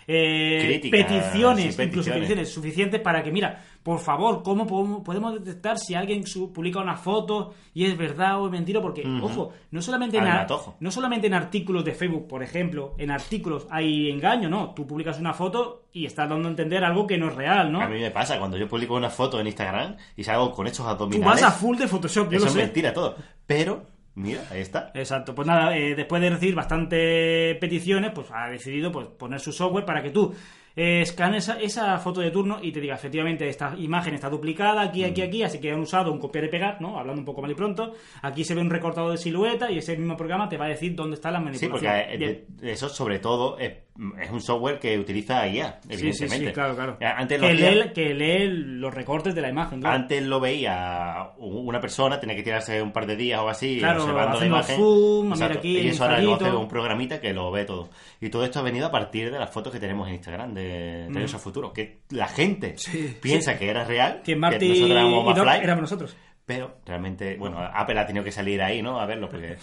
Speaker 1: eh,
Speaker 3: Críticas y
Speaker 1: peticiones, incluso
Speaker 3: peticiones.
Speaker 1: peticiones suficientes para que, mira, por favor, ¿cómo podemos, podemos detectar si alguien su- publica una foto y es verdad o es mentira? Porque, ojo, no solamente, en
Speaker 3: Al
Speaker 1: ar-
Speaker 3: matojo.
Speaker 1: no solamente en artículos de Facebook, por ejemplo, en artículos hay engaño, ¿no? Tú publicas una foto y estás dando a entender algo que no es real, ¿no?
Speaker 3: A mí me pasa cuando yo publico una foto en Instagram y salgo con estos
Speaker 1: Tú
Speaker 3: abdominales.
Speaker 1: vas a full de Photoshop, yo
Speaker 3: Eso
Speaker 1: lo
Speaker 3: es
Speaker 1: sé.
Speaker 3: mentira todo. Pero, mira, ahí está.
Speaker 1: Exacto, pues nada, eh, después de recibir bastantes peticiones, pues ha decidido pues, poner su software para que tú eh, escanees esa, esa foto de turno y te diga, efectivamente, esta imagen está duplicada aquí, aquí, aquí, así que han usado un copiar y pegar, ¿no? Hablando un poco mal y pronto, aquí se ve un recortado de silueta y ese mismo programa te va a decir dónde está la
Speaker 3: Sí,
Speaker 1: manipulación.
Speaker 3: porque eh,
Speaker 1: Bien.
Speaker 3: de- de eso sobre todo es mm, es un software que utiliza IA,
Speaker 1: Sí, sí,
Speaker 3: evidentemente.
Speaker 1: sí, claro, claro.
Speaker 3: Eh, Antes lo
Speaker 1: que,
Speaker 3: hacía-
Speaker 1: lee, que lee los recortes de la imagen, claro.
Speaker 3: Antes lo veía u- una persona, tenía que tirarse un par de días o así,
Speaker 1: Claro,
Speaker 3: observando la
Speaker 1: haciendo
Speaker 3: imagen.
Speaker 1: zoom, mira
Speaker 3: Exacto.
Speaker 1: aquí,
Speaker 3: y eso ahora lo
Speaker 1: dibujadito.
Speaker 3: hace un programita que lo ve todo. Y todo esto ha venido a partir de las fotos que tenemos en Instagram de
Speaker 1: Mm.
Speaker 3: Regreso al Futuro, que la gente piensa que era real,
Speaker 1: que Marty
Speaker 3: nosotros éramos
Speaker 1: y Doc
Speaker 3: McFly,
Speaker 1: éramos nosotros.
Speaker 3: pero realmente, bueno, Apple ha tenido que salir ahí, ¿no? A verlo, porque...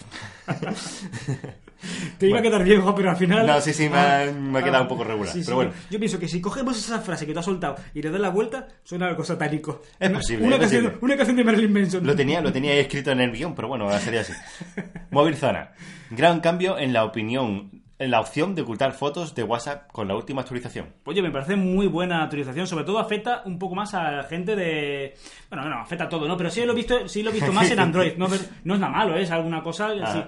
Speaker 1: Te iba
Speaker 3: Bueno.
Speaker 1: a quedar viejo, pero al final. Ah.
Speaker 3: No, sí, sí, me ha- me ha quedado un poco regular, pero bueno.
Speaker 1: Yo pienso que si cogemos esa frase que tú has soltado y le das la vuelta, suena algo satánico.
Speaker 3: Es
Speaker 1: Una-
Speaker 3: posible,
Speaker 1: Una,
Speaker 3: es
Speaker 1: canción,
Speaker 3: posible.
Speaker 1: una canción de Marilyn Manson.
Speaker 3: Lo tenía, lo tenía ahí escrito en el guión, pero bueno, sería así. Móvil Zona. Gran cambio en la opinión, en la opción de ocultar fotos de WhatsApp con la última actualización.
Speaker 1: Oye, me parece muy buena actualización. Sobre todo afecta un poco más a la gente de. Bueno, no, afecta a todo, ¿no? Pero sí lo he visto, sí lo he visto más en Android. No, Pero no es nada malo, ¿eh? es alguna cosa. así.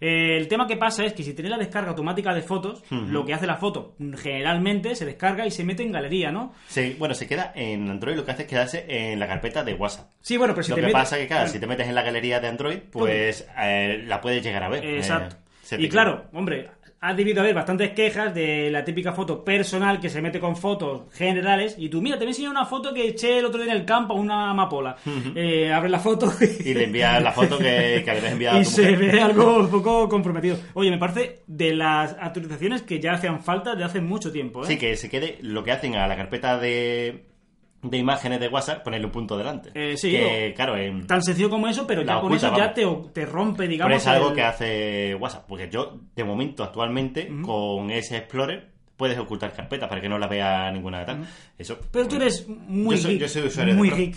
Speaker 1: Eh, el tema que pasa es que si tenéis la descarga automática de fotos, lo que hace la foto generalmente se descarga y se mete en galería, ¿no?
Speaker 3: Se- bueno, se queda en Android, lo que hace es quedarse en la carpeta de WhatsApp.
Speaker 1: Sí, bueno, pero si
Speaker 3: lo
Speaker 1: te
Speaker 3: que
Speaker 1: metes-
Speaker 3: pasa que, claro, si te metes en la galería de Android, pues eh, la puedes llegar a ver. Eh,
Speaker 1: Exacto.
Speaker 3: se te
Speaker 1: y claro, hombre, ha debido haber bastantes quejas de la típica foto personal que se mete con fotos generales. Y tú, mira, te voy a enseñar una foto que eché el otro día en el campo, una amapola. Eh, abre la foto
Speaker 3: Y le envías la foto que, que le habías enviado a
Speaker 1: y
Speaker 3: tu
Speaker 1: se
Speaker 3: mujer.
Speaker 1: ve algo un poco comprometido. Oye, me parece de las actualizaciones que ya hacían falta de hace mucho tiempo, ¿eh?
Speaker 3: Sí, que se quede lo que hacen a la carpeta de, de imágenes de WhatsApp, ponerle un punto delante.
Speaker 1: Eh, sí,
Speaker 3: Que, claro, en,
Speaker 1: Tan sencillo como eso, pero
Speaker 3: La
Speaker 1: ya con
Speaker 3: oculta,
Speaker 1: eso ya
Speaker 3: vamos.
Speaker 1: te, te rompe, digamos.
Speaker 3: Pero es algo
Speaker 1: el-
Speaker 3: que hace WhatsApp. Porque yo, de momento, actualmente, con ese Explorer, puedes ocultar carpetas para que no las vea ninguna tal. Eso. pues,
Speaker 1: Pero tú eres muy
Speaker 3: Yo soy-
Speaker 1: geek,
Speaker 3: yo soy usuario de
Speaker 1: muy
Speaker 3: Pro.
Speaker 1: geek.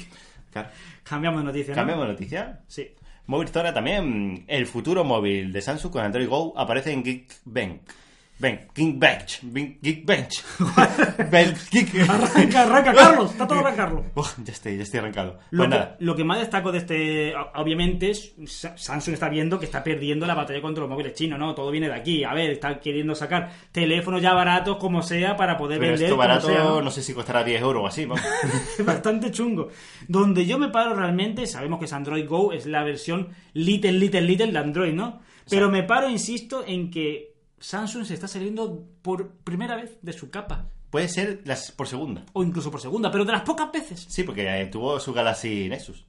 Speaker 3: Claro.
Speaker 1: Cambiamos de noticia, ¿no?
Speaker 3: Cambiamos de noticia.
Speaker 1: Sí.
Speaker 3: Móvil Zora también. El futuro móvil de Samsung con Android Go aparece en Geekbench. Ben, Geekbench. Ben- Geekbench. Ben- Geek-
Speaker 1: Arranca, arranca, Carlos. Está todo arrancarlo.
Speaker 3: Uf, ya estoy, ya estoy arrancado.
Speaker 1: Lo,
Speaker 3: Pues
Speaker 1: que,
Speaker 3: nada.
Speaker 1: lo que más destaco de este, o- obviamente, es Sa- Samsung está viendo que está perdiendo la batalla contra los móviles chinos, ¿no? Todo viene de aquí. A ver, están queriendo sacar teléfonos ya baratos como sea para poder
Speaker 3: Pero
Speaker 1: vender.
Speaker 3: esto
Speaker 1: como
Speaker 3: barato,
Speaker 1: sea,
Speaker 3: no sé si costará 10 euros o así, vamos.
Speaker 1: Es bastante chungo. Donde yo me paro realmente, sabemos que es Android Go, es la versión little, little, little de Android, ¿no? Pero me paro, insisto, en que Samsung se está saliendo por primera vez de su capa.
Speaker 3: Puede ser las por segunda.
Speaker 1: O incluso por segunda, pero de las pocas veces.
Speaker 3: Sí, porque eh, tuvo su Galaxy Nexus. Eh,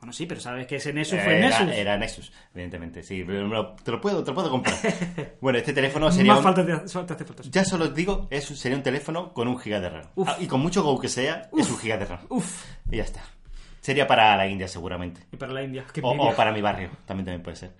Speaker 1: Bueno, sí, pero sabes que ese Nexus fue
Speaker 3: era,
Speaker 1: Nexus.
Speaker 3: era Nexus, evidentemente, sí. pero me lo- te lo puedo, te lo puedo comprar. bueno, este teléfono sería.
Speaker 1: Más
Speaker 3: un-
Speaker 1: falta te, te hace falta.
Speaker 3: Ya solo os digo, es, un- sería un teléfono con un giga de RAM.
Speaker 1: Uf.
Speaker 3: Ah, y con mucho Go que sea, es un giga de RAM.
Speaker 1: Uf.
Speaker 3: Y ya está. Sería para la India, seguramente.
Speaker 1: Y para la India. Qué
Speaker 3: O,
Speaker 1: envidia.
Speaker 3: o para mi barrio, también, también puede ser.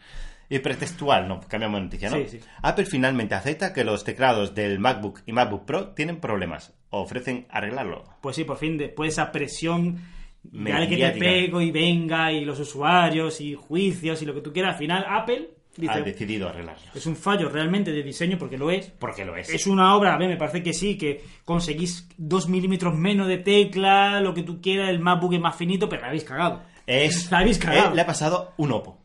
Speaker 3: Y pretextual, no, cambiamos de noticia, ¿no?
Speaker 1: Sí, sí.
Speaker 3: Apple finalmente acepta que los teclados del MacBook y MacBook Pro tienen problemas. Ofrecen arreglarlo.
Speaker 1: Pues sí, por fin, después de esa presión de al que te
Speaker 3: Mediática.
Speaker 1: pego y venga, y los usuarios, y juicios, y lo que tú quieras, al final Apple
Speaker 3: Ha
Speaker 1: dice...
Speaker 3: decidido arreglarlo.
Speaker 1: Es un fallo realmente de diseño porque lo es.
Speaker 3: Porque lo es.
Speaker 1: Es una obra, a ver, me parece que sí, que conseguís dos milímetros menos de tecla, lo que tú quieras, el MacBook es más finito, pero la habéis cagado.
Speaker 3: Es-
Speaker 1: La habéis cagado.
Speaker 3: eh, le ha pasado un opo.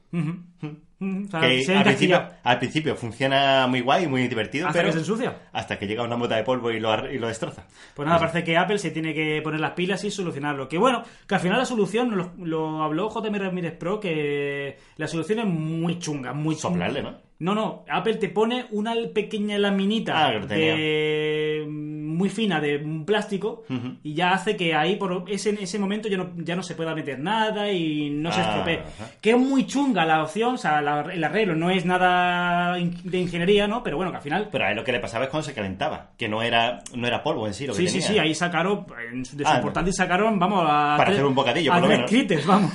Speaker 1: Mm, o sea,
Speaker 3: Que
Speaker 1: se ha
Speaker 3: al, principio,
Speaker 1: encasquillado.
Speaker 3: al principio funciona muy guay, muy divertido,
Speaker 1: Hasta
Speaker 3: pero
Speaker 1: que se ensucia.
Speaker 3: hasta que llega una mota de polvo y lo, ar- y lo destroza.
Speaker 1: Pues nada, parece que Apple se tiene que poner las pilas y solucionarlo. Que bueno, que al final la solución, lo, lo habló JM Ramírez Pro, que la solución es muy chunga, muy chunga.
Speaker 3: Soplarle, ¿no?
Speaker 1: No, no, Apple te pone una pequeña laminita
Speaker 3: Ah, que lo tenía.
Speaker 1: de, muy fina de un plástico
Speaker 3: Ujú.
Speaker 1: y ya hace que ahí por ese, ese momento ya no, ya no se pueda meter nada y no se
Speaker 3: Ah,
Speaker 1: estropee.
Speaker 3: ajá.
Speaker 1: Que es muy chunga la opción, o sea, la- el arreglo no es nada in- de ingeniería, ¿no? Pero bueno, que al final
Speaker 3: Pero a él lo que le pasaba es cuando se calentaba, que no era, no era polvo en sí lo que
Speaker 1: Sí, sí,
Speaker 3: tenía.
Speaker 1: sí, ahí sacaron, en su- de su
Speaker 3: Ah,
Speaker 1: portátil sacaron, vamos, a...
Speaker 3: Para
Speaker 1: tres-
Speaker 3: hacer un bocadillo,
Speaker 1: a
Speaker 3: por lo
Speaker 1: tres
Speaker 3: menos.
Speaker 1: quites, vamos.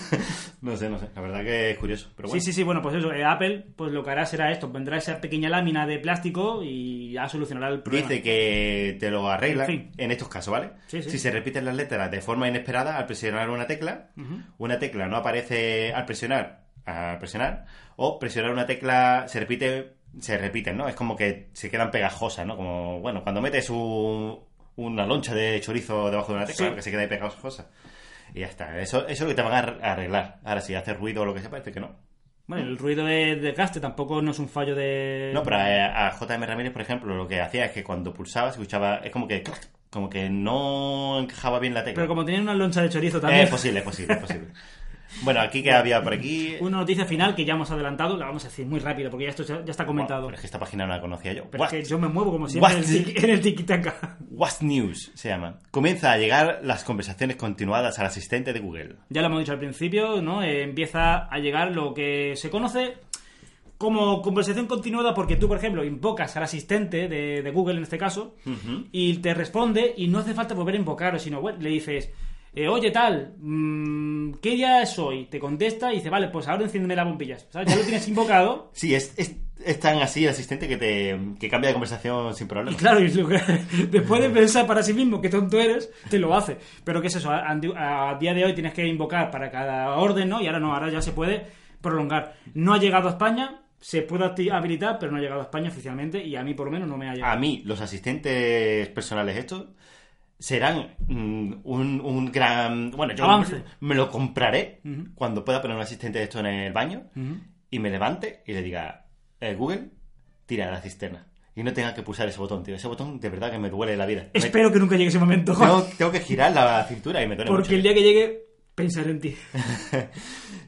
Speaker 3: No sé, no sé. La verdad que es curioso. Pero
Speaker 1: Sí,
Speaker 3: bueno.
Speaker 1: sí, sí, bueno, pues eso, eh, Apple, pues lo que hará será esto, pondrá esa pequeña lámina de plástico y ya solucionará el problema.
Speaker 3: Dice que te lo arregla
Speaker 1: En fin.
Speaker 3: en estos casos, ¿vale?
Speaker 1: Sí, sí.
Speaker 3: Si se repiten las letras de forma inesperada al presionar una tecla, una tecla no aparece al presionar, al presionar, o presionar una tecla se repite, se repiten, ¿no? Es como que se quedan pegajosas, ¿no? Como, bueno, cuando metes un- una loncha de chorizo debajo de una tecla,
Speaker 1: Sí.
Speaker 3: que se queda ahí pegajosa. Y ya está. Eso, eso es lo que te van a ar- arreglar. Ahora, si hace ruido o lo que sea, parece que no.
Speaker 1: Bueno, el ruido de desgaste tampoco no es un fallo de...
Speaker 3: No, pero eh, a, a JM Ramírez, por ejemplo, lo que hacía es que cuando pulsaba se escuchaba, es como que clac, como que no encajaba bien la tecla.
Speaker 1: Pero como tenía una loncha de chorizo
Speaker 3: Eh,
Speaker 1: también...
Speaker 3: es posible, es posible, es posible. Bueno, aquí que había por aquí.
Speaker 1: Una noticia final que ya hemos adelantado, la vamos a decir muy rápido porque ya esto ya ya está comentado.
Speaker 3: Buah, pero es que esta página no la conocía yo.
Speaker 1: Pero es
Speaker 3: What?
Speaker 1: que yo me muevo como siempre en el,
Speaker 3: What?
Speaker 1: tiki- en el tiki-taka.
Speaker 3: What's News se llama. Comienza a llegar las conversaciones continuadas al asistente de Google.
Speaker 1: Ya lo hemos dicho al principio, ¿no? Eh, empieza a llegar lo que se conoce como conversación continuada porque tú, por ejemplo, invocas al asistente de, de Google en este caso
Speaker 3: Ujú.
Speaker 1: y te responde y no hace falta volver a invocarlo, sino bueno, le dices, eh, oye tal, mm, ¿qué día es hoy? Te contesta y dice, vale, pues ahora enciéndeme las bombillas. ¿Sabes? Ya lo tienes invocado.
Speaker 3: Sí, es, es, es tan así el asistente que te que cambia de conversación sin problema.
Speaker 1: Y claro, y lo que- después
Speaker 3: Eh.
Speaker 1: de pensar para sí mismo qué tonto eres, te lo hace. Pero ¿qué es eso? A, a día de hoy tienes que invocar para cada orden, ¿no? Y ahora no, ahora ya se puede prolongar. No ha llegado a España, se puede acti- habilitar, pero no ha llegado a España oficialmente y a mí por lo menos no me ha llegado.
Speaker 3: A mí, los asistentes personales estos serán mm, un, un gran... Bueno, yo
Speaker 1: Avance.
Speaker 3: me lo compraré
Speaker 1: Ujú.
Speaker 3: cuando pueda poner un asistente de esto en el baño
Speaker 1: Ujú.
Speaker 3: y me levante y le diga, "Eh, Google, tira a la cisterna. Y no tenga que pulsar ese botón, tío. Ese botón de verdad que me duele la vida. Me-
Speaker 1: Espero que nunca llegue ese momento,
Speaker 3: tengo, tengo que girar la cintura y me duele
Speaker 1: porque el
Speaker 3: mucho.
Speaker 1: día que llegue, pensaré en ti.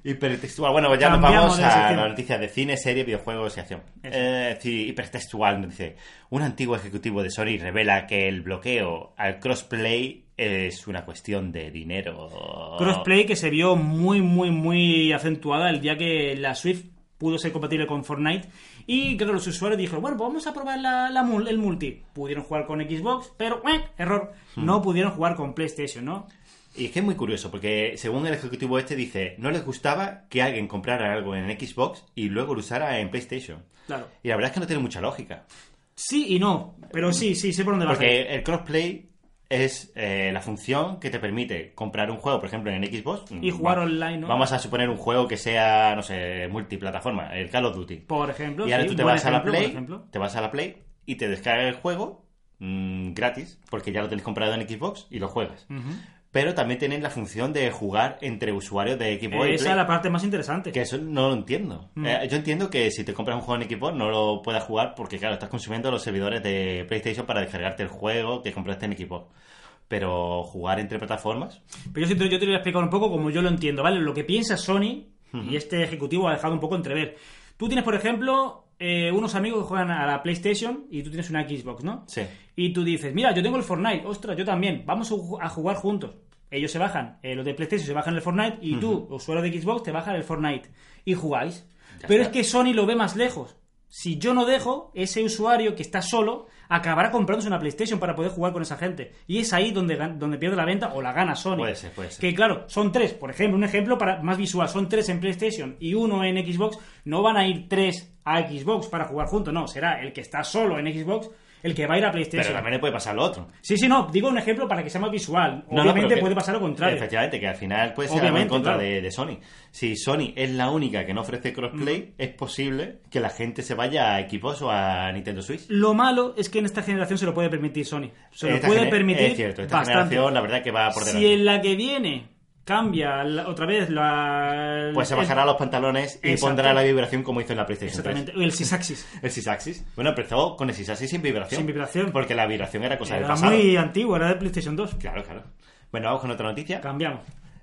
Speaker 3: Hipertextual. Bueno, pues ya nos
Speaker 1: Cambiamos
Speaker 3: vamos
Speaker 1: de
Speaker 3: a
Speaker 1: sección.
Speaker 3: las noticias de cine, serie, videojuegos y acción.
Speaker 1: Eso.
Speaker 3: Eh, sí, hipertextual nos dice: Un antiguo ejecutivo de Sony revela que el bloqueo al crossplay es una cuestión de dinero.
Speaker 1: Crossplay que se vio muy, muy, muy acentuada el día que la Swift pudo ser compatible con Fortnite. Y claro, los usuarios dijeron, bueno, pues vamos a probar la, la mul- el multi. Pudieron jugar con Xbox, pero ¡eh! error.
Speaker 3: Hmm.
Speaker 1: No pudieron jugar con PlayStation, ¿no?
Speaker 3: Y es que es muy curioso, porque según el ejecutivo este dice: No les gustaba que alguien comprara algo en Xbox y luego lo usara en PlayStation.
Speaker 1: Claro.
Speaker 3: Y la verdad es que no tiene mucha lógica.
Speaker 1: Sí y no, pero sí, sí, sé por dónde vas.
Speaker 3: Porque el crossplay es eh, la función que te permite comprar un juego, por ejemplo, en Xbox. Mm,
Speaker 1: Y jugar online, ¿no?
Speaker 3: Vamos a suponer un juego que sea, no sé, multiplataforma, el Call of Duty.
Speaker 1: Por ejemplo,
Speaker 3: y ahora
Speaker 1: sí,
Speaker 3: tú te
Speaker 1: buen
Speaker 3: vas a la
Speaker 1: ejemplo, por
Speaker 3: Play,
Speaker 1: ejemplo.
Speaker 3: te vas a la Play y te descargas el juego mm, gratis, porque ya lo tenés comprado en Xbox y lo juegas. Pero también tienen la función de jugar entre usuarios de Xbox y
Speaker 1: Esa
Speaker 3: Play,
Speaker 1: es la parte más interesante.
Speaker 3: Que eso no lo entiendo.
Speaker 1: Mm.
Speaker 3: Eh, yo entiendo que si te compras un juego en Xbox no lo puedas jugar porque, claro, estás consumiendo los servidores de PlayStation para descargarte el juego que compraste en Xbox. Pero jugar entre plataformas,
Speaker 1: Pero yo, siento- yo te lo voy a explicar un poco como yo lo entiendo, ¿vale? Lo que piensa Sony, y este ejecutivo ha dejado un poco entrever. Tú tienes, por ejemplo, eh, unos amigos que juegan a la PlayStation y tú tienes una Xbox, ¿no?
Speaker 3: sí.
Speaker 1: Y tú dices, mira, yo tengo el Fortnite, ostras, yo también, vamos a ju- a jugar juntos. Ellos se bajan, eh, los de PlayStation se bajan el Fortnite y tú, usuario de Xbox, te bajas el Fortnite y jugáis.
Speaker 3: Ya
Speaker 1: Pero es
Speaker 3: está.
Speaker 1: que Sony lo ve más lejos. Si yo no dejo, ese usuario que está solo acabará comprándose una PlayStation para poder jugar con esa gente. Y es ahí donde, gan- donde pierde la venta o la gana Sony.
Speaker 3: Puede ser, puede ser.
Speaker 1: Que claro, son tres, por ejemplo, un ejemplo para más visual, son tres en PlayStation y uno en Xbox, no van a ir tres a Xbox para jugar juntos, no, será el que está solo en Xbox el que va a ir a
Speaker 3: Pero
Speaker 1: PlayStation.
Speaker 3: también le puede pasar lo otro.
Speaker 1: Sí, sí, no, digo un ejemplo para que sea más visual.
Speaker 3: No, no,
Speaker 1: Obviamente
Speaker 3: pero que-
Speaker 1: puede pasar lo contrario.
Speaker 3: Efectivamente, que al final puede ser algo en
Speaker 1: Obviamente,
Speaker 3: contra
Speaker 1: claro.
Speaker 3: de, de Sony. Si Sony es la única que no ofrece crossplay,
Speaker 1: Mm.
Speaker 3: es posible que la gente se vaya a equipos o a Nintendo Switch.
Speaker 1: Lo malo es que en esta generación se lo puede permitir Sony. Se lo
Speaker 3: Esta
Speaker 1: puede
Speaker 3: gener-
Speaker 1: permitir
Speaker 3: Es cierto, esta
Speaker 1: bastante.
Speaker 3: generación la verdad que va por delante.
Speaker 1: si en la que viene cambia la- otra vez la...
Speaker 3: Pues se
Speaker 1: el-
Speaker 3: bajará los pantalones y
Speaker 1: Exacto.
Speaker 3: pondrá la vibración como hizo en la PlayStation 3.
Speaker 1: Exactamente, el Sysaxis.
Speaker 3: El Sysaxis. Bueno, empezó con el Sysaxis sin vibración.
Speaker 1: Sin vibración.
Speaker 3: Porque la vibración era cosa del
Speaker 1: Era
Speaker 3: pasado.
Speaker 1: muy antiguo, era de PlayStation 2.
Speaker 3: Claro, claro. Bueno, vamos con otra noticia.
Speaker 1: Cambiamos.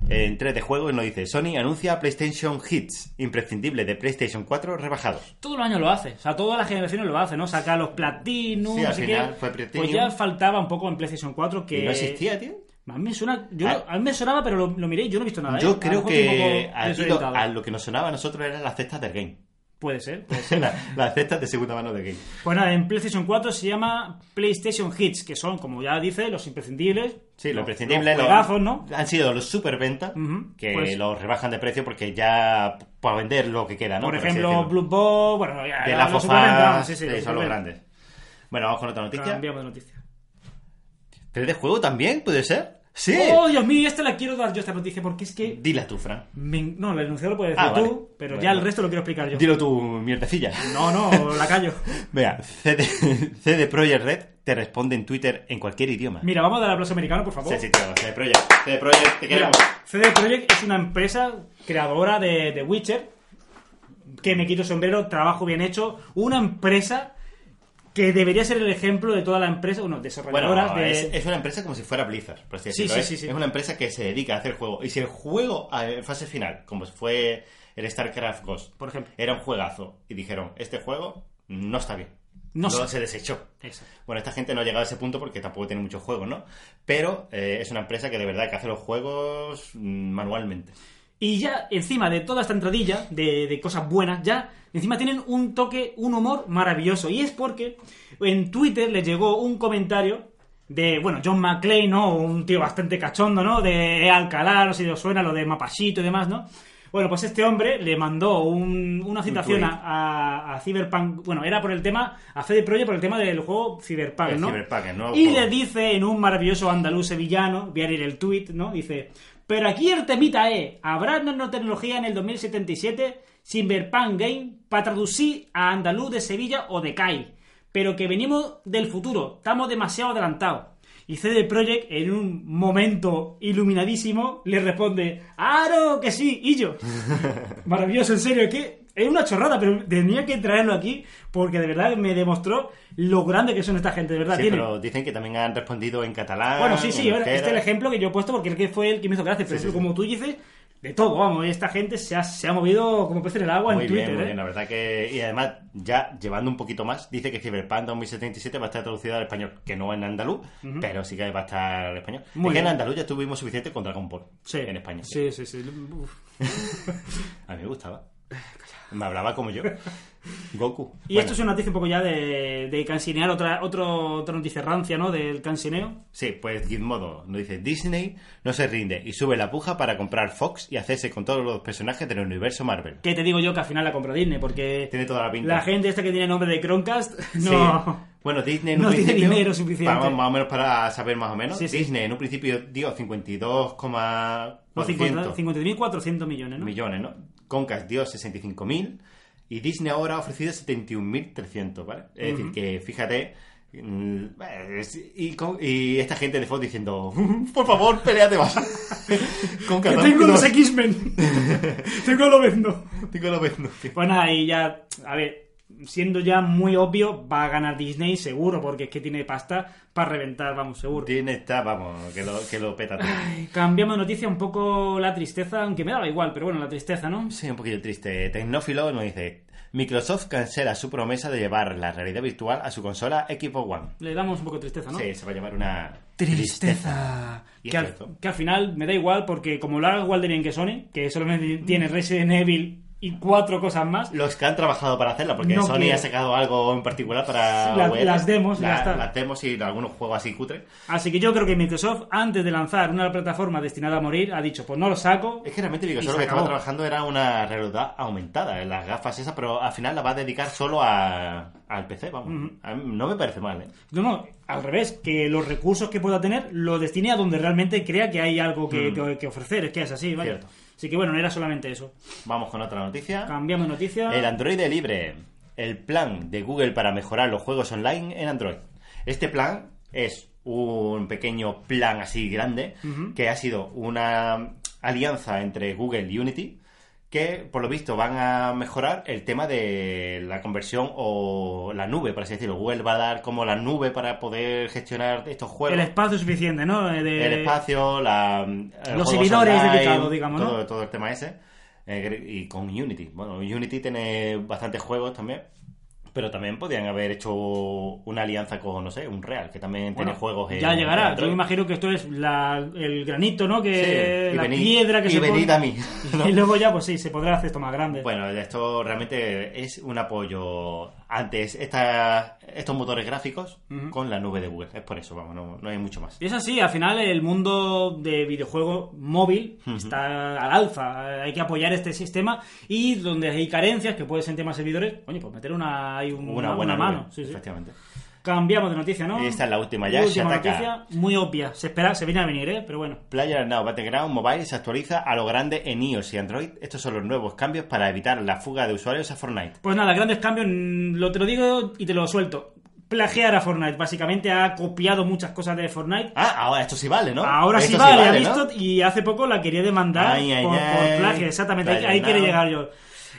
Speaker 3: En 3 de juego nos dice: Sony anuncia PlayStation Hits, imprescindible de PlayStation 4 rebajados.
Speaker 1: Todos los años lo hace, o sea, todas las generaciones lo hace, ¿no? Saca los Platinum,
Speaker 3: Sí,
Speaker 1: no
Speaker 3: al
Speaker 1: sé
Speaker 3: final
Speaker 1: qué.
Speaker 3: fue Platinum.
Speaker 1: Pues ya faltaba un poco en PlayStation 4 que...
Speaker 3: Y no existía, tío.
Speaker 1: A mí me suena, yo,
Speaker 3: Ah.
Speaker 1: a mí me sonaba, pero lo, lo miré y yo no he visto nada. ¿eh? A
Speaker 3: Yo
Speaker 1: lo
Speaker 3: creo
Speaker 1: mejor estoy un
Speaker 3: que
Speaker 1: poco
Speaker 3: a, ti lo-
Speaker 1: desorientado.
Speaker 3: a lo que nos sonaba a nosotros eran las cestas del game.
Speaker 1: Puede ser.
Speaker 3: La- las cestas de segunda mano del game.
Speaker 1: Pues nada, en PlayStation 4 se llama PlayStation Hits, que son, como ya dice, los imprescindibles.
Speaker 3: Sí, lo
Speaker 1: los-
Speaker 3: imprescindible.
Speaker 1: Los
Speaker 3: lo-
Speaker 1: juegazos, ¿no?
Speaker 3: Han sido los superventas
Speaker 1: Ujú,
Speaker 3: que
Speaker 1: pues-
Speaker 3: los rebajan de precio porque ya p- para vender lo que queda, ¿no?
Speaker 1: Por
Speaker 3: así
Speaker 1: ejemplo,
Speaker 3: decirlo.
Speaker 1: Blue Ball, bueno, ya,
Speaker 3: de
Speaker 1: ya
Speaker 3: la
Speaker 1: los
Speaker 3: fofa,
Speaker 1: superventas, sí, sí,
Speaker 3: son los
Speaker 1: superventas.
Speaker 3: grandes. Bueno, vamos con otra noticia.
Speaker 1: Cambiamos de noticia.
Speaker 3: ¿Tres de juego también? ¿Puede ser? ¡Sí!
Speaker 1: ¡Oh, Dios mío! Esta la quiero dar yo esta noticia porque es que...
Speaker 3: Dila tú, Fran.
Speaker 1: me- no, el enunciado lo puedes decir
Speaker 3: Ah, vale.
Speaker 1: tú, pero
Speaker 3: Bueno.
Speaker 1: ya el resto lo quiero explicar yo.
Speaker 3: Dilo tú, mierdecilla.
Speaker 1: No, no, la callo.
Speaker 3: Vea, CD, CD Projekt Red te responde en Twitter en cualquier idioma.
Speaker 1: Mira, vamos a dar aplauso americano, por favor.
Speaker 3: Sí, sí, tío, CD Projekt. CD Projekt, te
Speaker 1: Mira,
Speaker 3: queremos.
Speaker 1: CD Projekt es una empresa creadora de, de Witcher, que me quito el sombrero, trabajo bien hecho, una empresa que debería ser el ejemplo de toda la empresa, bueno, desarrolladoras
Speaker 3: Bueno,
Speaker 1: de...
Speaker 3: es, es una empresa como si fuera Blizzard, por así
Speaker 1: Sí,
Speaker 3: decirlo.
Speaker 1: sí,
Speaker 3: ¿eh?
Speaker 1: sí, sí.
Speaker 3: Es una empresa que se dedica a hacer juegos. Y si el juego a en fase final, como fue el StarCraft Ghost,
Speaker 1: Por ejemplo.
Speaker 3: era un juegazo, y dijeron, este juego no está bien.
Speaker 1: No
Speaker 3: Luego
Speaker 1: sé.
Speaker 3: se desechó.
Speaker 1: Exacto.
Speaker 3: Bueno, esta gente no ha llegado a ese punto porque tampoco tiene muchos juegos, ¿no? Pero eh, es una empresa que de verdad que hace los juegos mm, manualmente.
Speaker 1: Y ya encima de toda esta entradilla de, de cosas buenas, ya encima tienen un toque, un humor maravilloso. Y es porque en Twitter les llegó un comentario de, bueno, John McClane, ¿no? Un tío bastante cachondo, ¿no? De Alcalá, no sé si os suena, lo de Mapachito y demás, ¿no? Bueno, pues este hombre le mandó un- una citación
Speaker 3: tweet.
Speaker 1: a, a- a Cyberpunk. Bueno, era por el tema, a Fede Projekt por el tema del juego Cyberpunk,
Speaker 3: El
Speaker 1: ¿no?
Speaker 3: Cyberpunk, el nuevo
Speaker 1: y
Speaker 3: juego.
Speaker 1: le dice en un maravilloso andaluz sevillano, voy a leer el tweet, ¿no? Dice, pero aquí el temita es, ¿habrá nanotecnología en el 2077 Cyberpunk Game para traducir a andaluz de Sevilla o de CAI? Pero que venimos del futuro, estamos demasiado adelantados. Y CD Projekt, en un momento iluminadísimo, le responde, ¡Aro que sí, y yo! Maravilloso, en serio, es que es una chorrada, pero tenía que traerlo aquí porque de verdad me demostró lo grande que son esta gente, de verdad.
Speaker 3: Sí,
Speaker 1: tienen-
Speaker 3: pero dicen que también han respondido en catalán.
Speaker 1: bueno, sí, sí,
Speaker 3: en
Speaker 1: bueno, este
Speaker 3: euskera.
Speaker 1: es el ejemplo que yo he puesto porque el que fue el que me hizo gracia, pero
Speaker 3: Sí, sí, sí.
Speaker 1: como tú dices, de todo, vamos, esta gente se ha, se ha movido como pez en el agua
Speaker 3: Muy
Speaker 1: en
Speaker 3: bien,
Speaker 1: Twitter,
Speaker 3: muy
Speaker 1: ¿eh?
Speaker 3: bien, la verdad que... Y además, ya llevando un poquito más, dice que Cyberpunk 2077 va a estar traducido al español, que no en andaluz, pero sí que va a estar en español.
Speaker 1: Muy
Speaker 3: es que en
Speaker 1: bien.
Speaker 3: andaluz ya tuvimos suficiente con Dragon Ball
Speaker 1: Sí.
Speaker 3: en español.
Speaker 1: Sí, sí, sí. Uf.
Speaker 3: A mí me gustaba. Me hablaba como yo. Goku.
Speaker 1: Eh, Y
Speaker 3: Bueno,
Speaker 1: esto es una noticia un poco ya de, de cansinear, otra, otro, otra noticia rancia, ¿no? Del cansineo.
Speaker 3: Sí, pues Gizmodo nos dice, Disney no se rinde y sube la puja para comprar Fox y hacerse con todos los personajes del universo Marvel.
Speaker 1: Que te digo yo que al final la compró Disney, porque
Speaker 3: Tiene toda la pinta.
Speaker 1: la gente esta que tiene nombre de Croncast, no...
Speaker 3: Sí. Bueno, Disney en
Speaker 1: No
Speaker 3: un
Speaker 1: tiene
Speaker 3: principio,
Speaker 1: dinero suficiente.
Speaker 3: Vamos más o menos para saber más o menos.
Speaker 1: Sí, sí.
Speaker 3: Disney en un principio dio
Speaker 1: No, 50
Speaker 3: 52,400
Speaker 1: 50.400 millones, ¿no?
Speaker 3: millones, ¿no? Concas dio 65.000 y Disney ahora ha ofrecido 71.300, ¿vale? Es decir, que fíjate... mm, es- Y, con- y esta gente de Fox diciendo, por favor, peleate más.
Speaker 1: Que
Speaker 3: Concas,
Speaker 1: tengo
Speaker 3: no,
Speaker 1: los X-Men. tengo lo vendo.
Speaker 3: tengo los vendo, tío.
Speaker 1: Pues nada, y ya, a ver, siendo ya muy obvio, va a ganar Disney seguro, porque es que tiene pasta para reventar, vamos, seguro.
Speaker 3: Disney está, vamos, que lo, que lo peta todo.
Speaker 1: Cambiamos de noticia un poco la tristeza, aunque me daba igual, pero bueno, la tristeza, ¿no?
Speaker 3: Sí, un poquillo triste. Tecnófilo nos dice: Microsoft cancela su promesa de llevar la realidad virtual a su consola Xbox One.
Speaker 1: Le damos un poco de tristeza, ¿no?
Speaker 3: Sí, se va a llamar una.
Speaker 1: Tristeza.
Speaker 3: Y
Speaker 1: Que
Speaker 3: es
Speaker 1: al,
Speaker 3: cierto.
Speaker 1: que al final me da igual porque como lo haga igual de bien que Sony, que solamente tiene Resident Evil y cuatro cosas más,
Speaker 3: Los que han trabajado para hacerla, porque
Speaker 1: No
Speaker 3: Sony
Speaker 1: quiero.
Speaker 3: ha sacado algo en particular para.
Speaker 1: La-
Speaker 3: VR.
Speaker 1: las demos, ya está.
Speaker 3: Las demos y algunos juegos así cutre.
Speaker 1: Así que yo creo que Microsoft, antes de lanzar una plataforma destinada a morir, ha dicho, pues no lo saco.
Speaker 3: Es que realmente
Speaker 1: Y se
Speaker 3: Microsoft lo que estaba
Speaker 1: acabó.
Speaker 3: trabajando era una realidad aumentada, en las gafas esas, pero al final la va a dedicar solo a, al PC, vamos. A mí no me parece mal, ¿eh?
Speaker 1: No, no, al revés, que los recursos que pueda tener los destine a donde realmente crea que hay algo que, que- que ofrecer. Es que es así, ¿vale?
Speaker 3: Mm. Cierto.
Speaker 1: Así que bueno, no era solamente eso.
Speaker 3: Vamos con otra noticia.
Speaker 1: Cambiamos noticia.
Speaker 3: El Android libre. El plan de Google para mejorar los juegos online en Android. Este plan es un pequeño plan así grande que ha sido una alianza entre Google y Unity que por lo visto van a mejorar el tema de la conversión o la nube, por así decirlo. Google va a dar como la nube para poder gestionar estos
Speaker 1: El
Speaker 3: juegos.
Speaker 1: espacio suficiente, ¿no? Eh, de-
Speaker 3: El espacio, la, el juegos
Speaker 1: servidores dedicados, digamos, ¿no?
Speaker 3: todo, todo el tema ese. Eh, y con Unity. Bueno, Unity tiene bastantes juegos también. Pero también podrían haber hecho una alianza con, no sé, un Real, que también
Speaker 1: bueno,
Speaker 3: tiene juegos. en-
Speaker 1: ya
Speaker 3: en
Speaker 1: llegará. Yo
Speaker 3: Android.
Speaker 1: me imagino que esto es la- el granito, ¿no? Que
Speaker 3: Sí, y
Speaker 1: la
Speaker 3: venid-
Speaker 1: piedra que
Speaker 3: y
Speaker 1: se
Speaker 3: venid
Speaker 1: pone.
Speaker 3: a mí, ¿no?
Speaker 1: Y luego ya, pues sí, se podrá hacer esto más grande.
Speaker 3: Bueno, esto realmente es un apoyo antes esta- estos motores gráficos con la nube de Google. Es por eso, vamos, no, no hay mucho más.
Speaker 1: Y es así, al final el mundo de videojuego móvil está al alza. Hay que apoyar este sistema y donde hay carencias, que puede ser en temas servidores, oye, pues meter una, ahí un-
Speaker 3: Una buena nube,
Speaker 1: mano. Sí, sí.
Speaker 3: efectivamente.
Speaker 1: Cambiamos de noticia, ¿no?
Speaker 3: Y esta es la última ya,
Speaker 1: Última
Speaker 3: Shataka.
Speaker 1: noticia, muy obvia. Se espera, se viene a venir, ¿eh? Pero bueno.
Speaker 3: Player Now Battleground Mobile se actualiza a lo grande en iOS y Android. Estos son los nuevos cambios para evitar la fuga de usuarios a Fortnite.
Speaker 1: Pues nada, grandes cambios, mm, lo te lo digo y te lo suelto. Plagiar a Fortnite, básicamente ha copiado muchas cosas de Fortnite.
Speaker 3: Ah, ahora esto sí vale, ¿no?
Speaker 1: Ahora sí
Speaker 3: Esto
Speaker 1: vale, ha
Speaker 3: ¿no?
Speaker 1: visto y hace poco la quería demandar
Speaker 3: Ay, ay,
Speaker 1: por, por
Speaker 3: ay.
Speaker 1: plagio, exactamente. ahí-
Speaker 3: Plagio,
Speaker 1: ahí quiere
Speaker 3: no.
Speaker 1: llegar yo.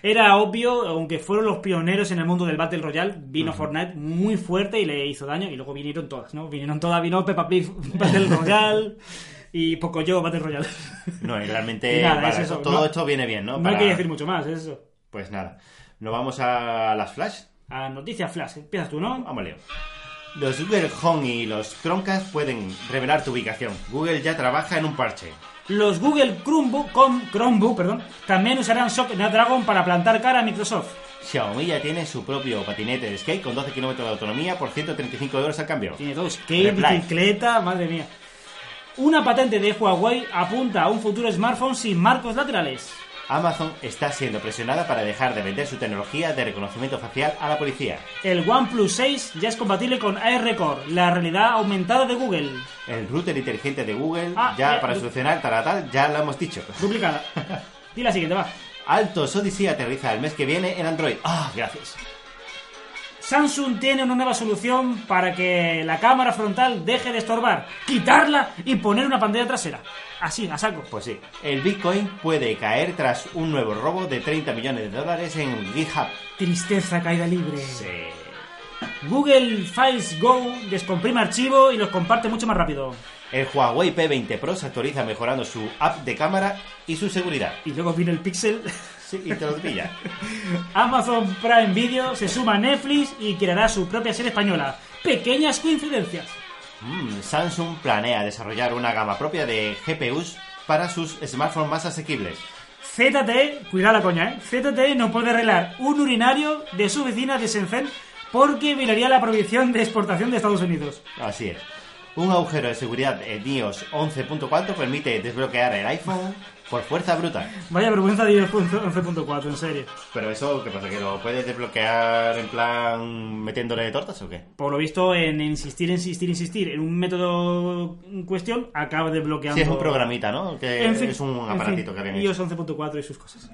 Speaker 1: Era obvio, aunque fueron los pioneros en el mundo del Battle Royale, vino Fortnite muy fuerte y le hizo daño. Y luego vinieron todas, ¿no? Vinieron todas, vino Peppa Pig Battle Royale y Pocoyo Battle Royale.
Speaker 3: No, y realmente
Speaker 1: Y nada,
Speaker 3: para
Speaker 1: es eso,
Speaker 3: todo
Speaker 1: no-
Speaker 3: esto viene bien, ¿no?
Speaker 1: No,
Speaker 3: Para-
Speaker 1: hay que decir mucho más, es eso.
Speaker 3: Pues nada. Nos vamos a las Flash.
Speaker 1: A noticias flash, empiezas tú, ¿no?
Speaker 3: Vamos, Leo. Los Google Home y los Chromecast pueden revelar tu ubicación. Google ya trabaja en un parche.
Speaker 1: Los Google Chromebook, com- Chromebook perdón, también usarán Shock Dragon para plantar cara a Microsoft.
Speaker 3: Xiaomi ya tiene su propio patinete de skate con 12 kilómetros de autonomía por 135 euros al cambio.
Speaker 1: Tiene dos skate,
Speaker 3: Reply.
Speaker 1: bicicleta, madre mía. Una patente de Huawei apunta a un futuro smartphone sin marcos laterales.
Speaker 3: Amazon está siendo presionada para dejar de vender su tecnología de reconocimiento facial a la policía.
Speaker 1: El OnePlus 6 ya es compatible con AR Core, la realidad aumentada de Google.
Speaker 3: El router inteligente de Google,
Speaker 1: Ah,
Speaker 3: ya
Speaker 1: eh,
Speaker 3: para
Speaker 1: du-
Speaker 3: solucionar tal, ya lo hemos dicho.
Speaker 1: Duplicada. Y la siguiente va.
Speaker 3: Altos Odyssey aterriza el mes que viene en Android. Ah, gracias.
Speaker 1: Samsung tiene una nueva solución para que la cámara frontal deje de estorbar. Quitarla y poner una pantalla trasera. Así, a saco.
Speaker 3: Pues sí, el Bitcoin puede caer tras un nuevo robo de 30 millones de dólares en GitHub.
Speaker 1: Tristeza, caída libre.
Speaker 3: Sí.
Speaker 1: Google Files Go descomprime archivos y los comparte mucho más rápido.
Speaker 3: El Huawei P20 Pro se actualiza mejorando su app de cámara y su seguridad.
Speaker 1: Y luego vino el Pixel.
Speaker 3: Sí, y te lo pilla.
Speaker 1: Amazon Prime Video se suma a Netflix y creará su propia serie española. Pequeñas coincidencias.
Speaker 3: Mm, Samsung planea desarrollar una gama propia de GPUs para sus smartphones más asequibles.
Speaker 1: ZTE, cuidado la coña, ¿eh? ZTE no puede arreglar un urinario de su vecina de Shenzhen porque violaría la prohibición de exportación de Estados Unidos.
Speaker 3: Así es. Un agujero de seguridad en iOS 11.4 permite desbloquear el iPhone por fuerza bruta.
Speaker 1: Vaya vergüenza de ir al punto 11.4, en serio.
Speaker 3: Pero eso, ¿qué pasa? ¿Que lo puedes desbloquear en plan metiéndole tortas o qué?
Speaker 1: Por lo visto, en insistir, insistir, insistir en un método en cuestión, acaba desbloqueando...
Speaker 3: Sí, es un programita, ¿no? Que
Speaker 1: En fin,
Speaker 3: es un
Speaker 1: en
Speaker 3: aparatito
Speaker 1: fin,
Speaker 3: que habían hecho.
Speaker 1: iOS 11.4 y sus cosas.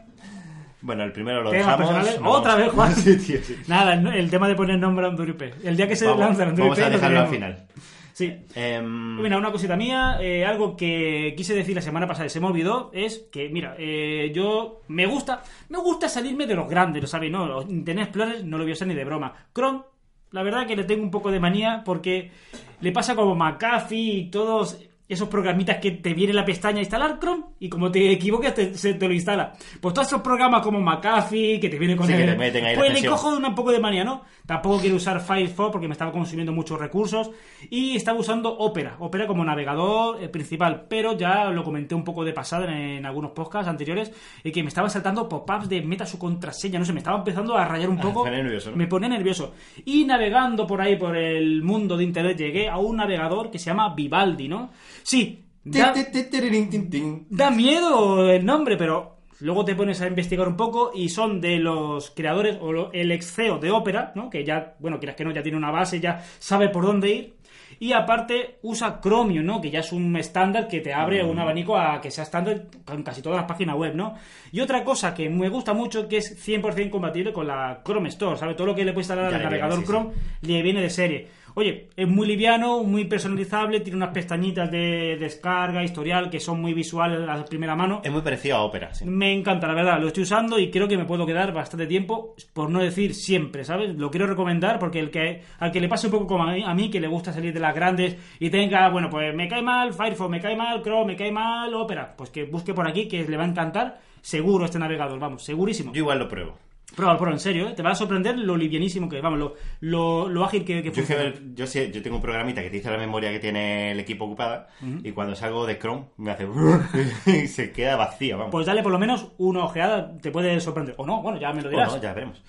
Speaker 3: Bueno, el primero lo
Speaker 1: Temas
Speaker 3: dejamos.
Speaker 1: personales.
Speaker 3: ¿no?
Speaker 1: Otra vez, Juan.
Speaker 3: Sí, tío, sí.
Speaker 1: Nada, el- el tema de poner nombre a Android El día que se
Speaker 3: Vamos,
Speaker 1: lanza Android
Speaker 3: vamos a dejarlo al final.
Speaker 1: Sí.
Speaker 3: Em,
Speaker 1: Mira, una cosita mía, eh, algo que quise decir la semana pasada y se me olvidó, es que, mira, eh, yo me gusta, me gusta salirme de los grandes, lo sabéis, ¿no? Los Internet Explorer no lo voy a usar ni de broma. Chrome, la verdad que le tengo un poco de manía porque le pasa como McAfee y todos esos programitas que te viene la pestaña a instalar Chrome y como te equivocas te, se te lo instala. Pues todos esos programas como McAfee que te viene con
Speaker 3: Sí, que
Speaker 1: el-
Speaker 3: te meten ahí la
Speaker 1: pues le
Speaker 3: presión.
Speaker 1: cojo de un poco de manía, ¿no? Tampoco quiero usar Firefox porque me estaba consumiendo muchos recursos y estaba usando Opera, Opera como navegador eh, principal, pero ya lo comenté un poco de pasada en, en algunos podcasts anteriores y que me estaba saltando pop-ups de meta su contraseña, no sé, me estaba empezando a rayar un
Speaker 3: Ah,
Speaker 1: poco,
Speaker 3: te pone nervioso, ¿no?
Speaker 1: me pone nervioso. Y navegando por ahí por el mundo de internet llegué a un navegador que se llama Vivaldi, ¿no? Sí, ya-
Speaker 3: ti, ti, ti, tirirín, tin, tin.
Speaker 1: Da miedo el nombre, pero luego te pones a investigar un poco y son de los creadores o lo- el ex CEO de Opera, ¿no? Que ya, bueno, quieras que no, ya tiene una base, ya sabe por dónde ir. Y aparte usa Chromium, ¿no? Que ya es un estándar que te abre
Speaker 3: Mm.
Speaker 1: un abanico a que sea estándar con casi todas las páginas web, ¿no? Y otra cosa que me gusta mucho que es 100% compatible con la Chrome Store, ¿sabes? Todo lo que le puedes instalar
Speaker 3: Ya
Speaker 1: al
Speaker 3: le viene,
Speaker 1: navegador
Speaker 3: sí, sí.
Speaker 1: Chrome le viene de serie. Oye, es muy liviano, muy personalizable, tiene unas pestañitas de descarga, historial, que son muy visuales a primera mano.
Speaker 3: Es muy parecido a ópera, sí.
Speaker 1: Me encanta, la verdad, lo estoy usando y creo que me puedo quedar bastante tiempo, por no decir siempre, ¿sabes? Lo quiero recomendar porque el que, al que le pase un poco como a mí, a mí, que le gusta salir de las grandes y tenga, bueno, pues me cae mal Firefox, me cae mal Chrome, me cae mal Opera, pues que busque por aquí que le va a encantar seguro este navegador, vamos, segurísimo.
Speaker 3: Yo igual lo pruebo.
Speaker 1: Prueba, prueba, en serio, ¿eh? te va a sorprender lo livianísimo que es, vamos, lo, lo, lo ágil que, que
Speaker 3: Yo, es que
Speaker 1: funciona.
Speaker 3: ver- yo sé- yo tengo un programita que te dice la memoria que tiene el equipo ocupada y cuando salgo de Chrome me hace... y se queda vacía, vamos.
Speaker 1: Pues dale por lo menos una ojeada, te puede sorprender. O no, bueno, ya me lo
Speaker 3: O
Speaker 1: dirás.
Speaker 3: Oh, no, ya veremos.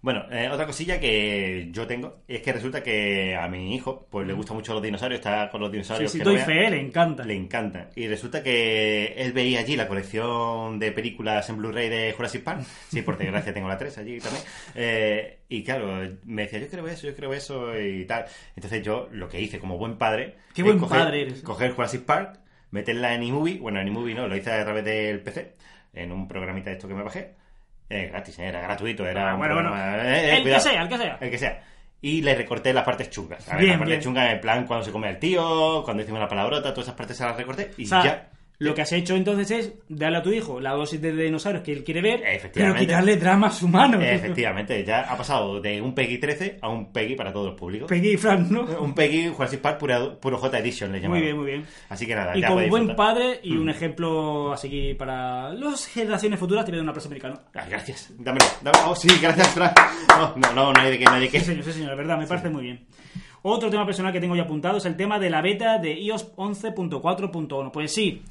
Speaker 3: Bueno, eh, otra cosilla que yo tengo es que resulta que a mi hijo pues le gustan mucho los dinosaurios, está con los
Speaker 1: Sí,
Speaker 3: dinosaurios.
Speaker 1: sí,
Speaker 3: que no
Speaker 1: doy
Speaker 3: vea.
Speaker 1: fe, eh, le encanta.
Speaker 3: Le encanta. Y resulta que él veía allí la colección de películas en Blu-ray de Jurassic Park. Sí, por desgracia tengo la 3 allí también. Eh, y claro, me decía, yo creo eso, yo creo eso y tal. Entonces yo lo que hice como buen padre...
Speaker 1: Qué
Speaker 3: es
Speaker 1: buen
Speaker 3: coger-
Speaker 1: padre eres. ¿eh?
Speaker 3: Coger Jurassic Park, meterla en iMovie. Bueno, en iMovie no, lo hice a través del PC, en un programita de esto que me bajé. Eh, gratis, eh, era gratuito, era...
Speaker 1: Ah,
Speaker 3: un
Speaker 1: bueno, bueno.
Speaker 3: programa- eh, eh,
Speaker 1: el que
Speaker 3: cuidado.
Speaker 1: sea, el que sea.
Speaker 3: El que sea. Y le recorté las partes chungas. ¿sabes?
Speaker 1: Bien,
Speaker 3: las partes
Speaker 1: bien.
Speaker 3: chungas, en plan, cuando se come el tío, cuando decimos la palabrota, todas esas partes se las recorté y
Speaker 1: O sea,
Speaker 3: ya. eh,
Speaker 1: Lo que has hecho entonces es darle a tu hijo la dosis de dinosaurios que él quiere ver, pero
Speaker 3: Efectivamente.
Speaker 1: quitarle dramas humanos.
Speaker 3: Efectivamente, ya ha pasado de un Peggy 13 a un Peggy para todos los públicos.
Speaker 1: Peggy y Fran, ¿no?
Speaker 3: Un Peggy Jurassic Park puro, puro J Edition le llamaron.
Speaker 1: Muy bien, muy bien.
Speaker 3: Así que nada,
Speaker 1: Y
Speaker 3: ya
Speaker 1: como
Speaker 3: podéis Mm.
Speaker 1: buen
Speaker 3: disfrutar.
Speaker 1: padre y un ejemplo así para las generaciones futuras, te voy a dar un aplauso americano.
Speaker 3: Ah, gracias. Dámelo. dámelo. Oh, sí, gracias, Fran. No, no, no, no hay de que, no hay de
Speaker 1: Sí,
Speaker 3: que.
Speaker 1: señor, sí, señor, la verdad, me parece muy bien. Otro tema personal que tengo ya apuntado es el tema de la beta de iOS 11.4.1. Pues sí,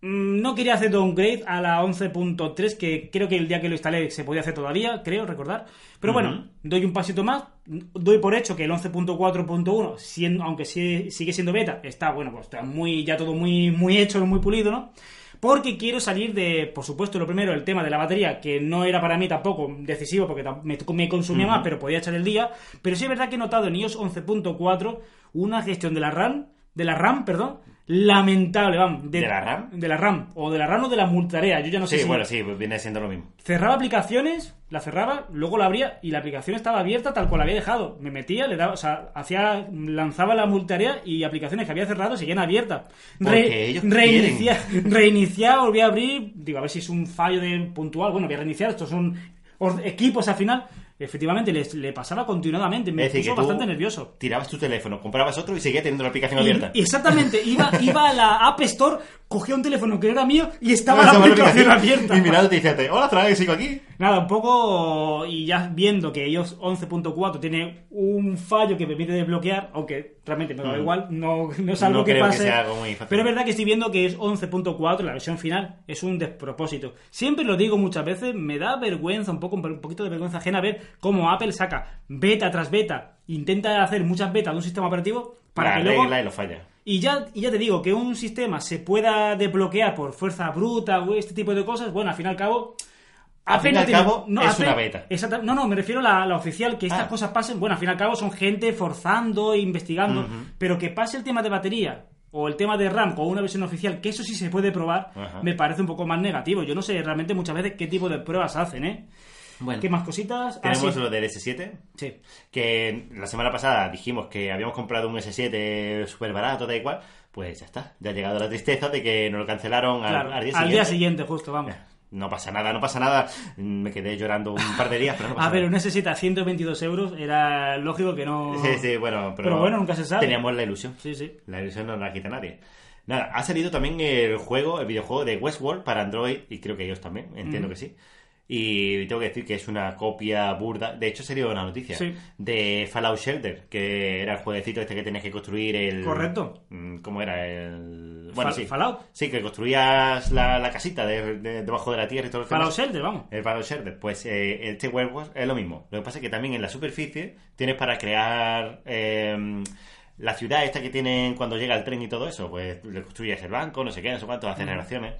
Speaker 1: mm, no quería hacer downgrade a la 11.3, que creo que el día que lo instalé se podía hacer todavía, creo recordar. Pero bueno,
Speaker 3: Ujú.
Speaker 1: doy un pasito más. Doy por hecho que el 11.4.1, siendo- aunque sí- sigue siendo beta, está, bueno, pues está muy, ya todo muy, muy hecho, muy pulido, ¿no? Porque quiero salir de, por supuesto, lo primero, el tema de la batería, que no era para mí tampoco decisivo, porque tam- me, me consumía más, pero podía echar el día. Pero sí es verdad que he notado en iOS 11.4 una gestión de la RAM, de la RAM, perdón, lamentable, vamos.
Speaker 3: ¿De la RAM?
Speaker 1: De la RAM, o de la RAM o de la multarea, yo ya no sé
Speaker 3: Sí,
Speaker 1: si...
Speaker 3: bueno, sí, pues viene siendo lo mismo.
Speaker 1: Cerraba aplicaciones, la cerraba, luego la abría y la aplicación estaba abierta tal cual la había dejado. Me metía, le daba, o sea, hacía, lanzaba la multarea y aplicaciones que había cerrado seguían abiertas.
Speaker 3: Porque ellos
Speaker 1: reinicia, reiniciar, volví a abrir, digo, a ver si es un fallo de puntual. Bueno, voy a reiniciar, estos son or- equipos al final. Efectivamente, les- le pasaba continuadamente, me
Speaker 3: es decir,
Speaker 1: puso
Speaker 3: que tú
Speaker 1: bastante nervioso.
Speaker 3: Tirabas tu teléfono, comprabas otro y seguía teniendo la aplicación
Speaker 1: Y-
Speaker 3: abierta.
Speaker 1: exactamente, iba, iba a la App Store, cogía un teléfono que era mío y estaba
Speaker 3: Esa
Speaker 1: la
Speaker 3: buena
Speaker 1: aplicación
Speaker 3: aplicación.
Speaker 1: abierta.
Speaker 3: Y mirándote y diciéndote, hola, Fran, que sigo aquí.
Speaker 1: Nada, un poco. Y ya viendo que ellos 11.4 tiene un fallo que permite desbloquear, aunque realmente me da
Speaker 3: Mm.
Speaker 1: igual, no, no es algo
Speaker 3: No
Speaker 1: que
Speaker 3: creo que
Speaker 1: pase.
Speaker 3: sea algo muy fácil.
Speaker 1: Pero es verdad que estoy viendo que es 11.4, la versión final, es un despropósito. Siempre lo digo muchas veces, me da vergüenza, un poco un poquito de vergüenza ajena ver cómo Apple saca beta tras beta, intenta hacer muchas betas de un sistema operativo para
Speaker 3: la
Speaker 1: que luego
Speaker 3: regla y lo falla.
Speaker 1: y ya, y ya te digo, que un sistema se pueda desbloquear por fuerza bruta o este tipo de cosas, bueno, al fin y al cabo...
Speaker 3: Al fin y al
Speaker 1: tiene-
Speaker 3: cabo, es
Speaker 1: ape-
Speaker 3: una beta.
Speaker 1: exacta- no, no, me refiero a la, la oficial, que estas
Speaker 3: Ah.
Speaker 1: cosas pasen, bueno, al fin y al cabo son gente forzando e investigando,
Speaker 3: Ujú.
Speaker 1: pero que pase el tema de batería o el tema de RAM con una versión oficial, que eso sí se puede probar,
Speaker 3: Ajá.
Speaker 1: me parece un poco más negativo. Yo no sé realmente muchas veces qué tipo de pruebas hacen, ¿eh?
Speaker 3: Bueno,
Speaker 1: ¿Qué más cositas? Ah,
Speaker 3: tenemos
Speaker 1: sí.
Speaker 3: lo del S7,
Speaker 1: Sí.
Speaker 3: que la semana pasada dijimos que habíamos comprado un S7 súper barato, da igual. Pues ya está, ya ha llegado la tristeza de que nos lo cancelaron al,
Speaker 1: Claro,
Speaker 3: al día
Speaker 1: al
Speaker 3: siguiente.
Speaker 1: día siguiente, justo, vamos.
Speaker 3: No pasa nada, no pasa nada. Me quedé llorando un par de días, pero no pasa
Speaker 1: A ver,
Speaker 3: nada.
Speaker 1: un S7 a 122 euros era lógico que no...
Speaker 3: Sí, sí, bueno, pero,
Speaker 1: Pero bueno, nunca se sabe.
Speaker 3: Teníamos la ilusión.
Speaker 1: Sí, sí.
Speaker 3: La ilusión no la quita nadie. Nada, ha salido también el juego, el videojuego de Westworld para Android y creo que ellos también, entiendo
Speaker 1: Ujú.
Speaker 3: que sí. Y tengo que decir que es una copia burda, de hecho sería una noticia,
Speaker 1: Sí.
Speaker 3: de Fallout Shelter, que era el jueguecito este que tenías que construir el...
Speaker 1: Correcto.
Speaker 3: Mm, ¿Cómo era? El... Bueno,
Speaker 1: Fal-
Speaker 3: sí.
Speaker 1: Fallout.
Speaker 3: Sí, que construías la, la casita de- de- debajo de la tierra y todo el tema.
Speaker 1: Fallout Shelter, vamos.
Speaker 3: El Battle Shelter, pues eh, este Werewolf es lo mismo. Lo que pasa es que también en la superficie tienes para crear eh, la ciudad esta que tienen cuando llega el tren y todo eso. Pues le construyes el banco, no sé qué, no sé cuánto, haces relaciones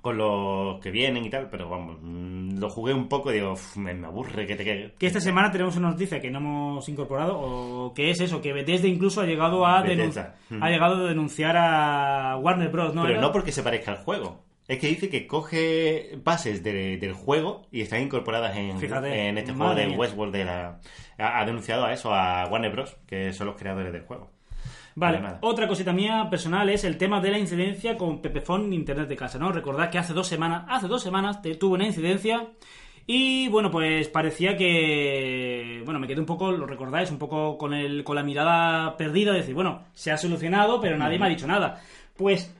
Speaker 3: con los que vienen y tal. Pero vamos, mm, lo jugué un poco y digo, "Uf, me, me aburre que te quede.
Speaker 1: Que esta semana tenemos una noticia que no hemos incorporado, o que es eso, que Bethesda incluso ha llegado a, denun-
Speaker 3: Bethesda. Mm.
Speaker 1: ha llegado a denunciar a Warner Bros. ¿no?
Speaker 3: Pero
Speaker 1: ¿Era?
Speaker 3: no porque se parezca al juego. Es que dice que coge bases de- del juego y están incorporadas en,
Speaker 1: Fíjate,
Speaker 3: en este juego
Speaker 1: madre
Speaker 3: de
Speaker 1: mía.
Speaker 3: Westworld. De la, ha, ha denunciado a eso, a Warner Bros., que son los creadores del juego.
Speaker 1: Vale,
Speaker 3: Pero nada.
Speaker 1: otra cosita mía personal es el tema de la incidencia con Pepefon Internet de casa, ¿no? Recordad que hace dos semanas, hace dos semanas te tuvo una incidencia y bueno, pues parecía que bueno, me quedé un poco, lo recordáis, un poco con el con la mirada perdida de decir, bueno, se ha solucionado, pero nadie me ha dicho nada. Pues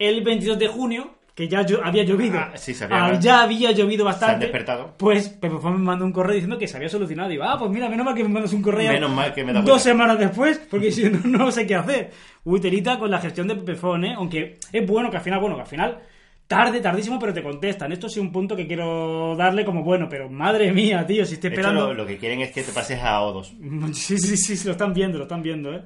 Speaker 1: el 22 de junio que ya llo- había llovido.
Speaker 3: Ah, sí, se había-
Speaker 1: ah, ya había llovido bastante.
Speaker 3: despertado.
Speaker 1: Pues Pepefon me mandó un correo diciendo que se había solucionado. Y digo, ah, pues mira, menos mal que me mandas un correo.
Speaker 3: Menos mal que me da
Speaker 1: Dos
Speaker 3: cuenta.
Speaker 1: semanas después, porque si no, no sé qué hacer. Uy, telita con la gestión de Pepefon, ¿eh? Aunque es bueno que al final, bueno, que al final, tarde, tardísimo, pero te contestan. Esto sí un punto que quiero darle como bueno, pero madre mía, tío, si estoy
Speaker 3: De hecho,
Speaker 1: esperando...
Speaker 3: lo, lo que quieren es que te pases a O2.
Speaker 1: Sí, sí, sí, sí, lo están viendo, lo están viendo, ¿eh?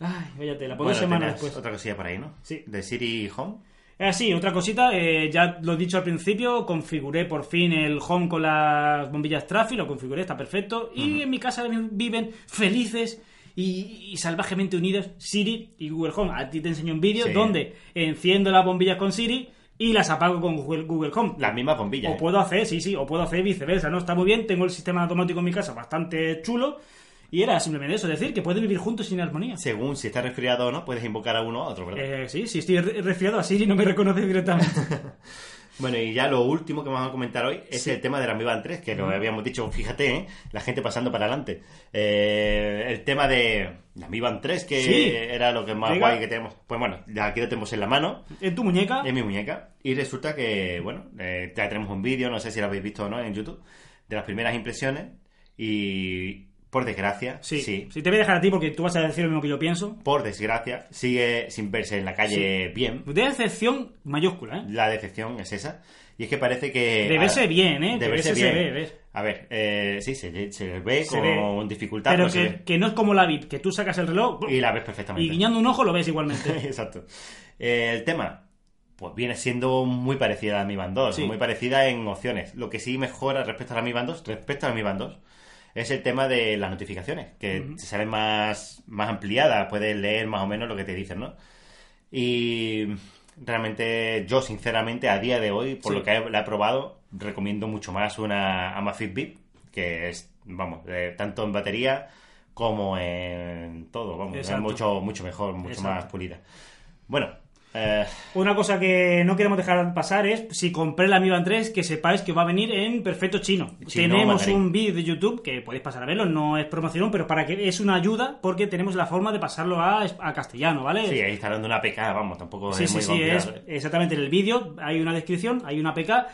Speaker 1: Ay, vaya tela, pues dos
Speaker 3: Bueno,
Speaker 1: semanas
Speaker 3: tenías
Speaker 1: después.
Speaker 3: otra cosilla por ahí, ¿no?
Speaker 1: Sí.
Speaker 3: De Siri Home.
Speaker 1: Eh, sí, otra cosita, eh, ya lo he dicho al principio, configuré por fin el home con las bombillas Trafi, lo configuré, está perfecto. Y en mi casa viven felices y, y salvajemente unidos Siri y Google Home. A ti te enseño un vídeo
Speaker 3: Sí.
Speaker 1: donde enciendo las bombillas con Siri y las apago con Google, Google Home.
Speaker 3: Las mismas bombillas.
Speaker 1: O
Speaker 3: ¿eh?
Speaker 1: puedo hacer, sí, sí, o puedo hacer viceversa, ¿no? Está muy bien, tengo el sistema automático en mi casa bastante chulo. Y era simplemente eso, decir que pueden vivir juntos sin armonía.
Speaker 3: Según si estás resfriado o no, puedes invocar a uno o a otro, ¿verdad?
Speaker 1: Eh, sí, sí, estoy re- resfriado así y no me reconoce directamente.
Speaker 3: Bueno, y ya lo último que vamos a comentar hoy es el tema de la Amiga 3, que lo habíamos dicho, fíjate, ¿eh? la gente pasando para adelante. Eh, el tema de la Amiga 3, que
Speaker 1: Sí.
Speaker 3: era lo que más
Speaker 1: Venga.
Speaker 3: guay que tenemos. Pues bueno, ya aquí lo tenemos en la mano,
Speaker 1: En tu muñeca.
Speaker 3: en mi muñeca, y resulta que, bueno, eh, ya tenemos un vídeo, no sé si lo habéis visto o no en YouTube, de las primeras impresiones, y por desgracia,
Speaker 1: Sí,
Speaker 3: sí,
Speaker 1: sí, te voy a dejar a ti porque tú vas a decir lo mismo que yo pienso.
Speaker 3: por desgracia, sigue sin verse en la calle bien.
Speaker 1: De excepción mayúscula, ¿eh?
Speaker 3: La decepción es esa. Y es que parece que.
Speaker 1: De verse bien, ¿eh?
Speaker 3: De
Speaker 1: Que
Speaker 3: verse
Speaker 1: verse
Speaker 3: bien.
Speaker 1: se ve, ver.
Speaker 3: A ver, eh, sí, se, le- se le ve
Speaker 1: Se
Speaker 3: con
Speaker 1: ve.
Speaker 3: dificultad,
Speaker 1: Pero
Speaker 3: pero se
Speaker 1: que, que no es como la VIP, que tú sacas el reloj
Speaker 3: ve. Y la ves perfectamente.
Speaker 1: y guiñando un ojo lo ves igualmente.
Speaker 3: Exacto. Eh, el tema, pues viene siendo muy parecida a Mi Band 2,
Speaker 1: Sí.
Speaker 3: muy parecida en opciones. Lo que sí mejora respecto a la Mi Band 2, respecto a la Mi Band 2, es el tema de las notificaciones, que te salen más, más ampliadas, puedes leer más o menos lo que te dicen, ¿no? Y realmente yo, sinceramente, a día de hoy, por
Speaker 1: Sí.
Speaker 3: lo que he- la he probado, recomiendo mucho más una Amazfit Beat, que es, vamos, eh, tanto en batería como en todo, vamos, es
Speaker 1: Exacto.
Speaker 3: mucho, mucho mejor, mucho
Speaker 1: Exacto.
Speaker 3: más pulida. Bueno, eh,
Speaker 1: Una cosa que no queremos dejar pasar es si compré la Mi Band 3 que sepáis que va a venir en perfecto chino.
Speaker 3: Chino,
Speaker 1: tenemos
Speaker 3: mandarín.
Speaker 1: un vídeo de YouTube que podéis pasar a verlo, no es promoción, pero para que es una ayuda porque tenemos la forma de pasarlo a, a castellano, ¿vale?
Speaker 3: sí, ahí está dando una PK, vamos, tampoco
Speaker 1: Sí,
Speaker 3: es
Speaker 1: sí,
Speaker 3: muy
Speaker 1: sí, es
Speaker 3: complicado. ¿eh?
Speaker 1: exactamente en el vídeo. Hay una descripción, hay una APK.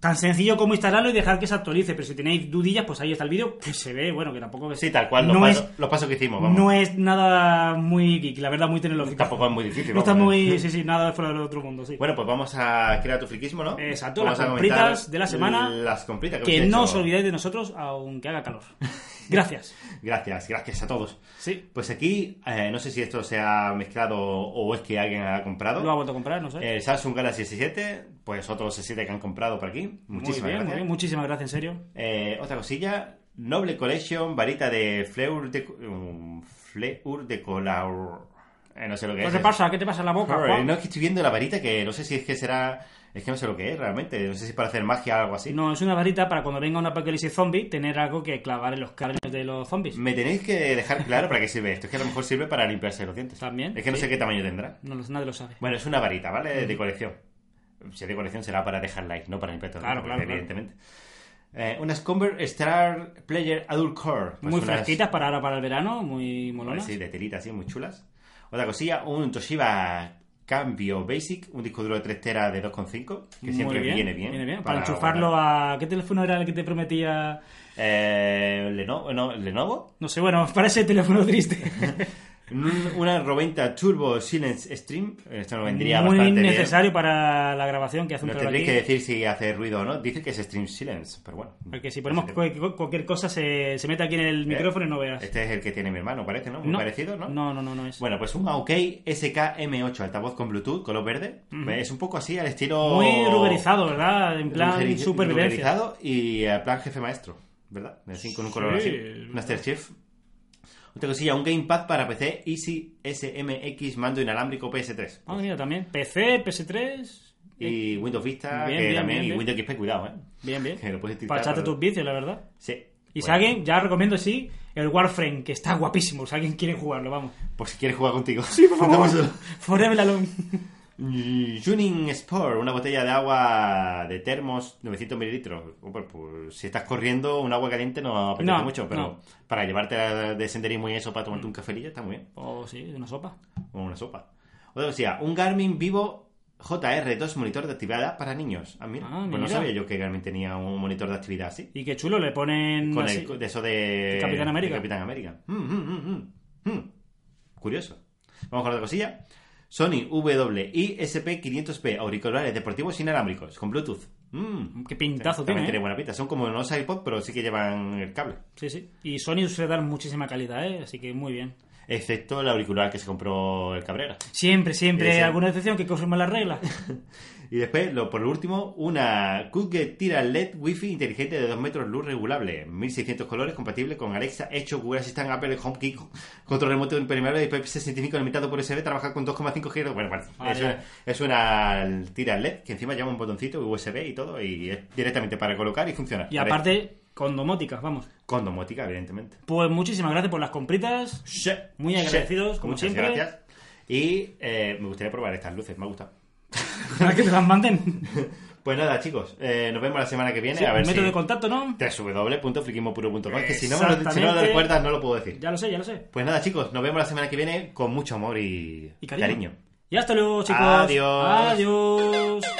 Speaker 1: Tan sencillo como instalarlo y dejar que se actualice. Pero si tenéis dudillas, pues ahí está el vídeo que se ve, bueno, que tampoco
Speaker 3: Sí, tal cual, los,
Speaker 1: No es,
Speaker 3: pasos, los pasos que hicimos, vamos.
Speaker 1: no es nada muy geek, la verdad, muy tecnológico.
Speaker 3: Tampoco es muy difícil.
Speaker 1: No está
Speaker 3: vamos, ¿eh?
Speaker 1: muy, sí, sí, nada fuera del otro mundo, sí.
Speaker 3: Bueno, pues vamos a crear tu friquismo, ¿no?
Speaker 1: Exacto,
Speaker 3: Vamos
Speaker 1: las
Speaker 3: a comentar
Speaker 1: compritas de la semana.
Speaker 3: Las compritas que,
Speaker 1: que
Speaker 3: hemos
Speaker 1: no os
Speaker 3: pues, hecho.
Speaker 1: olvidéis de nosotros, aunque haga calor. Gracias.
Speaker 3: Gracias, gracias a todos.
Speaker 1: Sí,
Speaker 3: Pues aquí, eh, no sé si esto se ha mezclado o es que alguien ha comprado.
Speaker 1: lo ha vuelto a comprar, no sé.
Speaker 3: El Samsung Galaxy S7, pues otros S7 que han comprado por aquí.
Speaker 1: Muy bien,
Speaker 3: Muchísimas
Speaker 1: muy
Speaker 3: gracias.
Speaker 1: bien, muchísimas gracias, en serio.
Speaker 3: Eh, otra cosilla, Noble Collection, varita de Fleur de, um, Fleur de Colaur. Eh, no sé lo que
Speaker 1: ¿Qué
Speaker 3: es.
Speaker 1: te pasa? ¿Qué te pasa en la boca?
Speaker 3: Joder,
Speaker 1: Juan?
Speaker 3: no, es que estoy viendo la varita que no sé si es que será. Es que no sé lo que es realmente. No sé si es para hacer magia o algo así.
Speaker 1: No, es una varita para cuando venga un apocalipsis zombie tener algo que clavar en los cráneos de los zombies.
Speaker 3: Me tenéis que dejar claro para qué sirve esto. Es que a lo mejor sirve para limpiarse los dientes.
Speaker 1: También,
Speaker 3: Es que no
Speaker 1: sí.
Speaker 3: sé qué tamaño tendrá.
Speaker 1: No, lo- nadie lo sabe.
Speaker 3: Bueno, es una varita, ¿vale? De colección. Si es de colección será para dejar like, no para limpiar todo
Speaker 1: Claro, claro, claro.
Speaker 3: evidentemente. Eh, unas Convert Star Player Adult Core. Pues
Speaker 1: muy
Speaker 3: unas- Pues
Speaker 1: fresquitas para ahora para el verano, muy molonas.
Speaker 3: Sí, de telita, así, muy chulas. Otra cosilla, un Toshiba Cambio Basic, un disco duro de 3 teras de 2,5, que
Speaker 1: Muy
Speaker 3: siempre
Speaker 1: bien,
Speaker 3: viene bien.
Speaker 1: Para, enchufarlo a... ¿Qué teléfono era el que te prometía?
Speaker 3: Eh, Lenovo, no, Lenovo.
Speaker 1: No sé, bueno, para ese teléfono triste.
Speaker 3: Un- Mm, Una Roventa Turbo Silence Stream. Esto nos vendría
Speaker 1: muy
Speaker 3: bastante
Speaker 1: necesario para la grabación que hace
Speaker 3: bien.
Speaker 1: un
Speaker 3: Nos
Speaker 1: programa
Speaker 3: tendréis que
Speaker 1: aquí.
Speaker 3: decir si hace ruido o no. Dice que es Stream Silence, pero bueno.
Speaker 1: Porque si ponemos
Speaker 3: Así que- Eh,
Speaker 1: cualquier, cualquier cosa se, se mete aquí en el micrófono y no veas.
Speaker 3: Este es el que tiene mi hermano, parece, ¿no? Muy parecido, ¿no?
Speaker 1: No, no, no, no es.
Speaker 3: Bueno, pues un AOK SKM8, altavoz con Bluetooth, color verde. Es un poco así al estilo.
Speaker 1: Muy ruberizado, ¿verdad? En plan
Speaker 3: Rugeri-
Speaker 1: supervivencia.
Speaker 3: ruberizado y eh, plan jefe maestro, ¿verdad? Así, con un color
Speaker 1: Sí.
Speaker 3: así. Masterchef. Otra cosilla, un gamepad para PC Easy SMX mando inalámbrico PS3.
Speaker 1: Ah, mira, también. PC, PS3.
Speaker 3: Y Windows Vista,
Speaker 1: Bien,
Speaker 3: que
Speaker 1: bien,
Speaker 3: también.
Speaker 1: bien, bien.
Speaker 3: Y Windows XP, cuidado, ¿eh?
Speaker 1: Bien, bien.
Speaker 3: Que lo puedes tiltar,
Speaker 1: Para echarte
Speaker 3: pero-
Speaker 1: tus vicios, la verdad.
Speaker 3: Sí.
Speaker 1: Y si
Speaker 3: Bueno,
Speaker 1: alguien, ya recomiendo, sí, el Warframe, que está guapísimo. Si alguien quiere jugarlo, vamos.
Speaker 3: Por si quieres jugar contigo. Sí, por favor.
Speaker 1: Forever Alone.
Speaker 3: Juning Sport, una botella de agua de termos, 900 mililitros. Hombre, pues, si estás corriendo, un agua caliente no apetece
Speaker 1: No,
Speaker 3: mucho, pero
Speaker 1: no.
Speaker 3: para llevarte a- de senderismo y eso, para tomarte un cafelillo, está muy bien.
Speaker 1: O Oh, sí, una sopa.
Speaker 3: O una sopa. Otra cosilla, un Garmin Vivo JR2 monitor de actividad para niños. Ah, mira.
Speaker 1: Ah,
Speaker 3: pues no
Speaker 1: mira.
Speaker 3: sabía yo que Garmin tenía un monitor de actividad así.
Speaker 1: Y qué chulo, le ponen.
Speaker 3: Con
Speaker 1: Mm, así-
Speaker 3: el, de eso de...
Speaker 1: El Capitán América.
Speaker 3: de Capitán América. Mm, mm, mm, mm, mm. Curioso. Vamos con otra cosilla. Sony WISP500P, auriculares deportivos inalámbricos, con Bluetooth. Mm.
Speaker 1: Qué pintazo
Speaker 3: También
Speaker 1: tiene. ¿eh?
Speaker 3: tiene buena pinta. Son como unos iPod, pero sí que llevan el cable.
Speaker 1: Sí, sí. Y Sony suele dar muchísima calidad, ¿eh? Así que muy bien.
Speaker 3: Excepto el auricular que se compró el Cabrera.
Speaker 1: Siempre, siempre.
Speaker 3: Sí, sí.
Speaker 1: ¿Alguna excepción que confirma las reglas?
Speaker 3: Y después, lo, por último, una Cookie Tira LED Wi-Fi inteligente de 2 metros luz regulable, 1600 colores, compatible con Alexa, hecho Google Assistant, Apple, HomeKit, control remoto impermeable de IP65 limitado por USB, trabaja con 2,5 GHz. Bueno, bueno,
Speaker 1: Vale,
Speaker 3: es,
Speaker 1: vale.
Speaker 3: una, es una tira LED que encima lleva un botoncito USB y todo, y es directamente para colocar y funciona.
Speaker 1: Y
Speaker 3: Vale.
Speaker 1: aparte, Condomóticas, vamos.
Speaker 3: Con domótica, evidentemente.
Speaker 1: Pues muchísimas gracias por las compritas. Muy agradecidos, como
Speaker 3: Muchas
Speaker 1: siempre.
Speaker 3: gracias. Y eh, me gustaría probar estas luces, me ha gustado.
Speaker 1: Para que te las manden.
Speaker 3: Pues nada, chicos, eh, nos vemos la semana que viene.
Speaker 1: Sí,
Speaker 3: a ver
Speaker 1: método
Speaker 3: si...
Speaker 1: de contacto, ¿no?
Speaker 3: www.friquismopuro.com que si no, me lo, si no lo
Speaker 1: Exactamente.
Speaker 3: recuerdas no lo puedo decir.
Speaker 1: Ya lo sé, ya lo sé.
Speaker 3: Pues nada, chicos, nos vemos la semana que viene con mucho amor y,
Speaker 1: Y cariño. Y hasta luego, chicos.
Speaker 3: Adiós.
Speaker 1: Adiós.